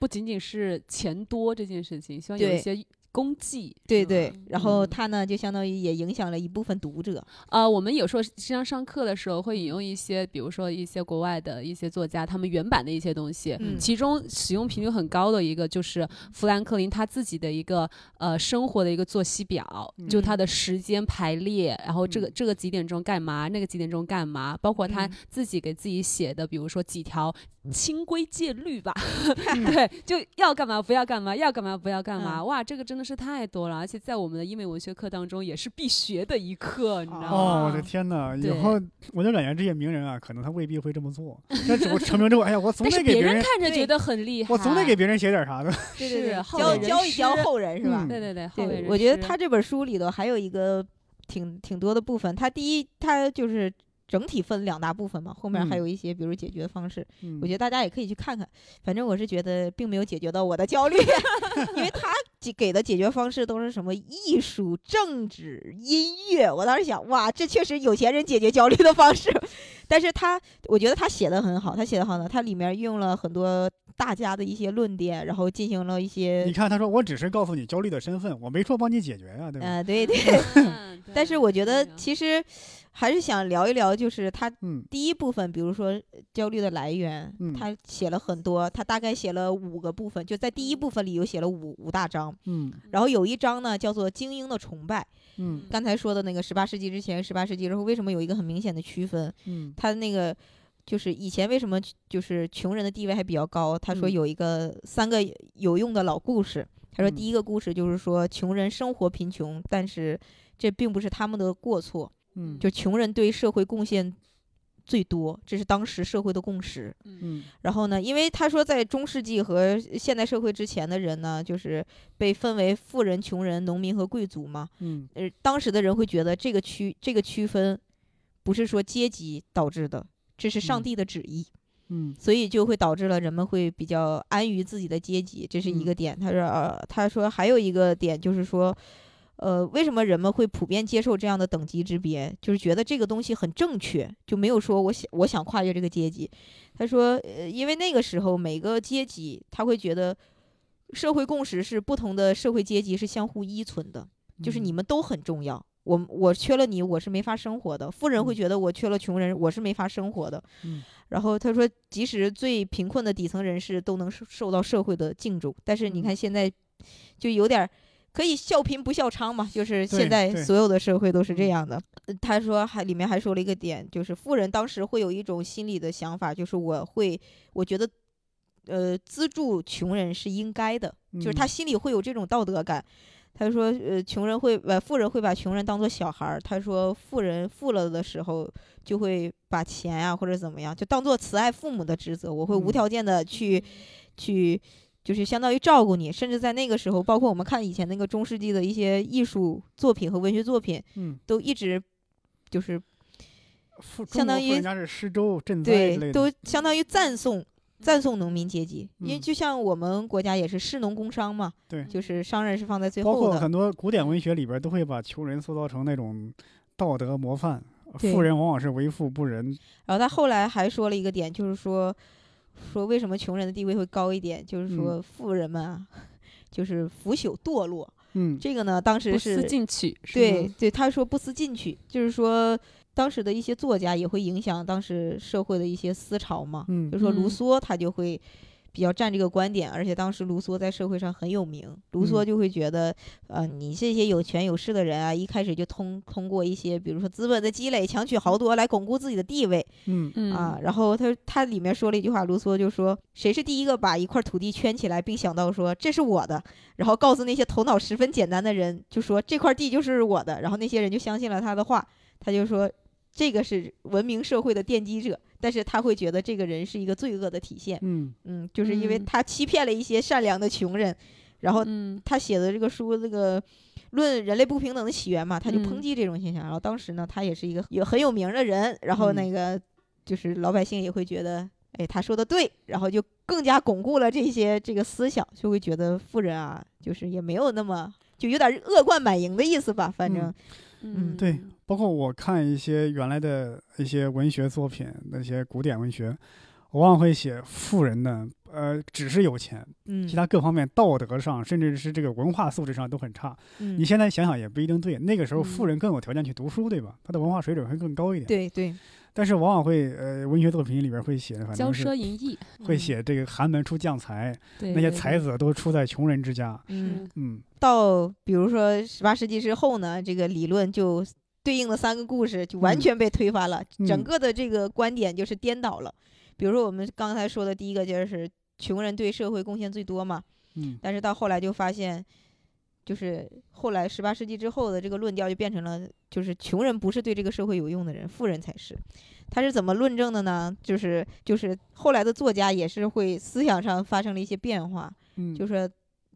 C: 不仅仅是钱多这件事情，希望有一
B: 对
C: 些功绩。
B: 对
C: 是
B: 对
C: 吧，
B: 然后
C: 嗯
B: 他呢，就相当于也影响了一部分读者。
C: 呃，我们有时候实际上上课的时候会引用一些，比如说一些国外的一些作家他们原版的一些东西，
B: 嗯
C: 其中使用频率很高的一个就是富兰克林他自己的一个呃生活的一个作息表，就他
B: 嗯
C: 的时间排列，然后这个、
A: 嗯
C: 这个几点钟干嘛，那个几点钟干嘛，包括他
B: 嗯
C: 自己给自己写的，比如说几条清规戒律吧， 对，就要干嘛不要干嘛，要干嘛不要干嘛。
B: 嗯
C: 哇，这个真的是太多了，而且在我们的英美文学课当中也是必学的一课，你知道吗？
A: 哦，我的
B: 啊
A: 天哪！以
C: 对
A: 后我就感觉这些名人啊，可能他未必会这么做。但只不过成名之后，哎呀，我总得
C: 但是
A: 给
C: 别
A: 别
C: 人
A: 人，
C: 看着
B: 对
C: 觉得很厉害，
A: 我总得给别人写点啥 的。
B: 对
C: 是
B: 对对，
C: 后
B: 教
A: 人
B: 教一教
C: 师
B: 后人是吧？
A: 嗯
C: 对对对，后面
B: 对
C: 人，
B: 我觉得
C: 是
B: 他这本书里头还有一个挺挺多的部分。他第一，他就是整体分两大部分嘛，后面还
A: 嗯
B: 有一些比如解决方式。
A: 嗯
B: 我觉得大家也可以去看看。反正我是觉得并没有解决到我的焦虑， 因为他给给的解决方式都是什么艺术、政治、音乐。我当时想，哇，这确实有钱人解决焦虑的方式。但是他，我觉得他写的很好，他写的好呢，他里面运用了很多大家的一些论点，然后进行了一
A: 你
B: 些。
A: 看，他说我只是告诉你焦虑的身份，我没说帮你解决呀、对吧？
B: 呃，对对，
C: 嗯对
B: 但是我觉得
C: 对呀
B: 其实还是想聊一聊，就是他
A: 嗯
B: 第一部分，比如说呃焦虑的来源，
A: 嗯
B: 他写了很多，他大概写了五个部分，就在第一部分里有写了五五大章，
A: 嗯
B: 然后有一章呢叫做精英的崇拜。
A: 嗯
B: 刚才说的那个十八世纪之前，十八世纪之后，为什么有一个很明显的区分？
A: 嗯
B: 他那个就是以前为什么就是穷人的地位还比较高？他说
A: 嗯
B: 有一个三个有用的老故事。他说
A: 嗯
B: 第一个故事就是说穷人生活贫穷，但是这并不是他们的过错，
A: 嗯，
B: 就穷人对社会贡献最多，这是当时社会的共识。
A: 嗯
B: 然后呢，因为他说在中世纪和现代社会之前的人呢，就是被分为富人、穷人、农民和贵族嘛。
A: 嗯
B: 呃，当时的人会觉得这个区这个区分不是说阶级导致的，这是上
A: 嗯
B: 帝的旨意，
A: 嗯
B: 所以就会导致了人们会比较安于自己的阶级，这是一
A: 嗯
B: 个点。他说，呃，他说还有一个点就是说。呃，为什么人们会普遍接受这样的等级之别？就是觉得这个东西很正确，就没有说我想我想跨越这个阶级。他说，呃，因为那个时候每个阶级他会觉得社会共识是不同的社会阶级是相互依存的，就是
A: 嗯
B: 你们都很重要。我我缺了你，我是没法生活的。富人会
A: 嗯
B: 觉得我缺了穷人，我是没法生活的。
A: 嗯
B: 然后他说，即使最贫困的底层人士都能受受到社会的敬重，但是你
A: 嗯
B: 看现在就有点儿可以笑贫不笑娼嘛，就是现
A: 对
B: 在
A: 对
B: 所有的社会都是这
A: 嗯
B: 样的。呃他说还里面还说了一个点，就是富人当时会有一种心理的想法，就是我会我觉得。呃，资助穷人是应该的，就是他
A: 嗯
B: 心里会有这种道德感。他说，呃，穷人会呃，富人会把穷人当做小孩儿。他说，富人富了的时候，就会把钱啊或者怎么样，就当做慈爱父母的职责，我会无
C: 嗯
B: 条件的去、去。就是相当于照顾你，甚至在那个时候，包括我们看以前那个中世纪的一些艺术作品和文学作品，
A: 嗯，
B: 都一直就是
A: 富
B: 相当于
A: 人家是施州赈灾之类
B: 对，
A: 的，
B: 都相当于赞颂赞颂农民阶级，因为
A: 嗯
B: 就像我们国家也是士农工商嘛，
A: 对
B: 就是商人是放在最
A: 包
B: 后
A: 括
B: 的，
A: 很多古典文学里边都会把穷人塑造成那种道德模范，
B: 对
A: 富人往往是为富不仁。
B: 然后他后来还说了一个点，就是说说为什么穷人的地位会高一点，就是
C: 嗯
B: 说富人们啊，就是腐朽堕落，
A: 嗯，
B: 这个呢当时
C: 不
B: 是。
C: 思进取，是
B: 对
C: 吗，
B: 对，他说不思进取，就是说当时的一些作家也会影响当时社会的一些思潮嘛。
A: 嗯
B: 就，是说卢
C: 嗯
B: 梭他就会比较站这个观点，而且当时卢梭在社会上很有名，卢
A: 嗯
B: 梭就会觉得，呃，你这些有权有势的人啊，一开始就通通过一些比如说资本的积累、强取豪夺来巩固自己的地位
A: 嗯，
C: 嗯
B: 啊。然后他他里面说了一句话，卢梭就说，谁是第一个把一块土地圈起来，并想到说这是我的，然后告诉那些头脑十分简单的人，就说这块地就是我的，然后那些人就相信了他的话，他就说这个是文明社会的奠基者，但是他会觉得这个人是一个罪恶的体现，
A: 嗯，
B: 嗯，就是因为
C: 嗯
B: 他欺骗了一些善良的穷人，然后
C: 嗯
B: 他写的这个书这个。论人类不平等的起源嘛，他就抨
C: 嗯
B: 击这种现象。然后当时呢，他也是一个也很有名的人，然后那个就是老百姓也会觉得，哎，他说的对，然后就更加巩固了这些这个思想，就会觉得富人啊，就是也没有那么就有点恶贯满盈的意思吧，反正
A: 嗯对，
B: 嗯
A: 包括我看一些原来的一些文学作品，那些古典文学，往往会写富人呢，呃，只是有钱，
B: 嗯，
A: 其他各方面道德上，甚至是这个文化素质上都很差。
B: 嗯
A: 你现在想想也不一定对，那个时候富
B: 嗯
A: 人更有条件去读书，对吧？他的文化水准会更高一点。
B: 对对，
A: 但是往往会呃，文学作品里边会写，反
C: 骄
A: 正
C: 奢
A: 是
C: 淫逸，
A: 会
B: 嗯
A: 写这个寒门出将才，
C: 对
A: 那些
C: 对对
A: 才子都出在穷人之家。
B: 嗯，
C: 是
A: 嗯
B: 到比如说十八世纪之后呢，这个理论就对应的三个故事就完
A: 嗯
B: 全被推翻了，整
A: 嗯
B: 个的这个观点就是颠倒了。比如说我们刚才说的第一个就是穷人对社会贡献最多嘛，
A: 嗯
B: 但是到后来就发现，就是后来十八世纪之后的这个论调就变成了，就是穷人不是对这个社会有用的人，富人才是。他是怎么论证的呢？就是就是后来的作家也是会思想上发生了一些变化，
A: 嗯，
B: 就是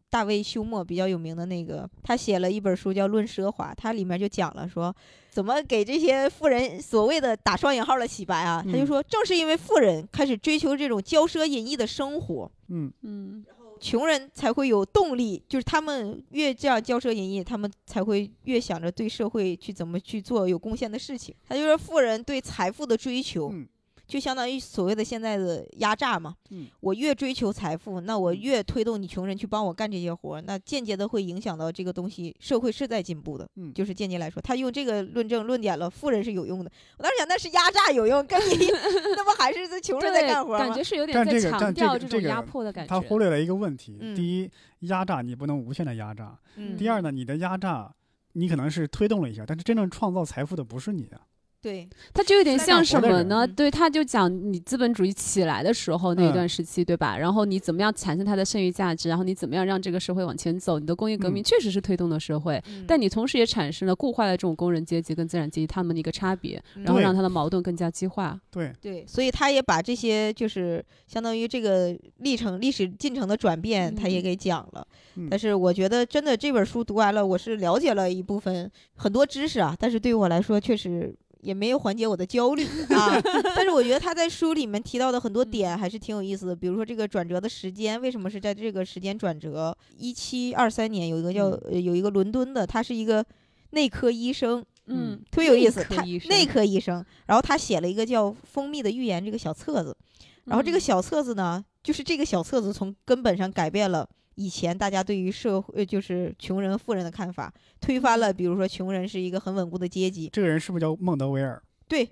B: 大卫休谟比较有名的那个，他写了一本书叫《论奢华》，它里面就讲了说怎么给这些富人所谓的打双引号的洗白啊。他就
A: 嗯
B: 说，正是因为富人开始追求这种骄奢淫逸的生活，
A: 嗯
C: 嗯
B: 穷人才会有动力，就是他们越这样骄奢淫逸，他们才会越想着对社会去怎么去做有贡献的事情。他就是富人对财富的追求，
A: 嗯
B: 就相当于所谓的现在的压榨嘛。
A: 嗯
B: 我越追求财富，那我越推动你穷人去帮我干这些活儿，那间接的会影响到这个东西，社会是在进步的。
A: 嗯
B: 就是间接来说，他用这个论证论点了，富人是有用的。我当时想，那是压榨有用，跟你 那不还是这穷人在
C: 对
B: 干活儿
C: 感
B: 吗？
C: 觉是有点
A: 但
C: 在
A: 这个
C: 强
A: 但这
C: 调
A: 个
C: 这
A: 这
C: 种
A: 个
C: 压迫的感觉。
A: 他忽略了一个问题：
B: 嗯
A: 第一，压榨你不能无限的压榨；
B: 嗯
A: 第二呢，你的压榨你可能是推动了一下，但是真正创造财富的不是你啊。
B: 对，
C: 他就有点
B: 是
C: 像
A: 干
C: 什
A: 活的
C: 么
A: 人
C: 呢？
B: 嗯
C: 对，他就讲你资本主义起来的时候那
A: 嗯
C: 段时期，对吧？然后你怎么样产生它的剩余价值，然后你怎么样让这个社会往前走？你的工业革命
A: 嗯
C: 确实是推动了社
B: 嗯
C: 会，但你同时也产生了固化了这种工人阶级跟资产阶级他们的一个差别，
B: 嗯
C: 然后
A: 对
C: 让他的矛盾更加激化。
A: 对，
B: 对，所以他也把这些就是相当于这个历程、历史进程的转变，他也
C: 嗯
B: 给讲了。
A: 嗯
B: 但是我觉得真的这本书读完了，我是了解了一部分很多知识啊，但是对我来说确实。也没有缓解我的焦虑啊， 但是我觉得他在书里面提到的很
A: 嗯
B: 多点还是挺有意思的，比如说这个转折的时间，为什么是在这个时间转折？一七二三年有一个叫、
A: 嗯
B: 呃有一个伦敦的，他是一个内科医生，
C: 嗯
A: 嗯，
B: 特别有意
C: 内
B: 思，
C: 科
B: 他
C: 医生
B: 内科医生，然后他写了一个叫《蜂蜜的预言》这个小册子，然后这个
C: 嗯
B: 小册子呢，就是这个小册子从根本上改变了以前大家对于社会呃就是穷人富人的看法，推翻
C: 嗯
B: 了比如说穷人是一个很稳固的阶级，
A: 这个人是不是叫孟德维尔？
B: 对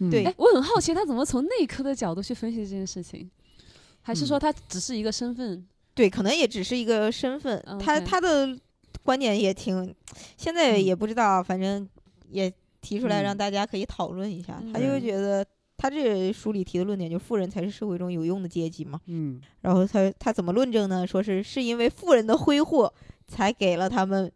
A: 嗯
B: 对
C: 哎，我很好奇他怎么从内科的角度去分析这件事情，还是说
B: 嗯
C: 他只是一个身份？
B: 对，可能也只是一个身份，他
C: OK
B: 他的观点也挺，现在
A: 嗯
B: 也不知道，反正也提出来
A: 嗯
B: 让大家可以讨论一下，他就会
A: 嗯
B: 觉得。他这书里提的论点就是富人才是社会中有用的阶级嘛，
A: 嗯
B: 然后他他怎么论证呢？说是是因为富人的挥霍才给了他们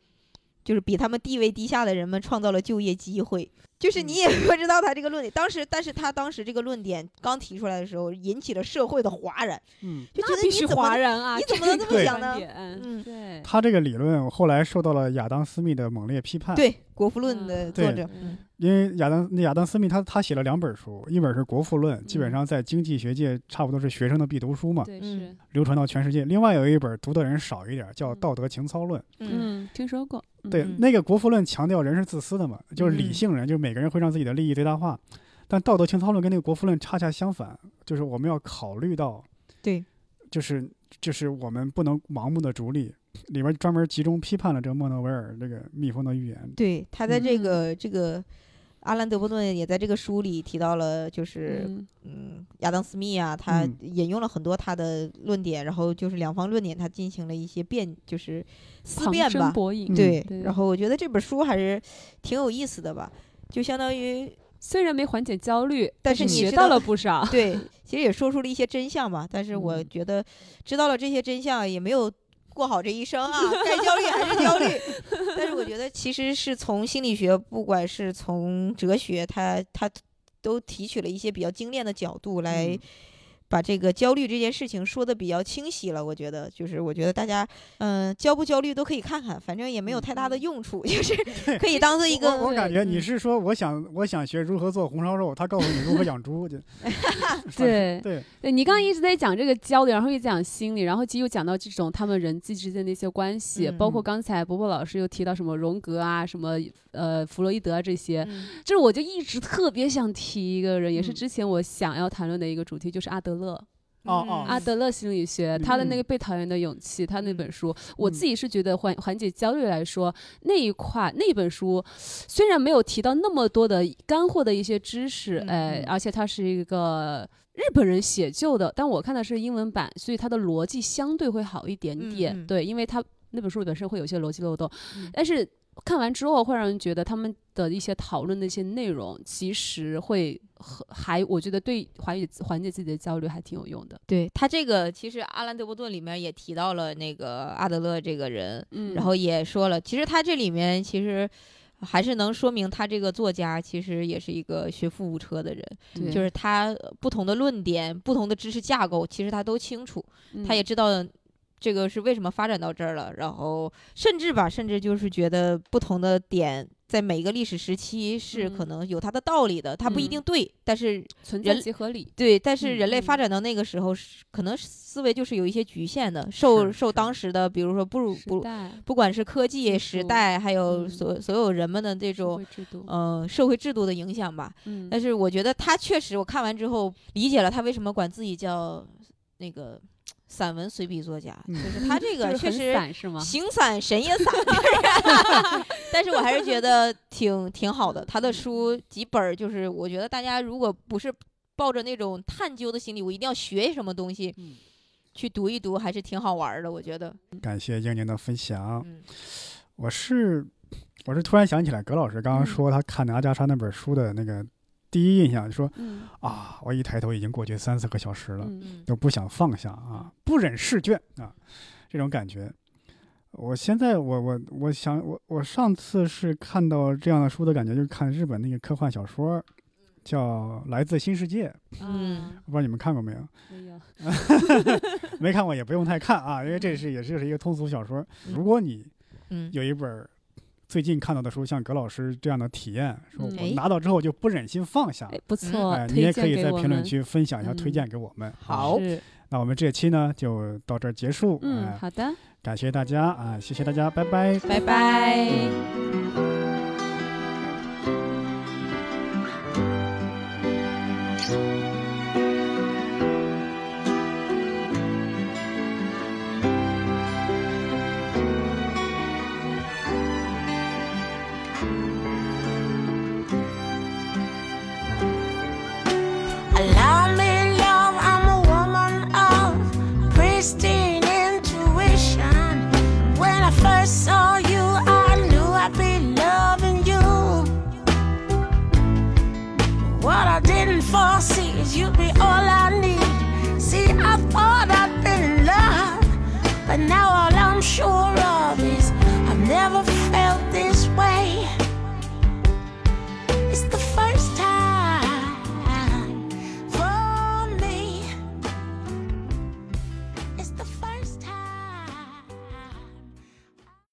B: 就是比他们地位低下的人们创造了就业机会。就是你也 不知道他这个论点，当时，但是他当时这个论点刚提出来的时候，引起了社会的哗然，
A: 嗯，
B: 就觉
C: 那
B: 得
C: 必
B: 你
C: 须
B: 怎
C: 华
B: 么
C: 人啊！
B: 你怎么能这么
A: 对
B: 想呢？
C: 嗯，
B: 嗯
C: 对，
A: 他这个理论后来受到了亚当斯密的猛烈批判。，
B: 对《国富论》的
C: 嗯
B: 作
A: 对
B: 者，
C: 嗯
A: 因为亚当那亚当斯密他他写了两本书，一本是《国富论》，基本上在经济学界差不多是学生的必读书嘛，
C: 对
B: 嗯
C: 是，
A: 流传到全世界。另外有一本读的人少一点，叫
C: 嗯
A: 《道德情操论》。
B: 嗯，
C: 听说过，
A: 对，
B: 嗯
A: 那个《国富论》强调人是自私的嘛，就是理
B: 嗯
A: 性人，就是每个人会让自己的利益最大化。但《道德情操论》跟那个《国富论》恰恰相反，就是我们要考虑到，
B: 对，
A: 就是就是我们不能盲目的逐利。里面专门集中批判了这个莫诺维尔这个蜜蜂的预言。
B: 对，他在这个这个阿兰·德伯顿也在这个书里提到了，就是
C: 嗯
B: 嗯，亚当·斯密啊，他
A: 嗯
B: 引用了很多他的论点，然后就是两方论点，他进行了一些辩，就是思
C: 旁
B: 辨
C: 征
B: 吧，
C: 博引
A: 嗯
B: 对
C: 对。
B: 然后我觉得这本书还是挺有意思的吧，就相当于
C: 虽然没缓解焦虑，
B: 但
C: 是
B: 是你
C: 学
B: 知
C: 到
B: 道
C: 了 不少。
B: 对，其实也说出了一些真相吧。但是我
C: 嗯。
B: 觉得知道了这些真相，也没有过好这一生啊，该焦虑还是焦虑。但是我觉得其实是从心理学，不管是从哲学，它它都提取了一些比较精炼的角度来。
A: 嗯
B: 把这个焦虑这件事情说的比较清晰了，我觉得就是我觉得大家，嗯、焦不焦虑都可以看看，反正也没有太大的用处， 就是可以当做一
A: 我
B: 个
A: 我感觉你
B: 嗯
A: 是说，我想我想学如何做红烧肉，他告诉你如何养猪 去
C: 对
A: 对，
C: 对你
B: 嗯
C: 刚刚一直在讲这个焦虑，然后又讲心理，然后又讲到这种他们人际之间的一些关系，
B: 嗯
C: 包括刚才伯伯老师又提到什么荣格啊，什么呃弗洛伊德啊这些，
B: 嗯
C: 这我就一直特别想提一个人，也是
A: 嗯
C: 之前我想要谈论的一个主题，就是阿德勒。
A: 哦
B: 嗯
A: 哦
B: 啊
C: 阿德勒心理学，他的
A: 嗯
C: 那个被讨厌的勇气，他那
A: 嗯
C: 本书，我
A: 嗯
C: 自己是觉得缓缓解焦虑来说，那一块那本书虽然没有提到那么多的干货的一些知识，
B: 嗯
C: 哎
A: 嗯，
C: 而且它是一个日本人写就的，但我看的是英文版，所以它的逻辑相对会好一点点，
B: 嗯嗯
C: 对，因为它那本书本身会有一些逻辑漏洞，
B: 嗯
C: 但是。看完之后会让人觉得他们的一些讨论的一些内容，其实会和还我觉得对缓解缓解自己的焦虑还挺有用的。
B: 对他这个，其实阿兰·德伯顿里面也提到了那个阿德勒这个人，
C: 嗯
B: 然后也说了，其实他这里面其实还是能说明他这个作家其实也是一个学富五车的人，
C: 对
B: 就是他呃不同的论点、不同的知识架构，其实他都清楚，
C: 嗯
B: 他也知道。这个是为什么发展到这儿了？然后甚至吧，甚至就是觉得不同的点在每一个历史时期是可
C: 嗯
B: 能有它的道理的，它不一
C: 嗯
B: 定对，但是
C: 存在
B: 人
C: 即合理。
B: 对，但是人类
C: 嗯
B: 发展到那个时候，是可能思维就是有一些局限的，受
A: 是
B: 受
A: 是
B: 当时的，比如说不如不
C: 代
B: 不管是科技
C: 技
B: 时
C: 术
B: 代，还有
C: 嗯
B: 所所有人们的这
C: 社
B: 种
C: 会制度，
B: 呃社会制度的影响吧。
C: 嗯
B: 但是我觉得他确实，我看完之后理解了他为什么管自己叫那个散文随笔作家，
A: 嗯
B: 就是他这个
C: 就
B: 确
C: 是很
B: 实
C: 散是吗？
B: 形散神也 散，但是我还是觉得挺挺好的。他的书几本儿，就是我觉得大家如果不是抱着那种探究的心理，我一定要学什么东西
C: 嗯
B: 去读一读，还是挺好玩儿的。我觉得，
A: 感谢英宁的分享。
B: 嗯
A: 我是我是突然想起来，葛老师刚刚
C: 嗯
A: 说他看的阿加莎那本书的那个第一印象，就说
C: 嗯
A: 啊，我一抬头已经过去三四个小时了，
C: 嗯
B: 嗯
A: 都不想放下啊，不忍释卷啊，这种感觉。我现在我我我想我我上次是看到这样的书的感觉，就是看日本那个科幻小说，叫《来自新世界》，
B: 嗯
A: 不知道你们看过没有？
C: 啊，没有
A: 没看过也不用太看啊，因为这是也就是一个通俗小说。如果你
B: 嗯，
A: 有一本儿最近看到的书，像葛老师这样的体验，说
C: 嗯
A: 我
B: 哎
A: 拿到之后就不忍心放下，
C: 哎，不
A: 哎
C: 错，，
A: 你也
C: 推
A: 可
C: 荐
A: 以
C: 给
A: 在
C: 我
A: 评论
C: 们。
A: 区分享一下，推
C: 嗯
A: 荐给我们。啊
B: 好
C: 是
A: 那我们这期呢就到这儿结束，
C: 嗯，
A: 哎
C: 好的，
A: 感谢大家啊，谢谢大家，拜拜。
B: 拜拜。
D: Allow me love, I'm a woman of pristine intuition. When I first saw you, I knew I'd be loving you. What I didn't foresee is you'd be all I need. See, I thought I'd been in love, but now all I'm sure of is I've never felt this. way.